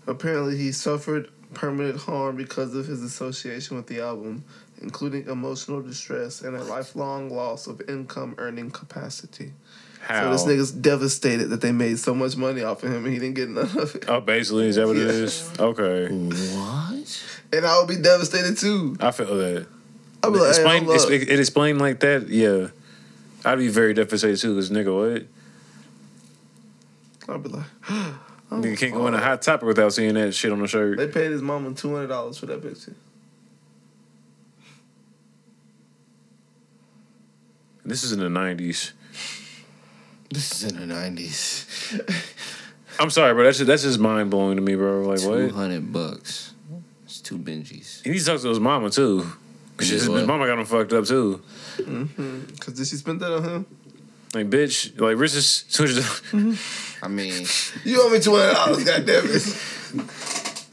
B: Apparently, he suffered permanent harm because of his association with the album, including emotional distress and a lifelong loss of income earning capacity.
A: How?
B: So this nigga's devastated that they made so much money off of him and he didn't get enough of it.
A: oh, basically, is that what it is? Okay,
G: What?
B: And I would be devastated too.
A: I feel that.
B: I'd be like, hey,
A: explain
B: hold up.
A: it, it explained like that. Yeah, I'd be very devastated too. Cause nigga, what?
B: I'd be like, Oh
A: nigga can't go in a hot topic without seeing that shit on the shirt.
B: they paid his mama two hundred dollars for that picture.
A: This is in the nineties.
G: This is in the nineties.
A: I'm sorry, bro. That's just, that's just mind blowing to me, bro. Like
G: Two
A: what?
G: hundred bucks. It's two Benjis.
A: He needs to talk to his mama too. 'Cause
G: You
A: his,
G: know
A: his
G: what?
A: mama got him fucked up too.
B: Because did she spend that on him?
A: Like bitch, like Rich is two hundred.
G: I mean,
E: You owe me two hundred dollars, goddamn it.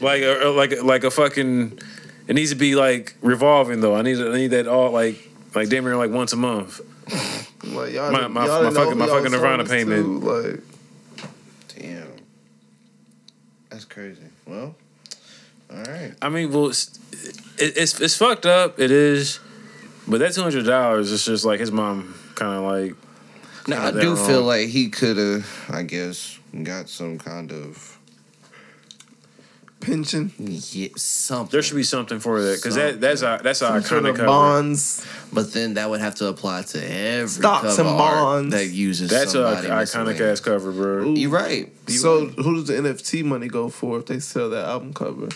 A: like a, like like a fucking. It needs to be like revolving though. I need I need that all like like damn near like once a month.
B: Like y'all,
A: My- my- my
B: y'all done
A: fucking-
B: owe
A: my
B: me
A: fucking
B: all
A: Nirvana
B: songs,
A: payment.
B: too, Like
F: Damn. That's crazy. Well, all right.
A: I mean, well, it's it, it's, it's fucked up. It is, but that two hundred dollars is just like his mom kind of like
F: Now I
A: Kinda
F: do
A: there
F: feel
A: wrong.
F: like he could have, I guess, got some kind of
B: pension,
G: yeah, something.
A: there should be something for that because that that's our that's our
B: some sort
A: iconic
B: of
A: cover.
B: bonds.
G: But then that would have to apply to every
B: Stocks
G: cover
B: and
G: art
B: bonds.
G: that uses
A: That's an
G: somebody
A: iconic
G: miscellaneous.
A: ass cover, bro.
G: You right. You
B: Mm-hmm. So
G: right.
B: who does the NFT money go for if they sell that album cover?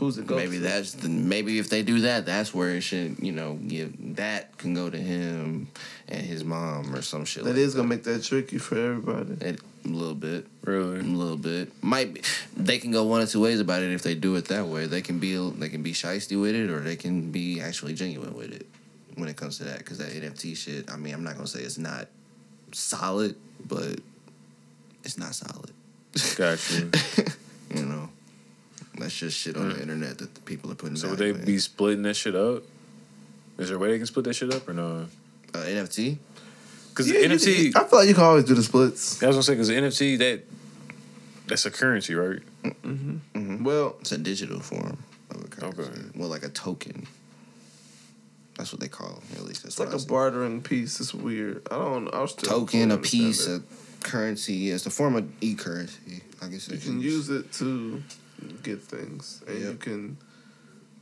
B: Who's it go?
G: maybe
B: to?
G: that's the, maybe if they do that, that's where it should you know give that can go to him and his mom or some shit.
B: That
G: like
B: is gonna make that tricky for everybody.
G: that. a little bit. A
A: Really,
G: little bit might be, they can go one of two ways about it if they do it that way. They can be they can be shisty with it or they can be actually genuine with it when it comes to that because that NFT shit. I mean, I'm not gonna say it's not solid, but it's not solid.
A: got you.
G: you know, that's just shit
B: Mm.
G: on the internet that the people are putting.
A: So
G: out
A: would they be splitting that shit up? Is there a way they can split that shit up or no?
G: uh, NFT?
A: Because
B: Yeah, you
A: NFT,
B: can- I feel like you can always do the splits.
A: I was gonna say because NFT that that's a currency, right? Mm-hmm.
B: Well,
G: It's a digital form of a currency.
A: Okay.
G: Well, like a token. That's what they call. It, at least that's
B: it's like
G: what I
B: a
G: see.
B: bartering piece. It's weird. I don't. I still
G: token, a
B: don't understand
G: piece,
B: it.
G: a currency. It's a form of e currency. I guess
B: You can use it to get things, and you
G: Mm-hmm. Yep.
B: can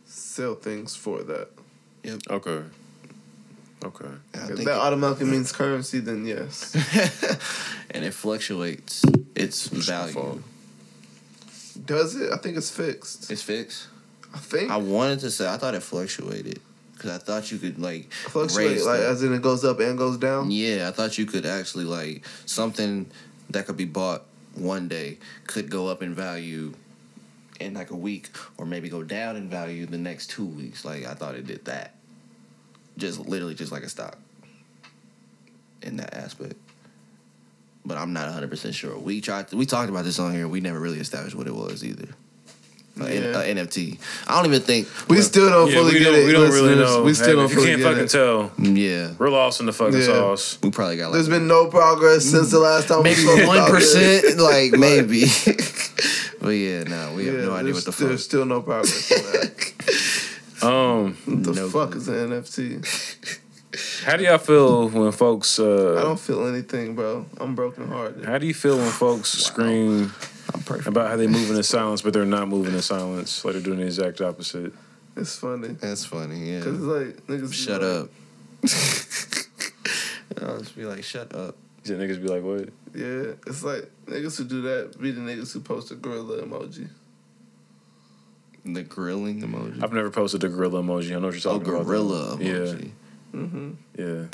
B: sell things for that.
A: Okay, okay.
G: I
B: If
G: think
B: that automatically means currency, then yes.
G: it- and it fluctuates its value.
B: Does it? I think it's fixed.
G: It's fixed.
B: I think
G: I wanted to say I thought it fluctuated because I thought you could like
B: fluctuate
G: raise
B: like
G: the-
B: as in it goes up and goes down.
G: Yeah, I thought you could actually like something that could be bought one day could go up in value in like a week or maybe go down in value the next two weeks. Like I thought it did that. Just literally just like a stock in that aspect. But I'm not 100% sure. We tried we talked about this on here. We never really established what it was either. A N-
B: Yeah.
G: a NFT. I don't even think
B: We still don't
A: Yeah,
B: fully
A: we
B: get
A: don't,
B: it.
A: we don't really
B: listeners.
A: know.
B: We still don't
A: you
B: fully
A: can't
B: get
A: fucking
B: it.
A: tell.
G: Yeah.
A: We're lost in the fucking
B: Yeah.
A: sauce.
G: We probably got like
B: There's been no progress since the last time we
G: maybe
B: spoke
G: one
B: about this.
G: percent, like maybe. but yeah, no, we have
B: Yeah,
G: no idea
B: there's-
G: what the
B: There's
G: fuck.
B: still no progress. on that.
A: Um,
B: What the
G: No
B: fuck
G: clue.
B: is an NFT?
A: how do y'all feel when folks?
B: I
A: Uh,
B: don't feel anything, bro. I'm broken hearted.
A: how do you feel when folks scream
G: I'm perfect.
A: about how they moving in silence, but they're not moving in silence, like they're doing the exact opposite?
B: It's funny.
G: That's funny.
B: Cause it's
G: Yeah.
B: like niggas. be
G: Shut
B: like,
G: up. I'll just be like, shut up.
A: These niggas be like, what?
B: Yeah, it's like niggas who do that be the niggas who post a gorilla emoji.
G: The grilling emoji.
A: I've never posted a gorilla emoji. I know what you're
G: oh,
A: talking about.
G: gorilla
A: Yeah.
G: emoji.
B: Mm-hmm.
A: Yeah.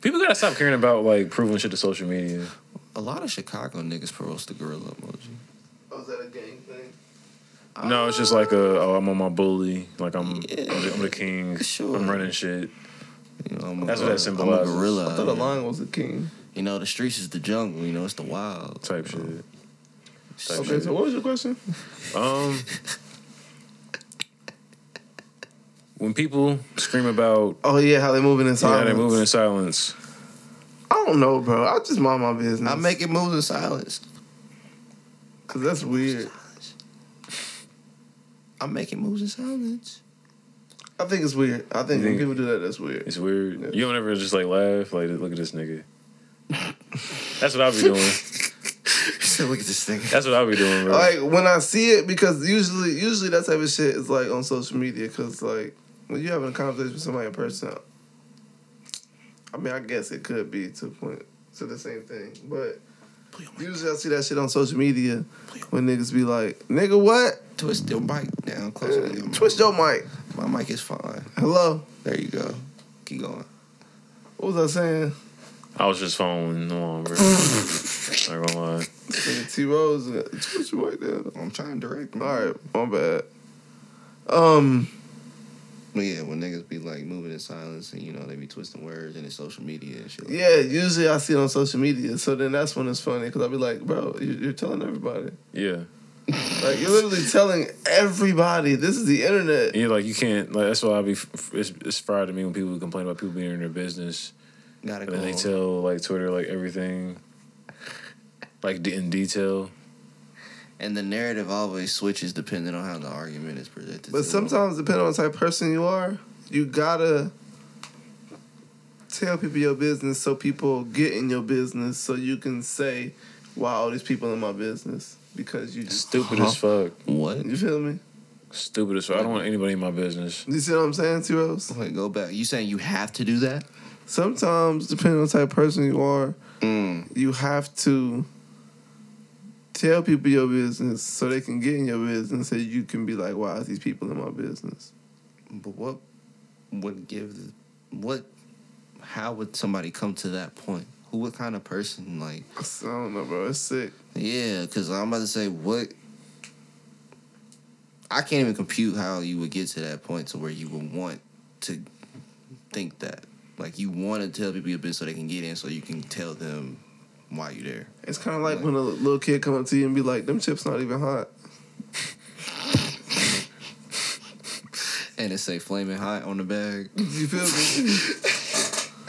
A: People gotta stop caring about like proving shit to social media.
G: A lot of Chicago niggas post the gorilla emoji.
B: Oh, is that a gang thing?
A: No, it's just like a oh, I'm on my bully, like I'm I'm, the, I'm the king,
G: Sure.
A: I'm running shit.
G: You know, I'm a,
A: That's what
G: I'm
A: that
G: a
A: symbolizes.
G: gorilla.
B: I thought a lion was a king.
G: You know, the streets is the jungle. You know, it's the wild
A: type
G: you know.
A: shit. Type
B: Okay, so what was your question?
A: shit. Um, when people scream about
B: Oh yeah, how they moving in
A: yeah,
B: silence.
A: they're moving in silence,
B: I don't know, bro. I just mind my business.
G: I'm making moves in silence.
B: cause that's weird.
G: I'm making moves in silence.
B: I think it's weird. I think when
A: think-
B: people do that, that's weird.
A: it's weird.
B: Yeah.
A: You don't ever just like laugh, like look at this nigga. That's what I'll be doing.
G: So look at this thing.
A: That's what I'll be doing. Bro.
B: Like when I see it, because usually, usually that type of shit is like on social media. Cause like when you having a conversation with somebody in person, I mean, I guess it could be to a point to the same thing, but usually I see that shit on social media when niggas be like, "Nigga, what?
G: Twist your mic down closer. to your
B: Uh,
G: mic.
B: Twist your mic.
G: My mic is fine.
B: Hello,
G: There you go. Keep going.
B: what was I saying?
A: I was just phoning along, bro. Not gonna lie.
B: T Rose, switch you right there.
G: I'm trying to direct.
B: All right, my bad. Um,
G: But yeah, when niggas be like moving in silence and you know they be twisting words and it's social media and shit. Like,
B: yeah, usually I see it on social media, so then that's when it's funny because I'll be like, bro, you- you're telling everybody.
A: Yeah.
B: Like you're literally telling everybody this is the internet.
A: Yeah, like you can't. Like that's why I be. f- f- It's, it's fried to me when people complain about people being in their business
G: Gotta
A: and
G: go.
A: then they
B: oh.
G: on.
A: tell like Twitter like everything, like de- in detail.
G: and the narrative always switches depending on how the argument is presented.
B: But
G: to them.
B: sometimes, depending on the type of person you are, you gotta tell people your business so people get in your business so you can say, "Wow, these people in my business," because you just
A: Stupid as
B: Uh-huh.
A: fuck.
G: what?
B: you feel me.
A: Stupid as fuck. I don't want anybody in my business.
B: You see what I'm saying, T Rose?
G: Wait, go back. You saying you have to do that?
B: Sometimes, depending on the type of person you are,
G: Mm.
B: you have to tell people your business so they can get in your business so you can be like, "Wow, these people in my business."
G: But what would give the, what? How would somebody come to that point? Who? What kind of person? Like,
B: I don't know, bro. It's sick.
G: yeah, because I'm about to say what. I can't even compute how you would get to that point to where you would want to think that. Like you want to tell people your business so they can get in, so you can tell them why you're there.
B: It's kind of like when a little kid come up to you and be like, "Them chips not even hot."
G: And it say flaming hot on the bag.
B: You feel me?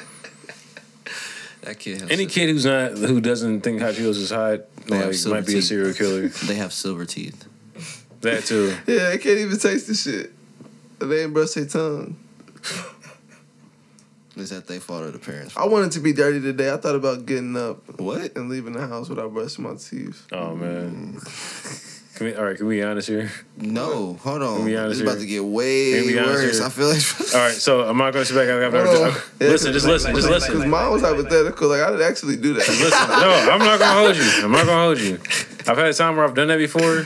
G: That kid. Has
A: Any
G: sil-
A: kid who's not who doesn't think hot Cheetos is hot
G: They have
A: like
G: silver
A: might be a
G: teeth.
A: serial killer.
G: They have silver teeth.
A: That too.
B: yeah, they can't even taste the shit. They ain't brush their tongue.
G: Is that they fault or the parents?
B: I wanted to be dirty today. I thought about getting up
G: What?
B: and leaving the house without brushing my teeth.
A: Oh man. Can we, all right, can we be honest here?
G: No, hold on.
A: be honest
G: It's
A: here.
G: about to get way
A: Let me be honest
G: worse.
A: here.
G: I feel like.
A: All right, so I'm not gonna sit back. I've never.
B: Hold on.
A: okay. Listen, just listen, just
B: Because
A: listen.
B: mine was hypothetical. Like I didn't actually do that.
A: Listen, no, I'm not gonna hold you. I'm not gonna hold you. I've had a time where I've done that before,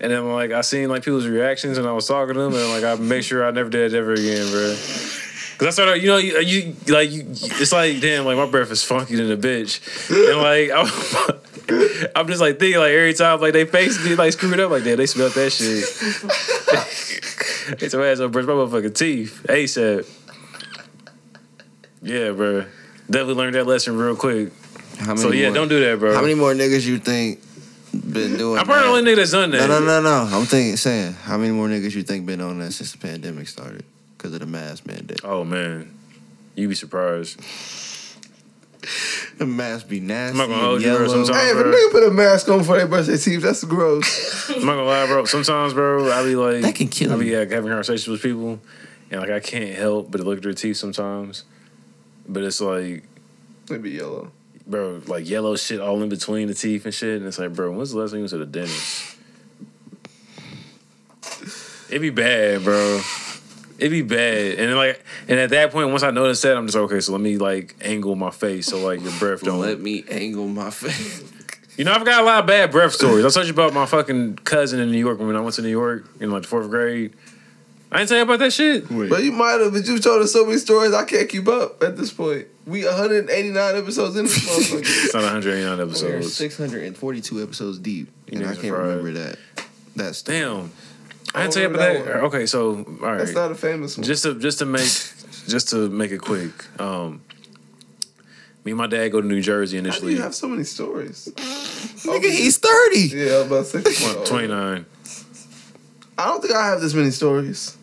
A: and then like I seen like people's reactions, and I was talking to them, and like I make sure I never did it ever again, bro. Cause I started, you know, you, you like you, it's like damn, like my breath is funky than a bitch, and like I'm, I'm just like thinking like every time like they face me like screwed up like damn they smelled that shit. It's your ass up, brush my motherfucking teeth ASAP. Yeah, bro. Definitely learned that lesson real quick.
G: How many
A: So yeah,
G: more,
A: don't do that, bro.
G: How many more niggas you think been doing?
A: I'm probably the
G: that?
A: only nigga that's done that.
G: No, no, no, no. I'm thinking, saying, how many more niggas you think been on that since the pandemic started? Because of the mask mandate.
A: Oh man, you be surprised.
G: The mask be nasty.
A: I'm not gonna hold you, bro.
G: yellow.
A: Sometimes,
B: hey, if a
A: bro.
B: nigga put a mask on before they brush their teeth, that's gross.
A: I'm not gonna lie, bro. Sometimes, bro, I be like,
G: That can kill
A: I be like, having conversations with people, and like I can't help but look at their teeth sometimes. But it's like,
B: It'd be yellow.
A: bro, like yellow shit all in between the teeth and shit, and it's like, bro, when's the last time you went to the dentist? It'd be bad, bro. It'd be bad, and then, like, and at that point, once I notice that, I'm just okay. So let me like angle my face so like your breath don't
G: Let me angle my face.
A: You know, I've got a lot of bad breath stories. I told you about my fucking cousin in New York when I went to New York in like the fourth grade. I didn't tell you about that shit.
B: But you might have, but you've told us so many stories I can't keep up at this point. We 189 episodes in this motherfucker.
A: It's not 189
G: We're
A: episodes.
G: 642 episodes deep,
A: You
G: and
A: niggas
G: I
A: are
G: can't
A: fried.
G: remember that. That's
A: Damn.
B: I
A: I didn't tell you
B: remember
A: about that.
B: that one.
A: Okay, so all right.
B: Oh, That's not a famous one.
A: just to just to make just to make it quick. Um, me and my dad go to New Jersey
B: How do you
A: initially.
B: have so many stories?
G: Nigga, he's 30.
B: Yeah, I'm about to say.
A: Twen- 29.
B: I don't think I have this many stories.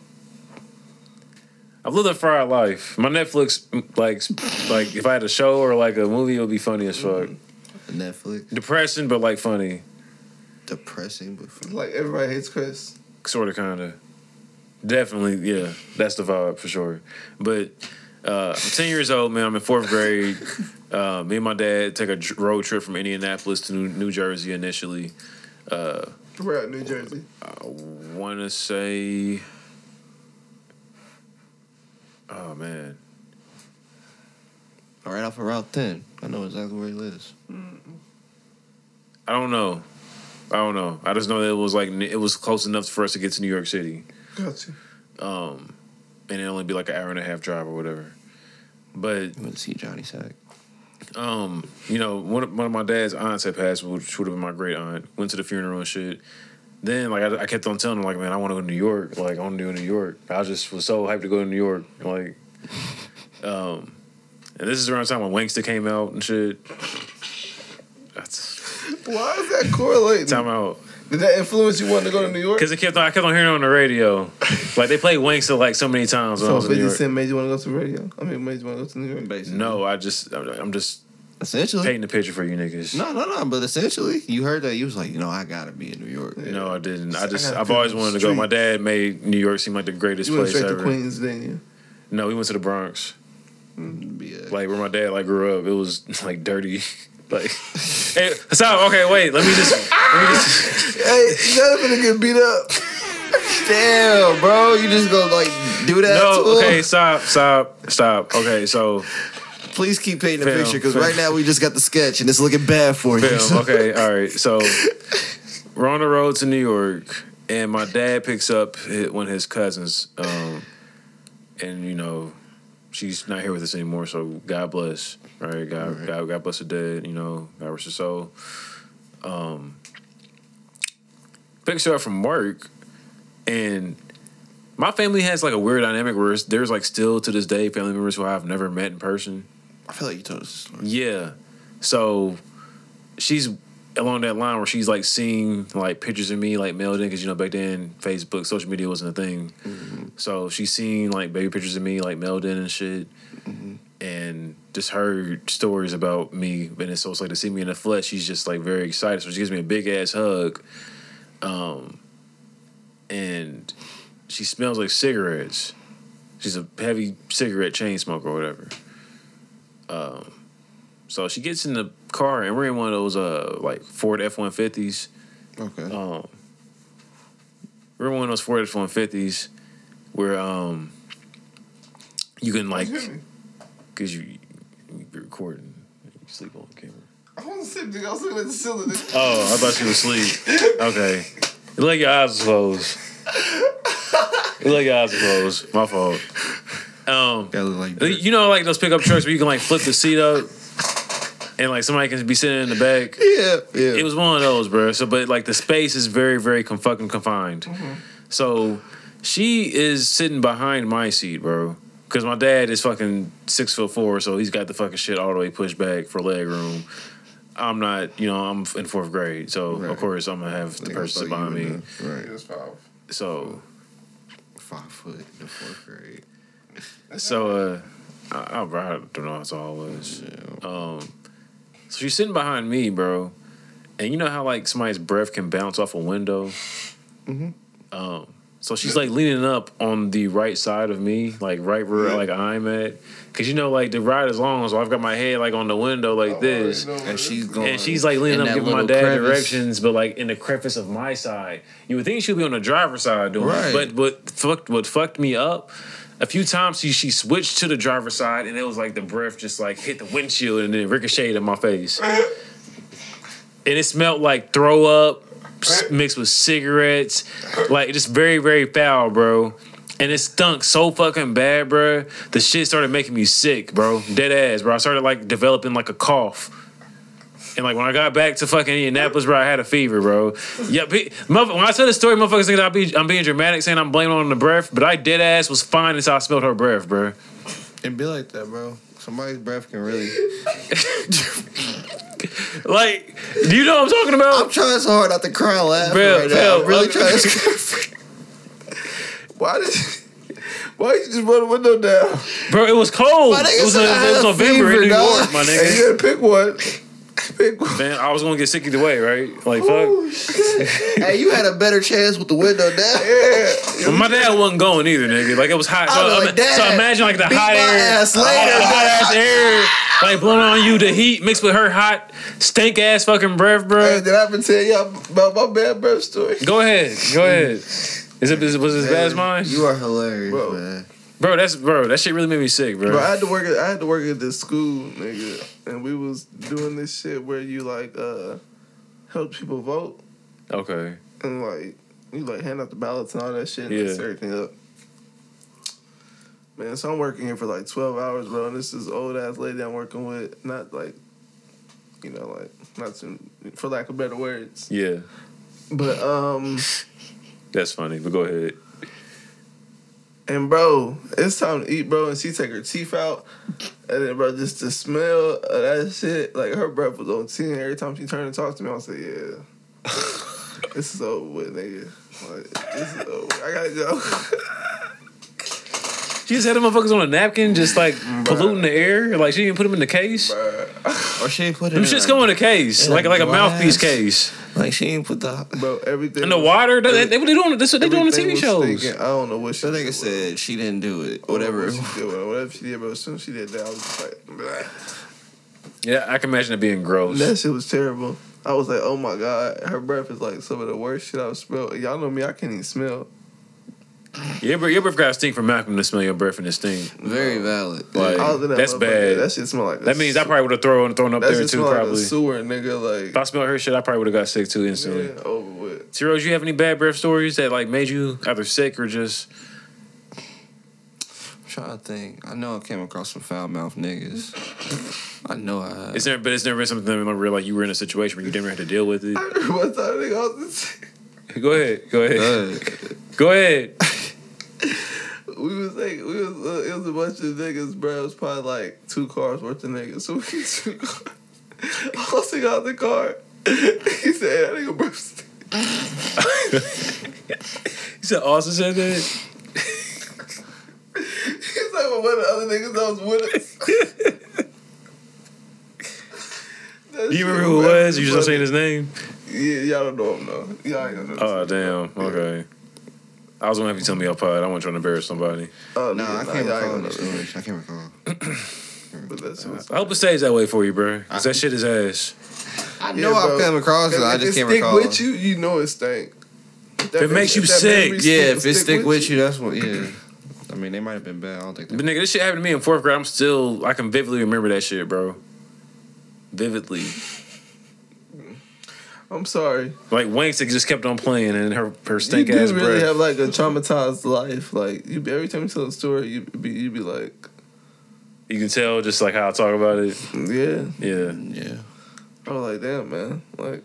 A: I've lived a fried life. My Netflix, like, like if I had a show or like a movie, it would be funny as fuck.
B: Mm-hmm.
G: Netflix.
A: Depression, but like funny,
G: Depressing, but fun.
B: Like everybody hates Chris.
A: sort of, kind of. Definitely, yeah. That's the vibe for sure. But uh, I'm 10 years old, man. I'm in fourth grade. Uh, me and my dad take a dr- road trip from Indianapolis to New, New Jersey initially. Uh,
B: We're out in New Jersey.
A: I want to say, oh man,
G: All right off of Route 10. I know exactly where he lives.
A: I don't know. I don't know. I just know that it was like it was close enough for us to get to New York City.
B: Gotcha.
A: um, and it only be like an hour and a half drive or whatever. But
G: You went to see Johnny Sack.
A: Um, you know, one of, one of my dad's aunts had passed, which would have been my great aunt. Went to the funeral and shit. Then, like, I, I kept on telling him, like, man, I want to go to New York. Like, I want to do New York. I just was so hyped to go to New York. Like, um, and this is around the time when Wangsta came out and shit. That's
B: Why is that correlating?
A: time out.
B: Did that influence you wanting to go to New York?
A: Because I kept on, I kept on hearing it on the radio. Like they played Wangsta like so many times when I
B: So
A: was in New
B: 50
A: York.
B: Cent made you want to go to radio? I mean, made you want to go to New York?
F: Basically.
A: No, I just I'm just
F: Essentially.
A: painting the picture for you niggas.
F: No, no, no. But essentially, you heard that. You was like, you know, I gotta be in New York.
A: No, I didn't. I
B: I
A: just
B: gotta
A: I've
B: feel
A: always
B: the
A: wanted to go. My
B: streets.
A: dad made New York seem like the greatest
B: You went
A: place
B: straight to
A: ever.
B: Queens, didn't you?
A: No, we went to the Bronx,
B: Mm,
F: Be a-
A: like where my dad like grew up. It was like dirty. Like, hey, so okay, wait. Let me just. let me just
B: Hey, you're gonna get beat up.
F: Damn, bro. You just gonna like do that to
A: no,
F: him?
A: okay, stop, stop, stop. Okay, so
F: Please keep painting
A: Fam,
F: the picture because
A: fam.
F: right now we just got the sketch and it's looking bad for you.
A: Film. Okay. All right. So we're on the road to New York, and my dad picks up hi- one of his cousins, um, and you know, she's not here with us anymore. So God bless. Right. God. God, God bless the dead. You know. God rest her soul. Um, picks her up from work, and. My family has like a weird dynamic where it's, there's like still to this day family members who I've never met in person.
F: I feel like you told us this story.
A: Yeah. So she's along that line where she's like seeing like pictures of me like mailed in because you know back then Facebook social media wasn't a thing. So she's seen like baby pictures of me like mailed in and shit, and just heard stories about me. And it's so it's like to see me in the flesh. She's just like very excited. So she gives me a big ass hug, um, and she smells like cigarettes. She's a heavy cigarette chain smoker or whatever. Um, so she gets in the car and we're in one of those uh like Ford F one fifties.
F: Okay.
A: Um we're in one of those Ford F one fifties where um you can like cause you you're recording you sleep on camera.
B: I wasn't sleeping. I was looking at the ceiling.
A: Oh, I thought you were asleep. Okay. You let your eyes closed. You let your eyes closed. My fault. Um
F: That look like dirt.
A: you know, like those pickup trucks where you can like flip the seat up, and like somebody can be sitting in the back.
F: yeah, yeah.
A: It was one of those, bro. So, but like the space is very, very con- fucking confined.
F: Mm-hmm.
A: So she is sitting behind my seat, bro. Because my dad is fucking six foot four, so he's got the fucking shit all the way pushed back for leg room. I'm not, you know, I'm in fourth grade, so of
F: Right.
A: course I'm gonna have the
F: Like, I
A: person sit
F: thought you
A: behind me.
F: in the- Right.
A: So,
F: Five foot in the fourth grade.
A: so uh, I, I, bro, I don't know how tall I was. Um, so she's sitting behind me, bro, and you know how like somebody's breath can bounce off a window. Um, so she's like leaning up on the right side of me, like right where like I'm at, because you know like the ride is long, so I've got my head like on the window like this.
F: And she's going.
A: And she's like leaning up,
F: in that
A: giving my
F: little
A: dad
F: crevice.
A: directions, but like in the crevice of my side. You would think she'd be on the driver's side doing
F: Right.
A: it, but what fucked what fucked me up. A few times she she switched to the driver's side, and it was like the breath just like hit the windshield and then ricocheted in my face. and it smelled like throw up s- mixed with cigarettes, like just very very foul, bro. And it stunk so fucking bad, bro. The shit started making me sick, bro. Dead ass, bro. I started like developing like a cough. And like when I got back to fucking Indianapolis, bro, I had a fever, bro. Yeah, be, motherf- when I tell this story, motherfuckers think that I be, I'm being dramatic, saying I'm blaming on the breath, but I dead ass was fine until I smelled her breath, bro.
F: And be like that, bro. Somebody's breath can really.
A: Like, do you know what I'm talking
F: I'm
A: about?
F: trying so hard not to cry laughing
A: Bro,
F: right now.
A: bro,
F: I'm really
A: I'm-
F: trying to.
B: Why did? Why you just run the window down?
A: Bro, it was cold.
F: My nigga
A: It was, a,
F: said I
A: it was
F: had a
A: November in
F: fever,
A: New
F: dog.
A: York, my
B: And
A: nigga.
B: you had to pick one. Pick one.
A: Man, I was gonna get sick either way, right? Like, fuck.
F: hey, you had a better chance with the window down.
B: Yeah.
A: But my dad wasn't going either, nigga. Like, it was hot. So,
F: I was like,
A: ima- so
F: "Dad,
A: imagine, like, the
F: beat
A: hot
F: my
A: air.
F: ass later,
A: hot-
F: dog."
A: hot ass air, like, blowing on you, the heat mixed with her hot, stank ass fucking breath, bro.
B: Hey, did I ever tell y'all about my bad breath story?
A: Go ahead. Go ahead. Is it is it- was it as bad as mine?
F: You are hilarious,
B: Bro.
F: man.
A: Bro, that's bro, that shit really made me sick, bro.
B: Bro, I had to work. At, I had to work at this school, nigga, and we was doing this shit where you like uh help people vote
A: okay.
B: and like you like hand out the ballots and all that shit and
A: Yeah.
B: mix everything up. Man, so I'm working here for like 12 hours, bro. And this is old ass lady I'm working with. Not like, you know, like, not to, for lack of better words.
A: Yeah,
B: But, um,
A: that's funny. But go ahead.
B: and bro, it's time to eat, bro. And she take her teeth out. And then, bro, just the smell of that shit, like her breath was on 10. Every time she turned and talked to me, I was like, yeah. this is over with, nigga. Like, this is over. with. I gotta go.
A: She just had them motherfuckers on a napkin, just like polluting the air. Like she didn't put them in the case.
G: Or she ain't put it
A: Them
G: in.
A: shit's
G: a-
A: going in a case,
G: in a
A: like like a
G: glass.
A: mouthpiece case.
G: Like, she ain't put the.
B: bro, everything.
A: And the water, they, they, what they doing? That's what they do on the
B: everything
A: TV
B: was
A: shows.
B: stinking. I don't know what she
G: That nigga
B: did.
G: said she didn't do it.
B: Whatever
G: Whatever.
B: she did, whatever, whatever she did, but as soon as she did that, I was just like, "Bleh."
A: Yeah, I can imagine it being gross.
B: that shit was terrible. I was like, oh my god, her breath is like some of the worst shit I've smelled. Y'all know me, I can't even smell.
A: Your, breath- your breath got to stink from Malcolm to smell your breath and the stink.
G: Very valid.
A: Like,
B: I was in that
A: that's
B: motherfucker,
A: bad.
B: That shit smelled like a
A: that means I
B: sew-
A: probably would have thrown thrown up
B: that
A: there
B: shit
A: too.
B: smelled like a
A: Probably.
B: sewer, nigga.
A: if I
B: Like,
A: smelled her shit, I probably would have got sick too instantly.
B: yeah, over with.
A: Tiro, do you have any bad breath stories that like made you either sick or just
G: I'm trying to think. I know I came across some foul mouth niggas. I know I have.
A: is there? But it's never been something that remember like you were in a situation where you didn't have to deal with it.
B: I remember one time, nigga, I was
A: Go ahead, go ahead,
G: Uh,
A: go ahead.
B: we was like, we was, uh, it was a bunch of niggas, bro. It was probably like two cars worth of niggas. So we two cars. I was sitting out the car. he said, that nigga breath stink."
A: He said Austin said that.
B: He's like, well, what the other niggas that was with us? That
A: Do you
B: shit
A: remember who it was? You just not saying
B: funny.
A: his name.
B: Yeah, y'all don't know him though. Y'all ain't gonna know.
A: Oh damn. Okay. I was gonna have you tell me off pod. I wasn't trying to embarrass somebody.
B: Oh,
G: no,
B: yeah,
G: I
B: nah,
G: can't
B: y'all ain't
G: recall
B: gonna know
G: the
B: this.
G: story. I can't recall.
B: But that shit was-
A: I hope it stays that way for you, bro. Cause that shit is ass.
G: I
B: Yeah,
G: know
B: bro.
G: I've come across it.
B: If
G: I
B: it
G: just can't
B: stick
G: recall.
B: with you, you know it stink. If that
A: If it makes you
B: if that
A: sick,
B: memory
G: Yeah, if it stick with
B: you.
G: you, that's what. Yeah. I mean, they might have been bad. I don't think they.
A: But nigga, this shit happened to me in fourth grade. I'm still I can vividly remember that shit, bro. Vividly.
B: I'm sorry.
A: Like Winks it just kept on playing and her her
B: You
A: stink
B: do
A: ass
B: really
A: breath.
B: have like a traumatized life. Like you, every time you tell a story, you be you be like,
A: you can tell just like how I talk about it.
B: yeah.
A: Yeah.
G: Yeah.
B: I was like, damn, man. Like,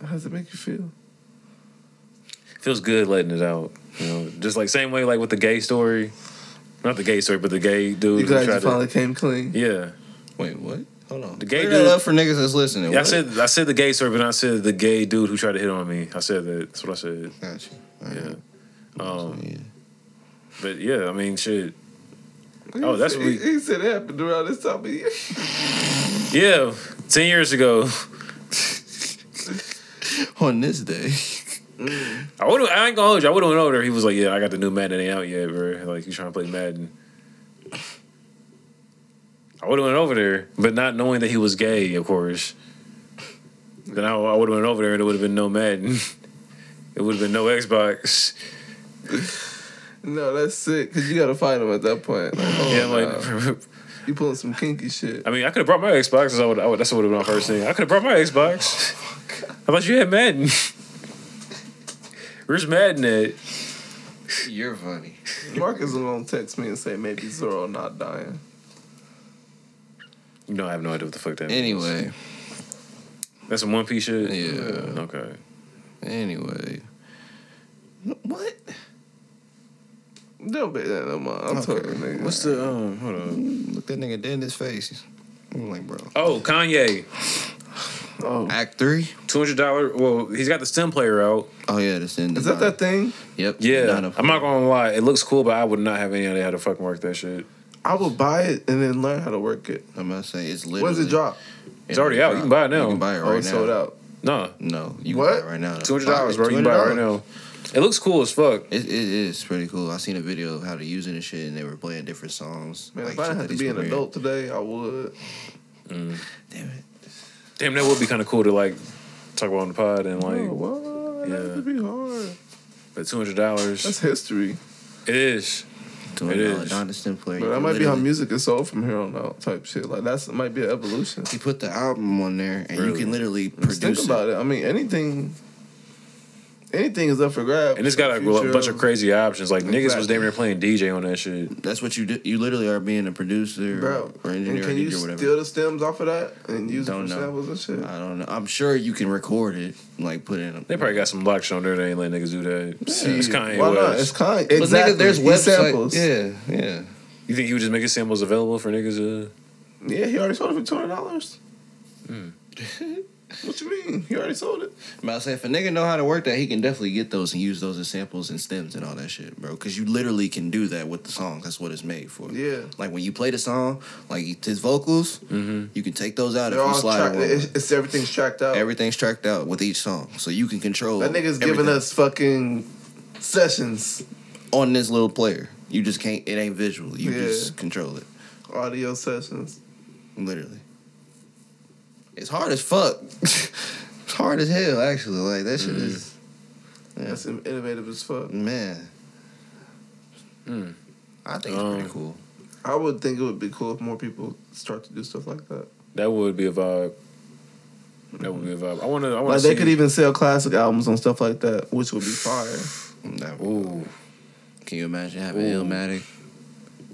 B: how does it make you feel?
A: Feels good letting it out. You know, just like same way like with the gay story. Not the gay story, but the gay dude
B: You
A: who
B: glad you
A: tried to-
B: finally came clean.
A: Yeah.
G: Wait, what? Hold on.
A: The gay
G: Clear
A: dude-
G: that up for niggas that's listening.
A: Yeah, I
G: What?
A: said I said the gay story, but I said the gay dude who tried to hit on me. I said that. That's what I said.
G: Got you.
A: Yeah.
G: Alright.
A: Um,
G: Yeah.
A: but yeah, I mean, shit. Oh, that's what
B: he,
A: we-
B: he said it happened around this time of year.
A: Yeah, ten years ago,
G: On this day.
A: I would I ain't gonna hold you. I would have went over there. He was like, "Yeah, I got the new Madden it ain't out yet, bro. Like you trying to play Madden." I would have went over there, but not knowing that he was gay, of course. Then I, I would have went over there, and it would have been no Madden. It would have been no Xbox.
B: No, that's sick. Cause you gotta fight him at that point. Like, oh,
A: yeah,
B: yeah,
A: I'm like,
B: you pulling some kinky shit.
A: I mean, I could have brought my Xbox. I would, I would, that's what would have been my first thing. I could have brought my Xbox. How about you had Madden? Where's Madden at?
G: You're funny.
B: Marcus was gonna text me and say maybe Zoro not dying.
A: You know, I have no idea what the fuck that means.
G: Anyway.
A: That's some One Piece shit?
G: Yeah.
A: Okay.
G: Anyway. What?
B: Don't bet that no more. I'm
G: Okay.
B: talking nigga.
A: What's the, um, hold on.
G: Look that nigga dead in his face. I'm like, bro.
A: Oh, Kanye.
B: oh.
G: Act three?
A: $200. Well, he's got the STEM player out.
G: Oh yeah, that's in.
B: Is that that thing?
G: Yep.
A: Yeah.
G: Nine of-
A: I'm not going to lie. It looks cool, but I would not have any idea how to fucking work that shit.
B: I would buy it and then learn how to work it.
G: I'm not saying it's literally.
B: When's it drop?
A: It's already out. You can buy it now.
G: You can buy it
B: oh,
G: right
B: it's
G: now.
B: sold out.
A: No.
G: No, you
B: What?
G: can buy it right now.
A: $200, bro. You can buy it right now. It looks cool as fuck.
G: It, it is pretty cool. I seen a video of how to use it and shit, and they were playing different songs.
B: Man,
G: like,
B: if I
G: shit
B: didn't
G: that
B: have to
G: he's
B: be an
G: premiering.
B: adult today, I would.
G: Damn it.
A: Damn, that would be kind of cool to, like, talk about on the pod and, like,
B: oh, wow, that
A: yeah.
B: would be hard.
A: But two hundred dollars.
B: That's history.
A: It is.
G: Doing
A: It
G: it
A: is.
G: is. Doniston player.
B: But
G: you
B: that
G: can
B: might be how
G: literally-
B: music is sold from here on out, type shit. Like that's might be an evolution.
G: He put the album on there, and
A: Really?
G: you can literally
B: Just
G: produce
B: think
G: it.
B: about it. I mean, anything, anything is up for grabs.
A: And it's got a
B: Future.
A: bunch of crazy options. Like niggas
B: Exactly.
A: was damn near playing DJ on that shit.
G: That's what you do. You literally are being a producer
B: Bro,
G: or
B: and
G: engineer
B: can you
G: or whatever.
B: steal the stems off of that and use it
G: Don't
B: for
G: know. Uh,
B: samples and shit?
G: I don't know. I'm sure you can record it, like put in. A,
A: They probably got some locks on there. They ain't letting niggas do that. it's Kanye
B: Why not? It's
A: West.
B: Kanye.
G: But nigga,
B: Exactly.
G: there's
B: He
G: websites.
B: samples.
G: Yeah, yeah.
A: You think he would just make his samples available for niggas? uh, To...
B: Yeah, he already sold it for two hundred dollars. what you mean? He already sold it.
G: But I say if a nigga know how to work that, he can definitely get those and use those as samples and stems and all that shit, bro. Because you literally can do that with the song. That's what it's made for.
B: Yeah.
G: Like when you play the song, like his vocals, you can take those out
B: They're
G: if
B: all
G: you slide
B: tracked.
G: it wrong.
B: It's, it's everything's tracked out.
G: Everything's tracked out with each song, so you can control.
B: that nigga's
G: everything
B: giving us fucking sessions,
G: on this little player. You just can't. It ain't visual. You
B: Yeah.
G: just control it,
B: audio sessions.
G: literally. It's hard as fuck. it's hard as hell, actually. Like that shit is. Yeah.
B: That's innovative as fuck.
G: Man.
A: Mm.
G: I think it's
A: Um,
G: pretty cool.
B: I would think it would be cool if more people start to do stuff like that.
A: That would be a vibe. That would be a vibe. I want to. I want
B: Like
A: to
B: they
A: see.
B: could even sell classic albums on stuff like that, which would be fire.
G: Never.
A: Ooh,
G: Can you imagine having
A: Ooh.
G: Illmatic?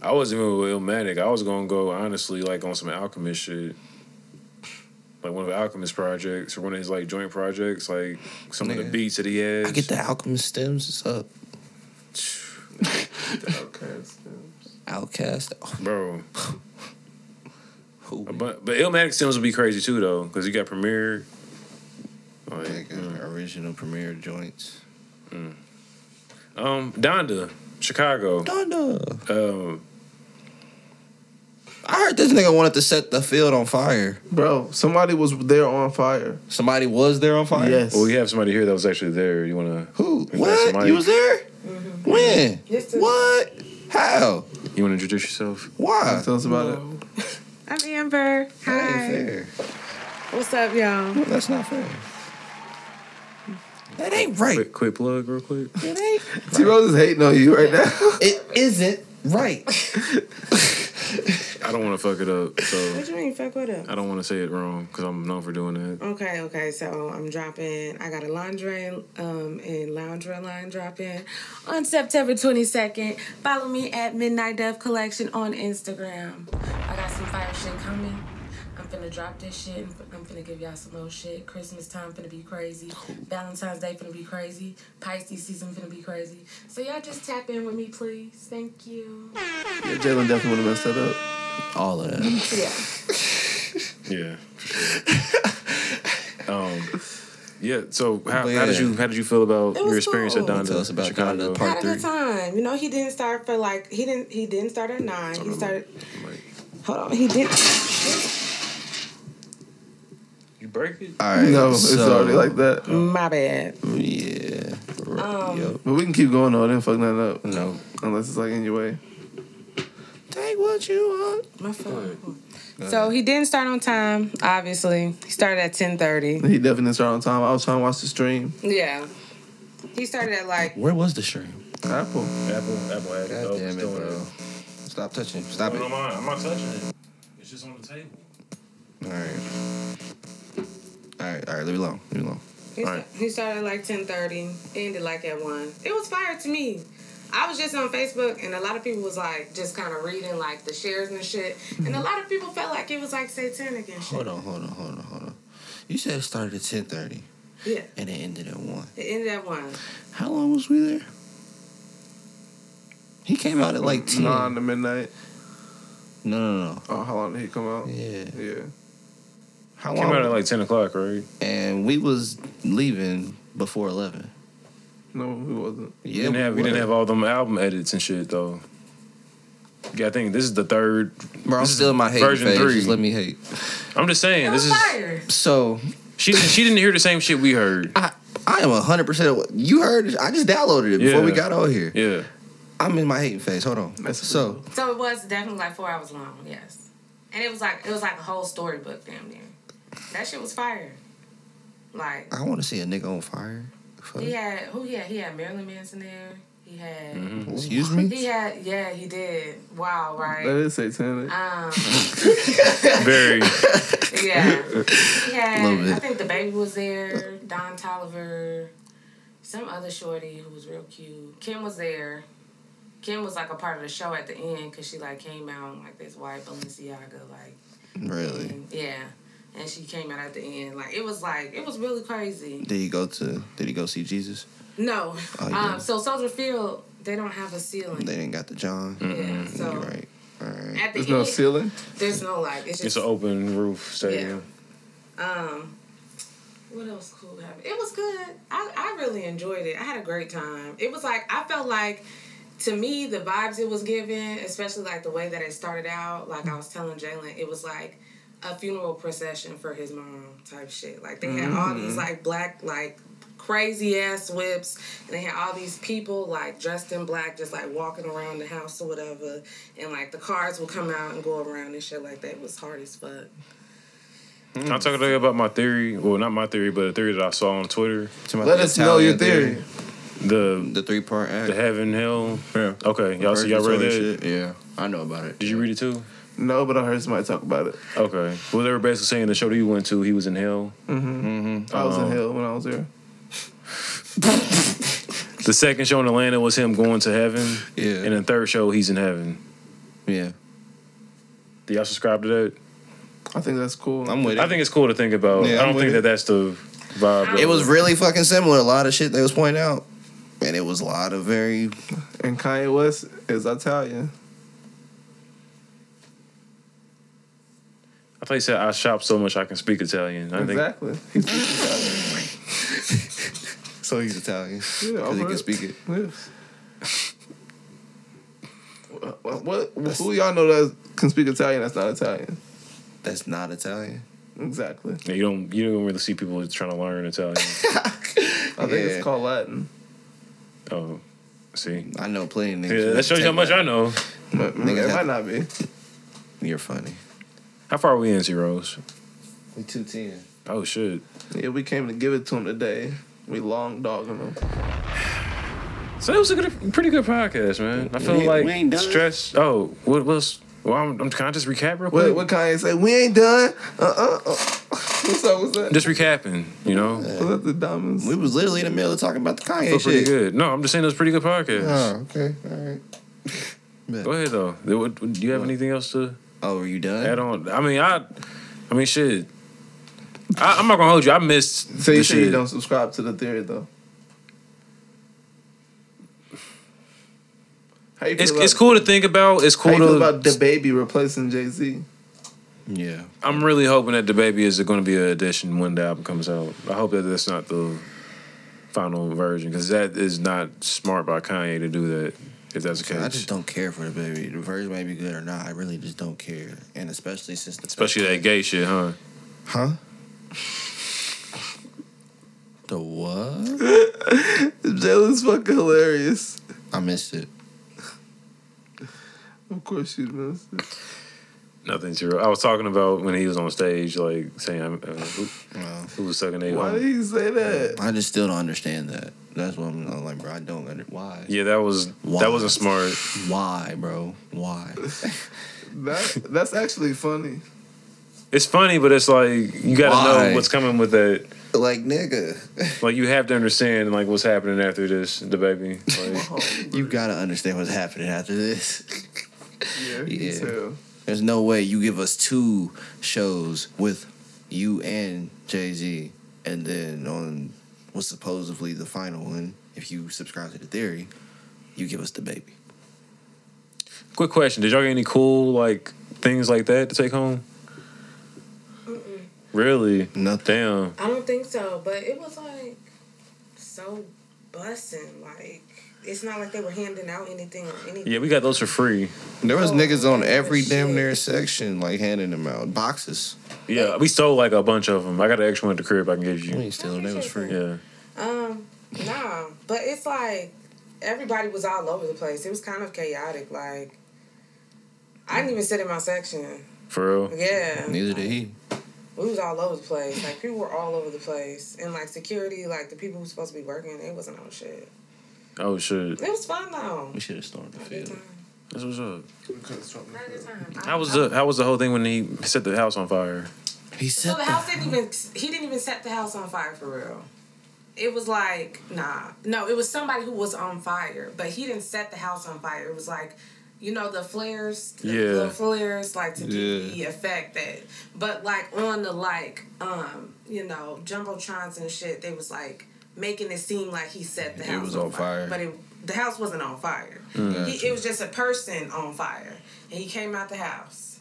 A: I wasn't even with Illmatic. I was gonna go honestly, like on some Alchemist shit, like one of the Alchemist projects or one of his like joint projects, like some of the
G: Nigga.
A: beats that he has.
G: I get the Alchemist stems. It's up. Outcast. Oh,
A: bro.
G: Who?
A: But but Illmatic stems would be crazy too though, because you got Premiere. Like,
G: Like, uh,
A: Mm.
G: Original premiere joints.
A: um, Donda, Chicago.
G: Donda.
A: Um,
G: I heard this nigga wanted to set the field on fire.
B: Bro, somebody was there on fire.
G: Somebody was there on fire.
B: Yes.
A: well, we have somebody here that was actually there. You wanna
G: Who?
A: Hey, that's
G: What?
A: Mike.
G: You was there? When?
H: Yesterday.
G: What? How?
A: you wanna introduce yourself?
G: Why?
B: Tell us about it.
H: I'm Amber.
G: That ain't
H: Hi.
G: fair.
H: What's up, y'all?
G: That's not fair. That ain't right.
A: Quick, quick plug, real quick.
G: It ain't.
B: T Rose is hating on you right now.
G: It isn't right.
A: I don't want to fuck it up, so
H: What you mean? Fuck what up?
A: I don't want to say it wrong because I'm known for doing that.
H: Okay, okay. So I'm dropping. I got a laundry um and laundry line dropping on September 22nd. Follow me at Midnight Dove Collection on Instagram. I got some fire shit coming. I'm finna drop this shit. and I'm finna give y'all some more shit. Christmas time finna be crazy. Valentine's Day finna be crazy. Pisces season finna be crazy. So y'all just tap in with me, please. Thank you.
B: Yeah, Jalen definitely would have messed that up.
G: All of that.
H: Yeah.
A: Yeah. for sure. um. Yeah. So how,
G: But
A: how did
G: yeah.
A: you how did you feel about
H: It
A: your
H: was
A: experience at
H: cool.
A: Donda?
G: Tell us about
A: Chicago?
G: Donda Park.
H: had a good time. You know, he didn't start for like he didn't he didn't start at nine. He started.
A: Like,
H: Hold on, he did.
A: you break it.
G: All right.
B: no, it's already like that.
H: My bad.
G: Yeah.
H: Um,
G: Yo,
B: But we can keep going though. It didn't fuck nothing up.
G: no.
B: Unless it's like in your way.
G: Take what you want.
H: My phone. So he didn't start on time. Obviously, he started at ten thirty.
B: He definitely didn't start on time. I was trying to watch the stream.
H: Yeah. He started at like
G: Where was the stream?
B: Apple.
A: Apple. Apple had
G: God damn it, bro. Stop touching. Stop it. All
A: not, I'm not touching it. It's just on the table.
G: right. All right. All right. Leave it alone. Leave it alone.
H: he, sta- he started at like ten thirty. Ended like at one. It was fire to me. I was just on Facebook and a lot of people was like just kind of reading like the shares and shit, and a lot of people felt like it was like satanic and shit.
G: Hold on. Hold on. Hold on. Hold on. You said it started at ten thirty
H: Yeah,
G: and it ended at one.
H: it ended at one.
G: How long was we there? He came out at like ten.
B: nine to midnight.
G: No, no, no.
B: Oh, how long did he come out?
G: Yeah.
B: Yeah.
G: How
A: Came
G: long?
A: out at like ten o'clock, right?
G: and we was leaving before eleven.
B: No, he wasn't.
A: We didn't have we didn't have all them album edits and shit though. Yeah, I think this is the third.
G: Bro, I'm
A: this is
G: still in my hate
A: version
G: phase.
A: three.
G: Just let me hate.
A: I'm just
H: It
A: saying this is
H: was fire.
G: So
A: she didn't- she didn't hear the same shit we heard.
G: I I am hundred percent. You heard? it. I just downloaded it before
A: Yeah.
G: we got on here.
A: Yeah.
G: I'm in my hating phase. Hold on.
B: That's
G: so
H: So it was definitely like four hours long, yes. And it was like it was like a whole storybook damn near. That shit was fire. Like
G: I want to see a nigga on fire. Fuck.
H: he had who he had he had Marilyn Manson there. He had
G: Mm-hmm. Excuse me.
H: he had yeah, he did. Wow,
B: That
H: right.
B: is satanic.
H: Um
A: Very.
H: yeah. He had
G: Little bit.
H: I think the baby was there, Don Tolliver, some other shorty who was real cute. Kim was there. Kim was like a part of the show at the end because she like came out in, like this white Balenciaga like.
G: Really?
H: and- yeah, and she came out at the end like it was like it was really crazy.
G: Did he go to? Did he go see Jesus?
H: No,
G: Oh, yeah.
H: um, so Soldier Field they don't have a ceiling.
G: They didn't got the John.
A: Mm.
H: yeah, so
G: You're right. All right.
H: at the
B: There's
H: end
B: no ceiling.
H: there's no like it's just
A: It's an open roof stadium.
H: Um, what else cool happened? It was good. I, I really enjoyed it. I had a great time. It was like I felt like to me the vibes it was giving, especially like the way that it started out. Like I was telling Jalen, it was like a funeral procession for his mom type shit. Like they had all these like black like crazy ass whips and they had all these people like dressed in black just like walking around the house or whatever and like the cars would come out and go around and shit like that It was hard as fuck.
A: I'll talk today about my theory. Well, not my theory, but a theory that I saw on Twitter.
G: So my
B: Let us know your
G: Italian
B: theory.
A: The
G: The three part act.
A: the heaven hell.
G: Yeah.
A: Okay, y'all see y'all read that?
G: Purgatory shit, Yeah, I know about it.
A: Did you read it too?
B: No, but I heard somebody talk about it.
A: Okay. Well, they were basically saying the show that you went to, he was in hell.
B: I was
G: Oh.
B: in
A: Um,
B: hell when I was there.
A: The second show in Atlanta was him going to heaven,
G: Yeah.
A: and the third show he's in heaven.
G: yeah,
A: Do y'all subscribe to that?
B: I think that's cool.
G: I'm with it.
A: I think it's cool to think about.
G: Yeah,
A: I
G: I'm
A: don't
G: with
A: think
G: it.
A: that that's the vibe.
G: it
A: of-
G: was really fucking similar. A lot of shit they was pointing out, and it was a lot of very
B: and Kanye West is Italian.
A: I thought you said I shop so much I can speak Italian. I think
B: exactly. He's
G: So he's Italian.
B: Yeah,
G: Because he
B: alright.
G: can speak it.
B: Yes. what, what, Who y'all know that can speak Italian? That's not Italian.
G: That's not Italian.
B: Exactly.
A: Yeah, you don't you don't really see people trying to learn Italian.
B: I think
G: Yeah.
B: it's called Latin.
A: oh, see,
G: I know plenty of niggas.
A: yeah, that shows you how much I know.
B: But, mm,
G: Niggas
B: it might
G: have-
B: not be.
G: You're funny.
A: How far are we in, Zeros?
G: We two ten.
A: Oh shit,
B: Yeah, we came to give it to him today. We long dogging him.
A: So that was a good, pretty good podcast, man. I feel
G: We-
A: like
G: we ain't done.
A: stress. Oh, what was? Well, I'm, I'm can I just recap real
B: What,
A: quick?
B: what Kanye say? We ain't done. Uh uh. uh. What's up? What's that?
A: Just recapping, you know,
B: What's up? The diamonds.
G: We was literally in the middle of talking about the
A: I
G: Kanye
A: feel pretty
G: shit.
A: good. No, I'm just saying it was a pretty good podcast.
G: Oh, okay. All right.
A: Go ahead though. Do what- do you have anything else to
G: Oh, are you done?
A: add on? I mean, I, I mean, shit. I, I'm not gonna hold you. I missed
B: So you
A: the
B: sure you
A: shit.
B: don't subscribe to the theory though? How you feel
A: It's,
B: about,
A: it's cool to think about. It's
B: How
A: cool
B: you feel
A: to.
B: about the baby replacing Jay Z?
G: Yeah.
A: I'm really hoping that the baby is going to be an addition when the album comes out. I hope that that's not the final version because that is not smart by Kanye to do that. If that's the case,
G: I just don't care for the baby. The verse may be good or not. I really just don't care. And especially since the
A: especially that gay shit, huh?
G: huh? The what?
B: Jalen's fucking hilarious.
G: I missed it.
B: Of course you missed it.
A: Nothing zero. I was talking about when he was on stage, like saying uh, who,
G: Well,
A: who was sucking their
B: Why did
A: home.
B: he say that?
G: I just still don't understand that. That's what I'm, I'm like, bro. I don't under why.
A: Yeah, that was
G: Why?
A: that wasn't smart.
G: Why, bro? Why?
B: that that's actually funny.
A: It's funny, but it's like you got to
G: Why?
A: know what's coming with that.
G: like nigga,
A: Like you have to understand like what's happening after this, the baby. Like,
G: you gotta understand what's happening after this.
B: Yeah, you
G: Yeah.
B: can tell.
G: There's no way you give us two shows with you and Jay Z, and then on what's supposedly the final one, if you subscribe to the theory, you give us the baby.
A: quick question: Did y'all get any cool like things like that to take home? Really?
G: Nothing.
A: Damn.
H: I don't think so, but it was like so bussing. Like it's not like they were handing out anything or anything.
A: Yeah, we got those for free.
G: There was
H: Oh,
G: niggas on every
H: shit.
G: damn near section, like handing them out boxes.
A: Yeah, we stole like a bunch of them. I got an extra one at the crib I can give
G: We
A: you.
G: ain't stealing. They was free.
A: Yeah.
H: Um, nah, but it's like everybody was all over the place. It was kind of chaotic. Like I didn't even sit in my section.
A: For real.
H: Yeah,
G: Neither did he.
H: we was all over the place. Like people were all over the place, and like security, like the people who was supposed to be working, they wasn't on shit.
A: Oh shit.
H: It was fun though.
G: We should have stormed the
H: Had a good
G: field.
H: time.
A: That's what's up.
H: Had a good time. I-
A: How was the how was the whole thing when he set the house on fire?
G: He
H: So
G: said
H: the house didn't even he didn't even set the house on fire for real. it was like nah, no, it was somebody who was on fire, but he didn't set the house on fire. It was like. You know the flares, the
A: Yeah.
H: little flares, like to
C: Yeah.
H: do the effect that, but like on the like, um, you know, jumbotrons and shit, they was like making it seem like he set the
G: It
H: house
G: was on fire. Mm.
H: but it, the house wasn't on fire. He, it was just a person on fire, and he came out the house,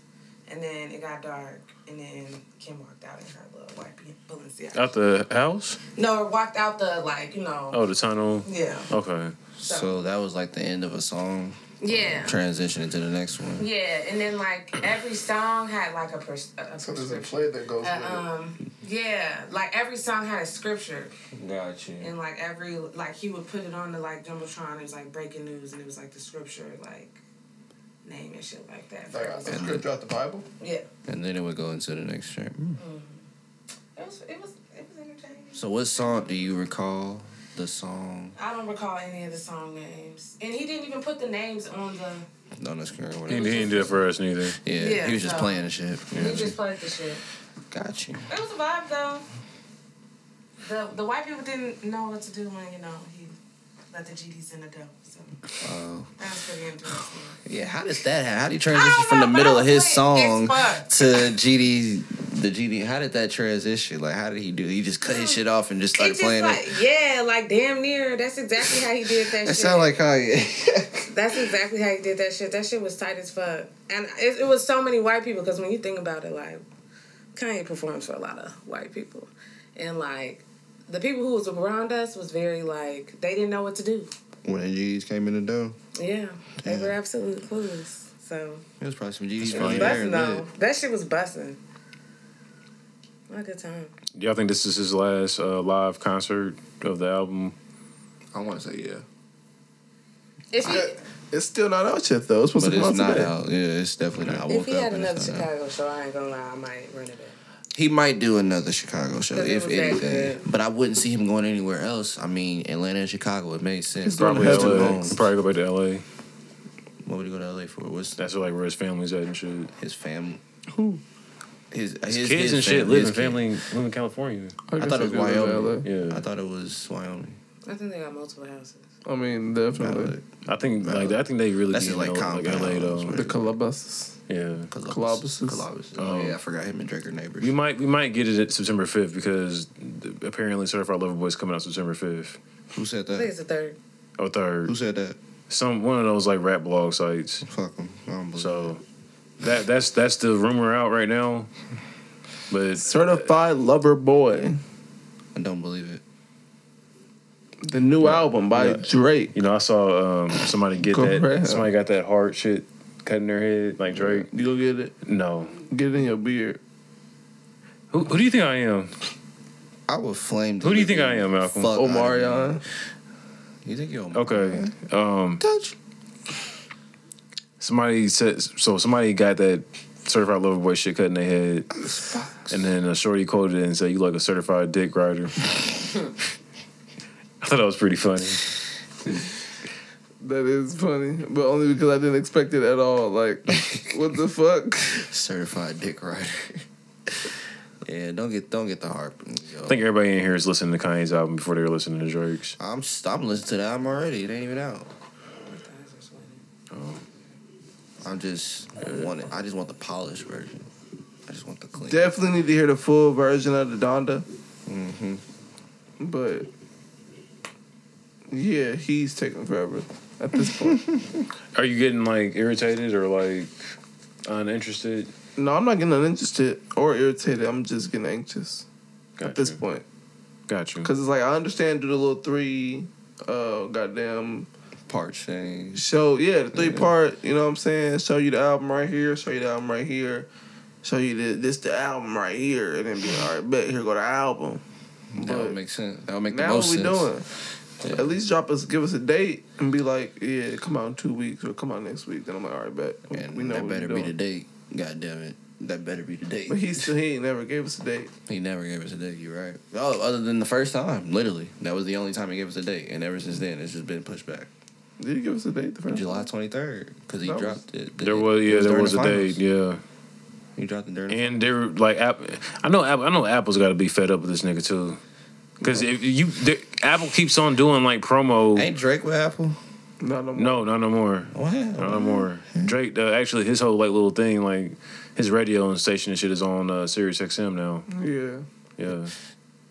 H: and then it got dark, and then Kim walked out in her little white Bal- Balenciaga.
A: Out the house?
H: no, or walked out the like you know.
A: Oh, the tunnel.
H: Yeah.
A: Okay.
G: So that was like the end of a song.
H: Yeah.
G: Transitioning to the next one.
H: Yeah, and then like every song had like a, pers- a, a
B: So there's a
H: prescription.
B: play that goes with it.
H: Uh, um, yeah, like every song had a scripture,
G: Gotcha.
H: and like every like he would put it on the like jumbotron. It was like breaking news, and it was like the scripture, like name and shit like that.
B: Like, a script out the Bible.
H: Yeah.
G: And then it would go into the next track.
H: It was it was it was entertaining.
G: So what song do you recall? The song
H: I don't recall any of the song names, and he didn't even put the names on the.
G: on the screen or
A: He,
G: whatever.
A: he didn't do it for us neither.
G: Yeah,
H: Yeah,
G: he was just
H: no.
G: playing the shit.
H: He just played the shit.
G: Got you.
H: It was a vibe though. The the white people didn't know what to do when you know he let the GDs in the dough. So
G: Oh.
H: that was pretty interesting.
G: Yeah, how does that happen? How do you
H: I
G: transition
H: don't
G: from
H: know,
G: the
H: but
G: middle
H: I
G: of
H: was
G: his
H: lit
G: song
H: as fuck.
G: to GD, the GD? How did that transition? Like, how did he do? He just cut his shit off and just started
H: It just
G: playing
H: like
G: it.
H: yeah, like damn near. That's exactly how he did that.
G: That
H: shit.
G: sound like Kanye.
H: That's exactly how he did that shit. That shit was tight as fuck. And it, it was so many white people because when you think about it, like Kanye performs for a lot of white people, and like the people who was around us was very like they didn't know what to do.
G: when the GDs came in the door,
H: Yeah, they were
G: Yeah.
H: absolutely clueless. So
G: it was probably some GDs
H: it was
G: right there.
H: busting
G: and
H: though.
G: lit.
H: That shit was busting. What a good time.
A: Do y'all think this is his last uh, live concert of the album?
C: I want to say yeah.
H: If he
C: It's still not out yet though. It's supposed
G: But
C: to come out
G: it's not
C: today.
G: out. Yeah, it's definitely not. I
H: if
G: woke
H: he
G: up
H: had
G: and
H: another
G: it's not out.
H: Chicago show, I ain't gonna lie, I might run it back.
G: He might do another Chicago show,
H: Because it
G: if
H: was that
G: anything.
H: good.
G: But I wouldn't see him going anywhere else. I mean, Atlanta and Chicago, it made sense.
C: He's going
A: Probably
C: Probably have to
A: LA.
C: next.
A: Probably go back to LA.
G: What would he go to LA for? What's
A: That's like where his family's at and shit.
G: his family?
C: Who?
G: His,
A: His,
G: his
A: kids
G: his
A: and shit
G: family,
A: live
G: his
A: in
G: kid.
A: family live in California.
G: I thought it was Wyoming.
A: Yeah.
G: I thought it was Wyoming.
H: I think they got multiple houses.
C: I mean, definitely
A: I think like I think they really
G: That's
A: be
G: just
A: in
G: like
A: L- like
G: compounds,
A: LA though.
G: right?
C: the Columbus.
A: Yeah.
G: Columbus.
C: Colubuses.
G: Columbus. Oh, yeah, I forgot him and Drake are neighbors.
A: We might we might get it at September fifth because th- apparently Certified Lover Boy's coming out September fifth
G: Who said
H: I think
G: that?
H: it's the third.
A: or
G: Who
A: third.
G: said that?
A: Some one of those like rap blog sites.
G: Fuck him. I don't believe it.
A: So that that's that's the rumor out right now. But
C: Certified Lover Boy,
G: I don't believe it.
C: the new album by
A: Yeah.
C: Drake.
A: you know, I saw um, somebody get
C: Go
A: that.
C: ahead.
A: Somebody got that hard shit cut in their head like Drake.
C: You go get it.
A: No.
C: Get it in your beard.
A: Who, who do you think I am?
G: I would flame. the
A: Who do you think I
G: living
A: am, Malcolm?
G: fuck outta him.
C: Omarion.
G: You think you're Omarion?
A: Okay. Um,
G: Touch.
A: somebody said so. Somebody got that certified lover boy shit cut in their head, and then a shorty quoted it and said, "You like a certified dick rider." I thought that was pretty funny.
C: That is funny, but only because I didn't expect it at all. Like, what the fuck?
G: Certified dick rider. yeah, don't get don't get the harp. Yo.
A: I think everybody in here is listening to Kanye's album before they were listening to Drake's.
G: I'm I'm listening to that album already. It ain't even out. I'm just I want it. I just want the polished version. I just want the clean.
C: Definitely need to hear the full version of the Donda,
G: hmm
C: but yeah, he's taking forever at this point.
A: Are you getting like irritated or like uninterested?
C: no, I'm not getting uninterested or irritated. I'm just getting anxious
A: Got
C: at this
A: you.
C: point
A: Got you.
C: because it's like I understand do the little three, uh, goddamn
G: Part change.
C: show yeah the three part you know what i'm saying show you the album right here show you the album right here show you the, this the album right here and then be like, all right bet here go the album
G: That
C: But
G: would make sense. That would make the
C: now
G: most
C: what we
G: sense.
C: doing
G: Yeah.
C: at least drop us give us a date and be like yeah come out in two weeks or come out next week then i'm like all right bet We-
G: And
C: we know
G: that
C: what
G: better
C: we're
G: be the
C: doing
G: date. God damn it. That better be the date.
C: but he still he ain't never gave us a date
G: He never gave us a date. You're right. Oh, other than the first time, literally, that was the only time he gave us a date, and ever since then, it's just been pushed back.
C: did he give us a date the first
G: July 23rd, because he
C: That was-
G: dropped it.
A: There was yeah, there
G: during
A: was
G: the
A: a
G: finals.
A: date yeah,
G: He dropped it during. the
A: and there like App, I know Apple, I know Apple's got to be fed up with this nigga too. Because if you the, Apple keeps on doing like promo.
G: Ain't Drake with Apple?
B: No, no,
A: no, not no more.
G: Wow.
A: Not no more. Drake uh, actually his whole like little thing like his radio and station and shit is on uh, Sirius XM now.
B: Yeah.
A: Yeah.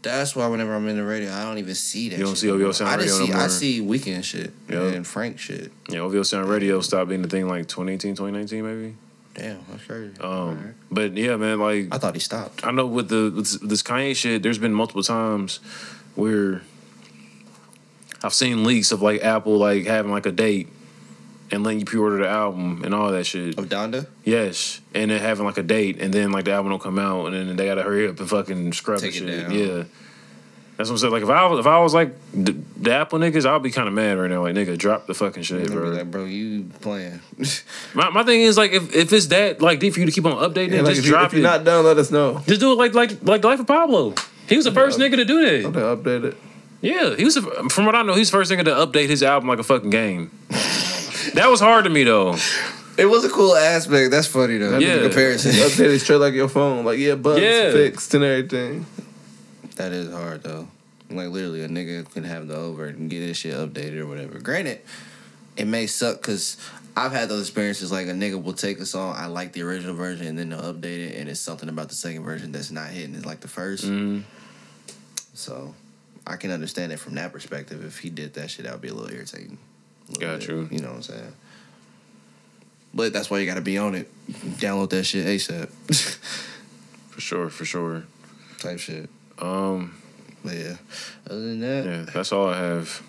G: That's why whenever I'm in the radio, I don't even see that.
A: You don't
G: shit
A: see OVO
G: no more.
A: Sound
G: I
A: Radio
G: just
A: no
G: see
A: more.
G: I see weekend shit
A: Yeah.
G: and Frank shit.
A: Yeah, OVO Sound Radio stopped being the thing like 2018, 2019 maybe.
G: Damn, that's crazy.
A: Um, But yeah, man, like
G: I thought he stopped.
A: I know with the with this Kanye shit, there's been multiple times where I've seen leaks of like Apple like having like a date and letting you pre-order the album and all that shit.
G: Of Oh, Donda,
A: Yes, and then having like a date and then like the album don't come out and then they gotta hurry up and fucking scrub
G: Take
A: the
G: it
A: shit.
G: down.
A: Yeah. That's what I'm saying. Like if I was- if I was like the, the Apple niggas, I'd be kind of mad right now. Like nigga, drop the fucking shit,
G: I'd be
A: bro.
G: like, bro, you playing?
A: my, my thing is like if, if it's that like deep for you to keep on updating,
B: Yeah,
A: it,
B: like
A: just
B: if, you,
A: drop
B: if you're
A: it.
B: not done, let us know.
A: Just do it like like like the life of Pablo. He was the first nigga to do that.
B: I'm gonna update it.
A: Yeah, he was the, from what I know, he's the first nigga to update his album like a fucking game. that was hard to me though.
G: it was a cool aspect. That's funny though.
A: Yeah.
G: The comparison.
B: update it straight like your phone. Like yeah, bugs
A: Yeah.
B: fixed and everything.
G: that is hard though. Like literally, a nigga can have the over and get his shit updated or whatever. Granted, it may suck because I've had those experiences. Like a nigga will take a song, I like the original version, and then they'll update it, and it's something about the second version that's not hitting it like the first.
A: Mm,
G: So I can understand it from that perspective. If he did that shit, that would be a little irritating. A little
A: Got you.
G: You know what I'm saying? But that's why you gotta be on it. Download that shit ASAP.
A: for sure, for sure.
G: type shit.
A: Um,
G: But yeah. Other than that,
A: yeah, that's all I have.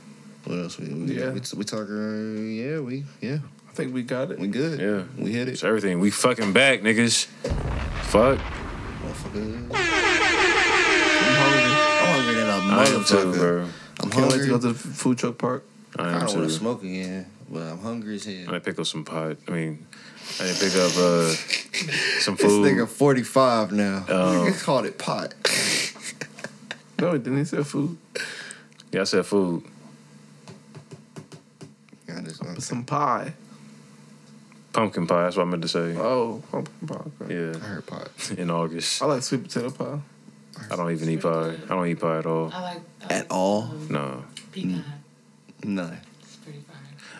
G: what else we we,
B: Yeah.
G: we, we talking yeah, we yeah.
B: I think we got it.
G: We good.
A: Yeah.
G: We hit it.
A: It's everything. We fucking back, niggas. Fuck.
G: Motherfucker.
B: I'm hungry.
G: I'm hungry than a
A: I am too,
G: motherfucker.
A: bro.
G: I'm
B: Can't wait
G: hungry.
B: to go to the f- food truck park.
A: I
G: I
A: am
G: don't want to
A: too.
G: smoke again, but I'm hungry as
A: I
G: hell.
A: didn't pick up some pot. I mean, I didn't pick up uh some
G: This
A: food.
G: nigga 45 now.
A: Oh.
G: Nigga called it pot.
B: No, he didn't. He said food.
A: Yeah, I said food.
G: I just-
B: But some pie.
A: Pumpkin pie. That's what I meant to say.
B: Oh, pumpkin pie. okay.
A: Yeah,
G: I heard pot.
A: in August.
B: I like sweet potato pie.
A: I don't even eat pie. I don't eat pie at all.
H: I like I
G: At
H: like,
G: all?
H: Um,
A: No.
H: pecan.
G: No.
H: It's pretty fine.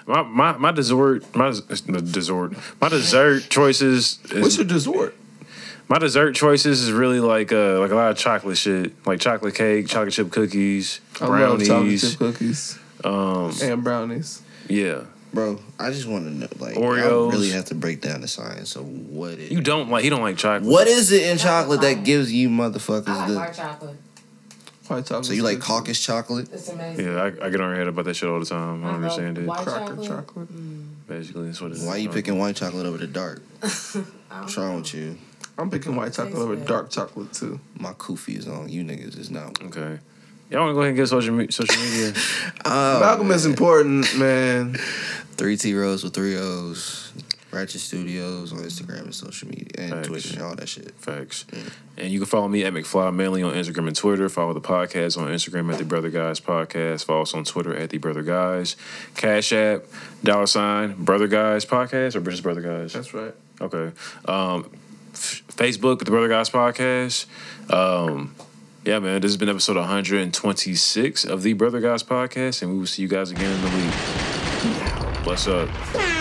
A: My my my dessert my the dessert my dessert choices
B: What's
A: is,
B: your dessert?
A: my dessert choices is really like uh like a lot of chocolate shit like chocolate cake chocolate chip cookies brownies
B: I love chocolate chip cookies
A: um
B: and brownies.
A: yeah
G: Bro, I just want to know, like,
A: Oreos.
G: I really have to break down the science of what it.
A: you don't like he don't like chocolate
G: what is it in chocolate that gives you motherfuckers
H: I like white
G: the?
H: chocolate.
B: White chocolate.
G: So you like
B: chips.
G: caucus chocolate?
H: It's amazing.
A: yeah I, I get on her head about that shit all the time I don't
H: I love
A: understand it
H: white
B: Cracker
H: chocolate.
B: chocolate.
A: basically that's what it is
G: Why you picking white chocolate over the dark?
H: I don't
G: What's wrong
H: know.
G: with you?
B: I'm picking white chocolate
H: Tastes
B: over
H: good.
B: dark chocolate too.
G: My kufi is on. You niggas is not.
A: okay y'all want to go ahead and get social me- social media
C: Oh,
B: Malcolm is important, man.
G: Three T Rose with three O's. Ratchet Studios on Instagram and social media and
A: Thanks.
G: Twitch and all that shit.
A: Facts. And you can follow me at McFly mainly on Instagram and Twitter. Follow the podcast on Instagram at The Brother Guys Podcast. Follow us on Twitter at The Brother Guys. Cash App, dollar sign, Brother Guys Podcast or British Brother Guys?
B: That's right.
A: Okay. Um, f- Facebook, The Brother Guys Podcast. Um, yeah, man, this has been episode 126 of The Brother Guys Podcast, and we will see you guys again in the week. Bless up.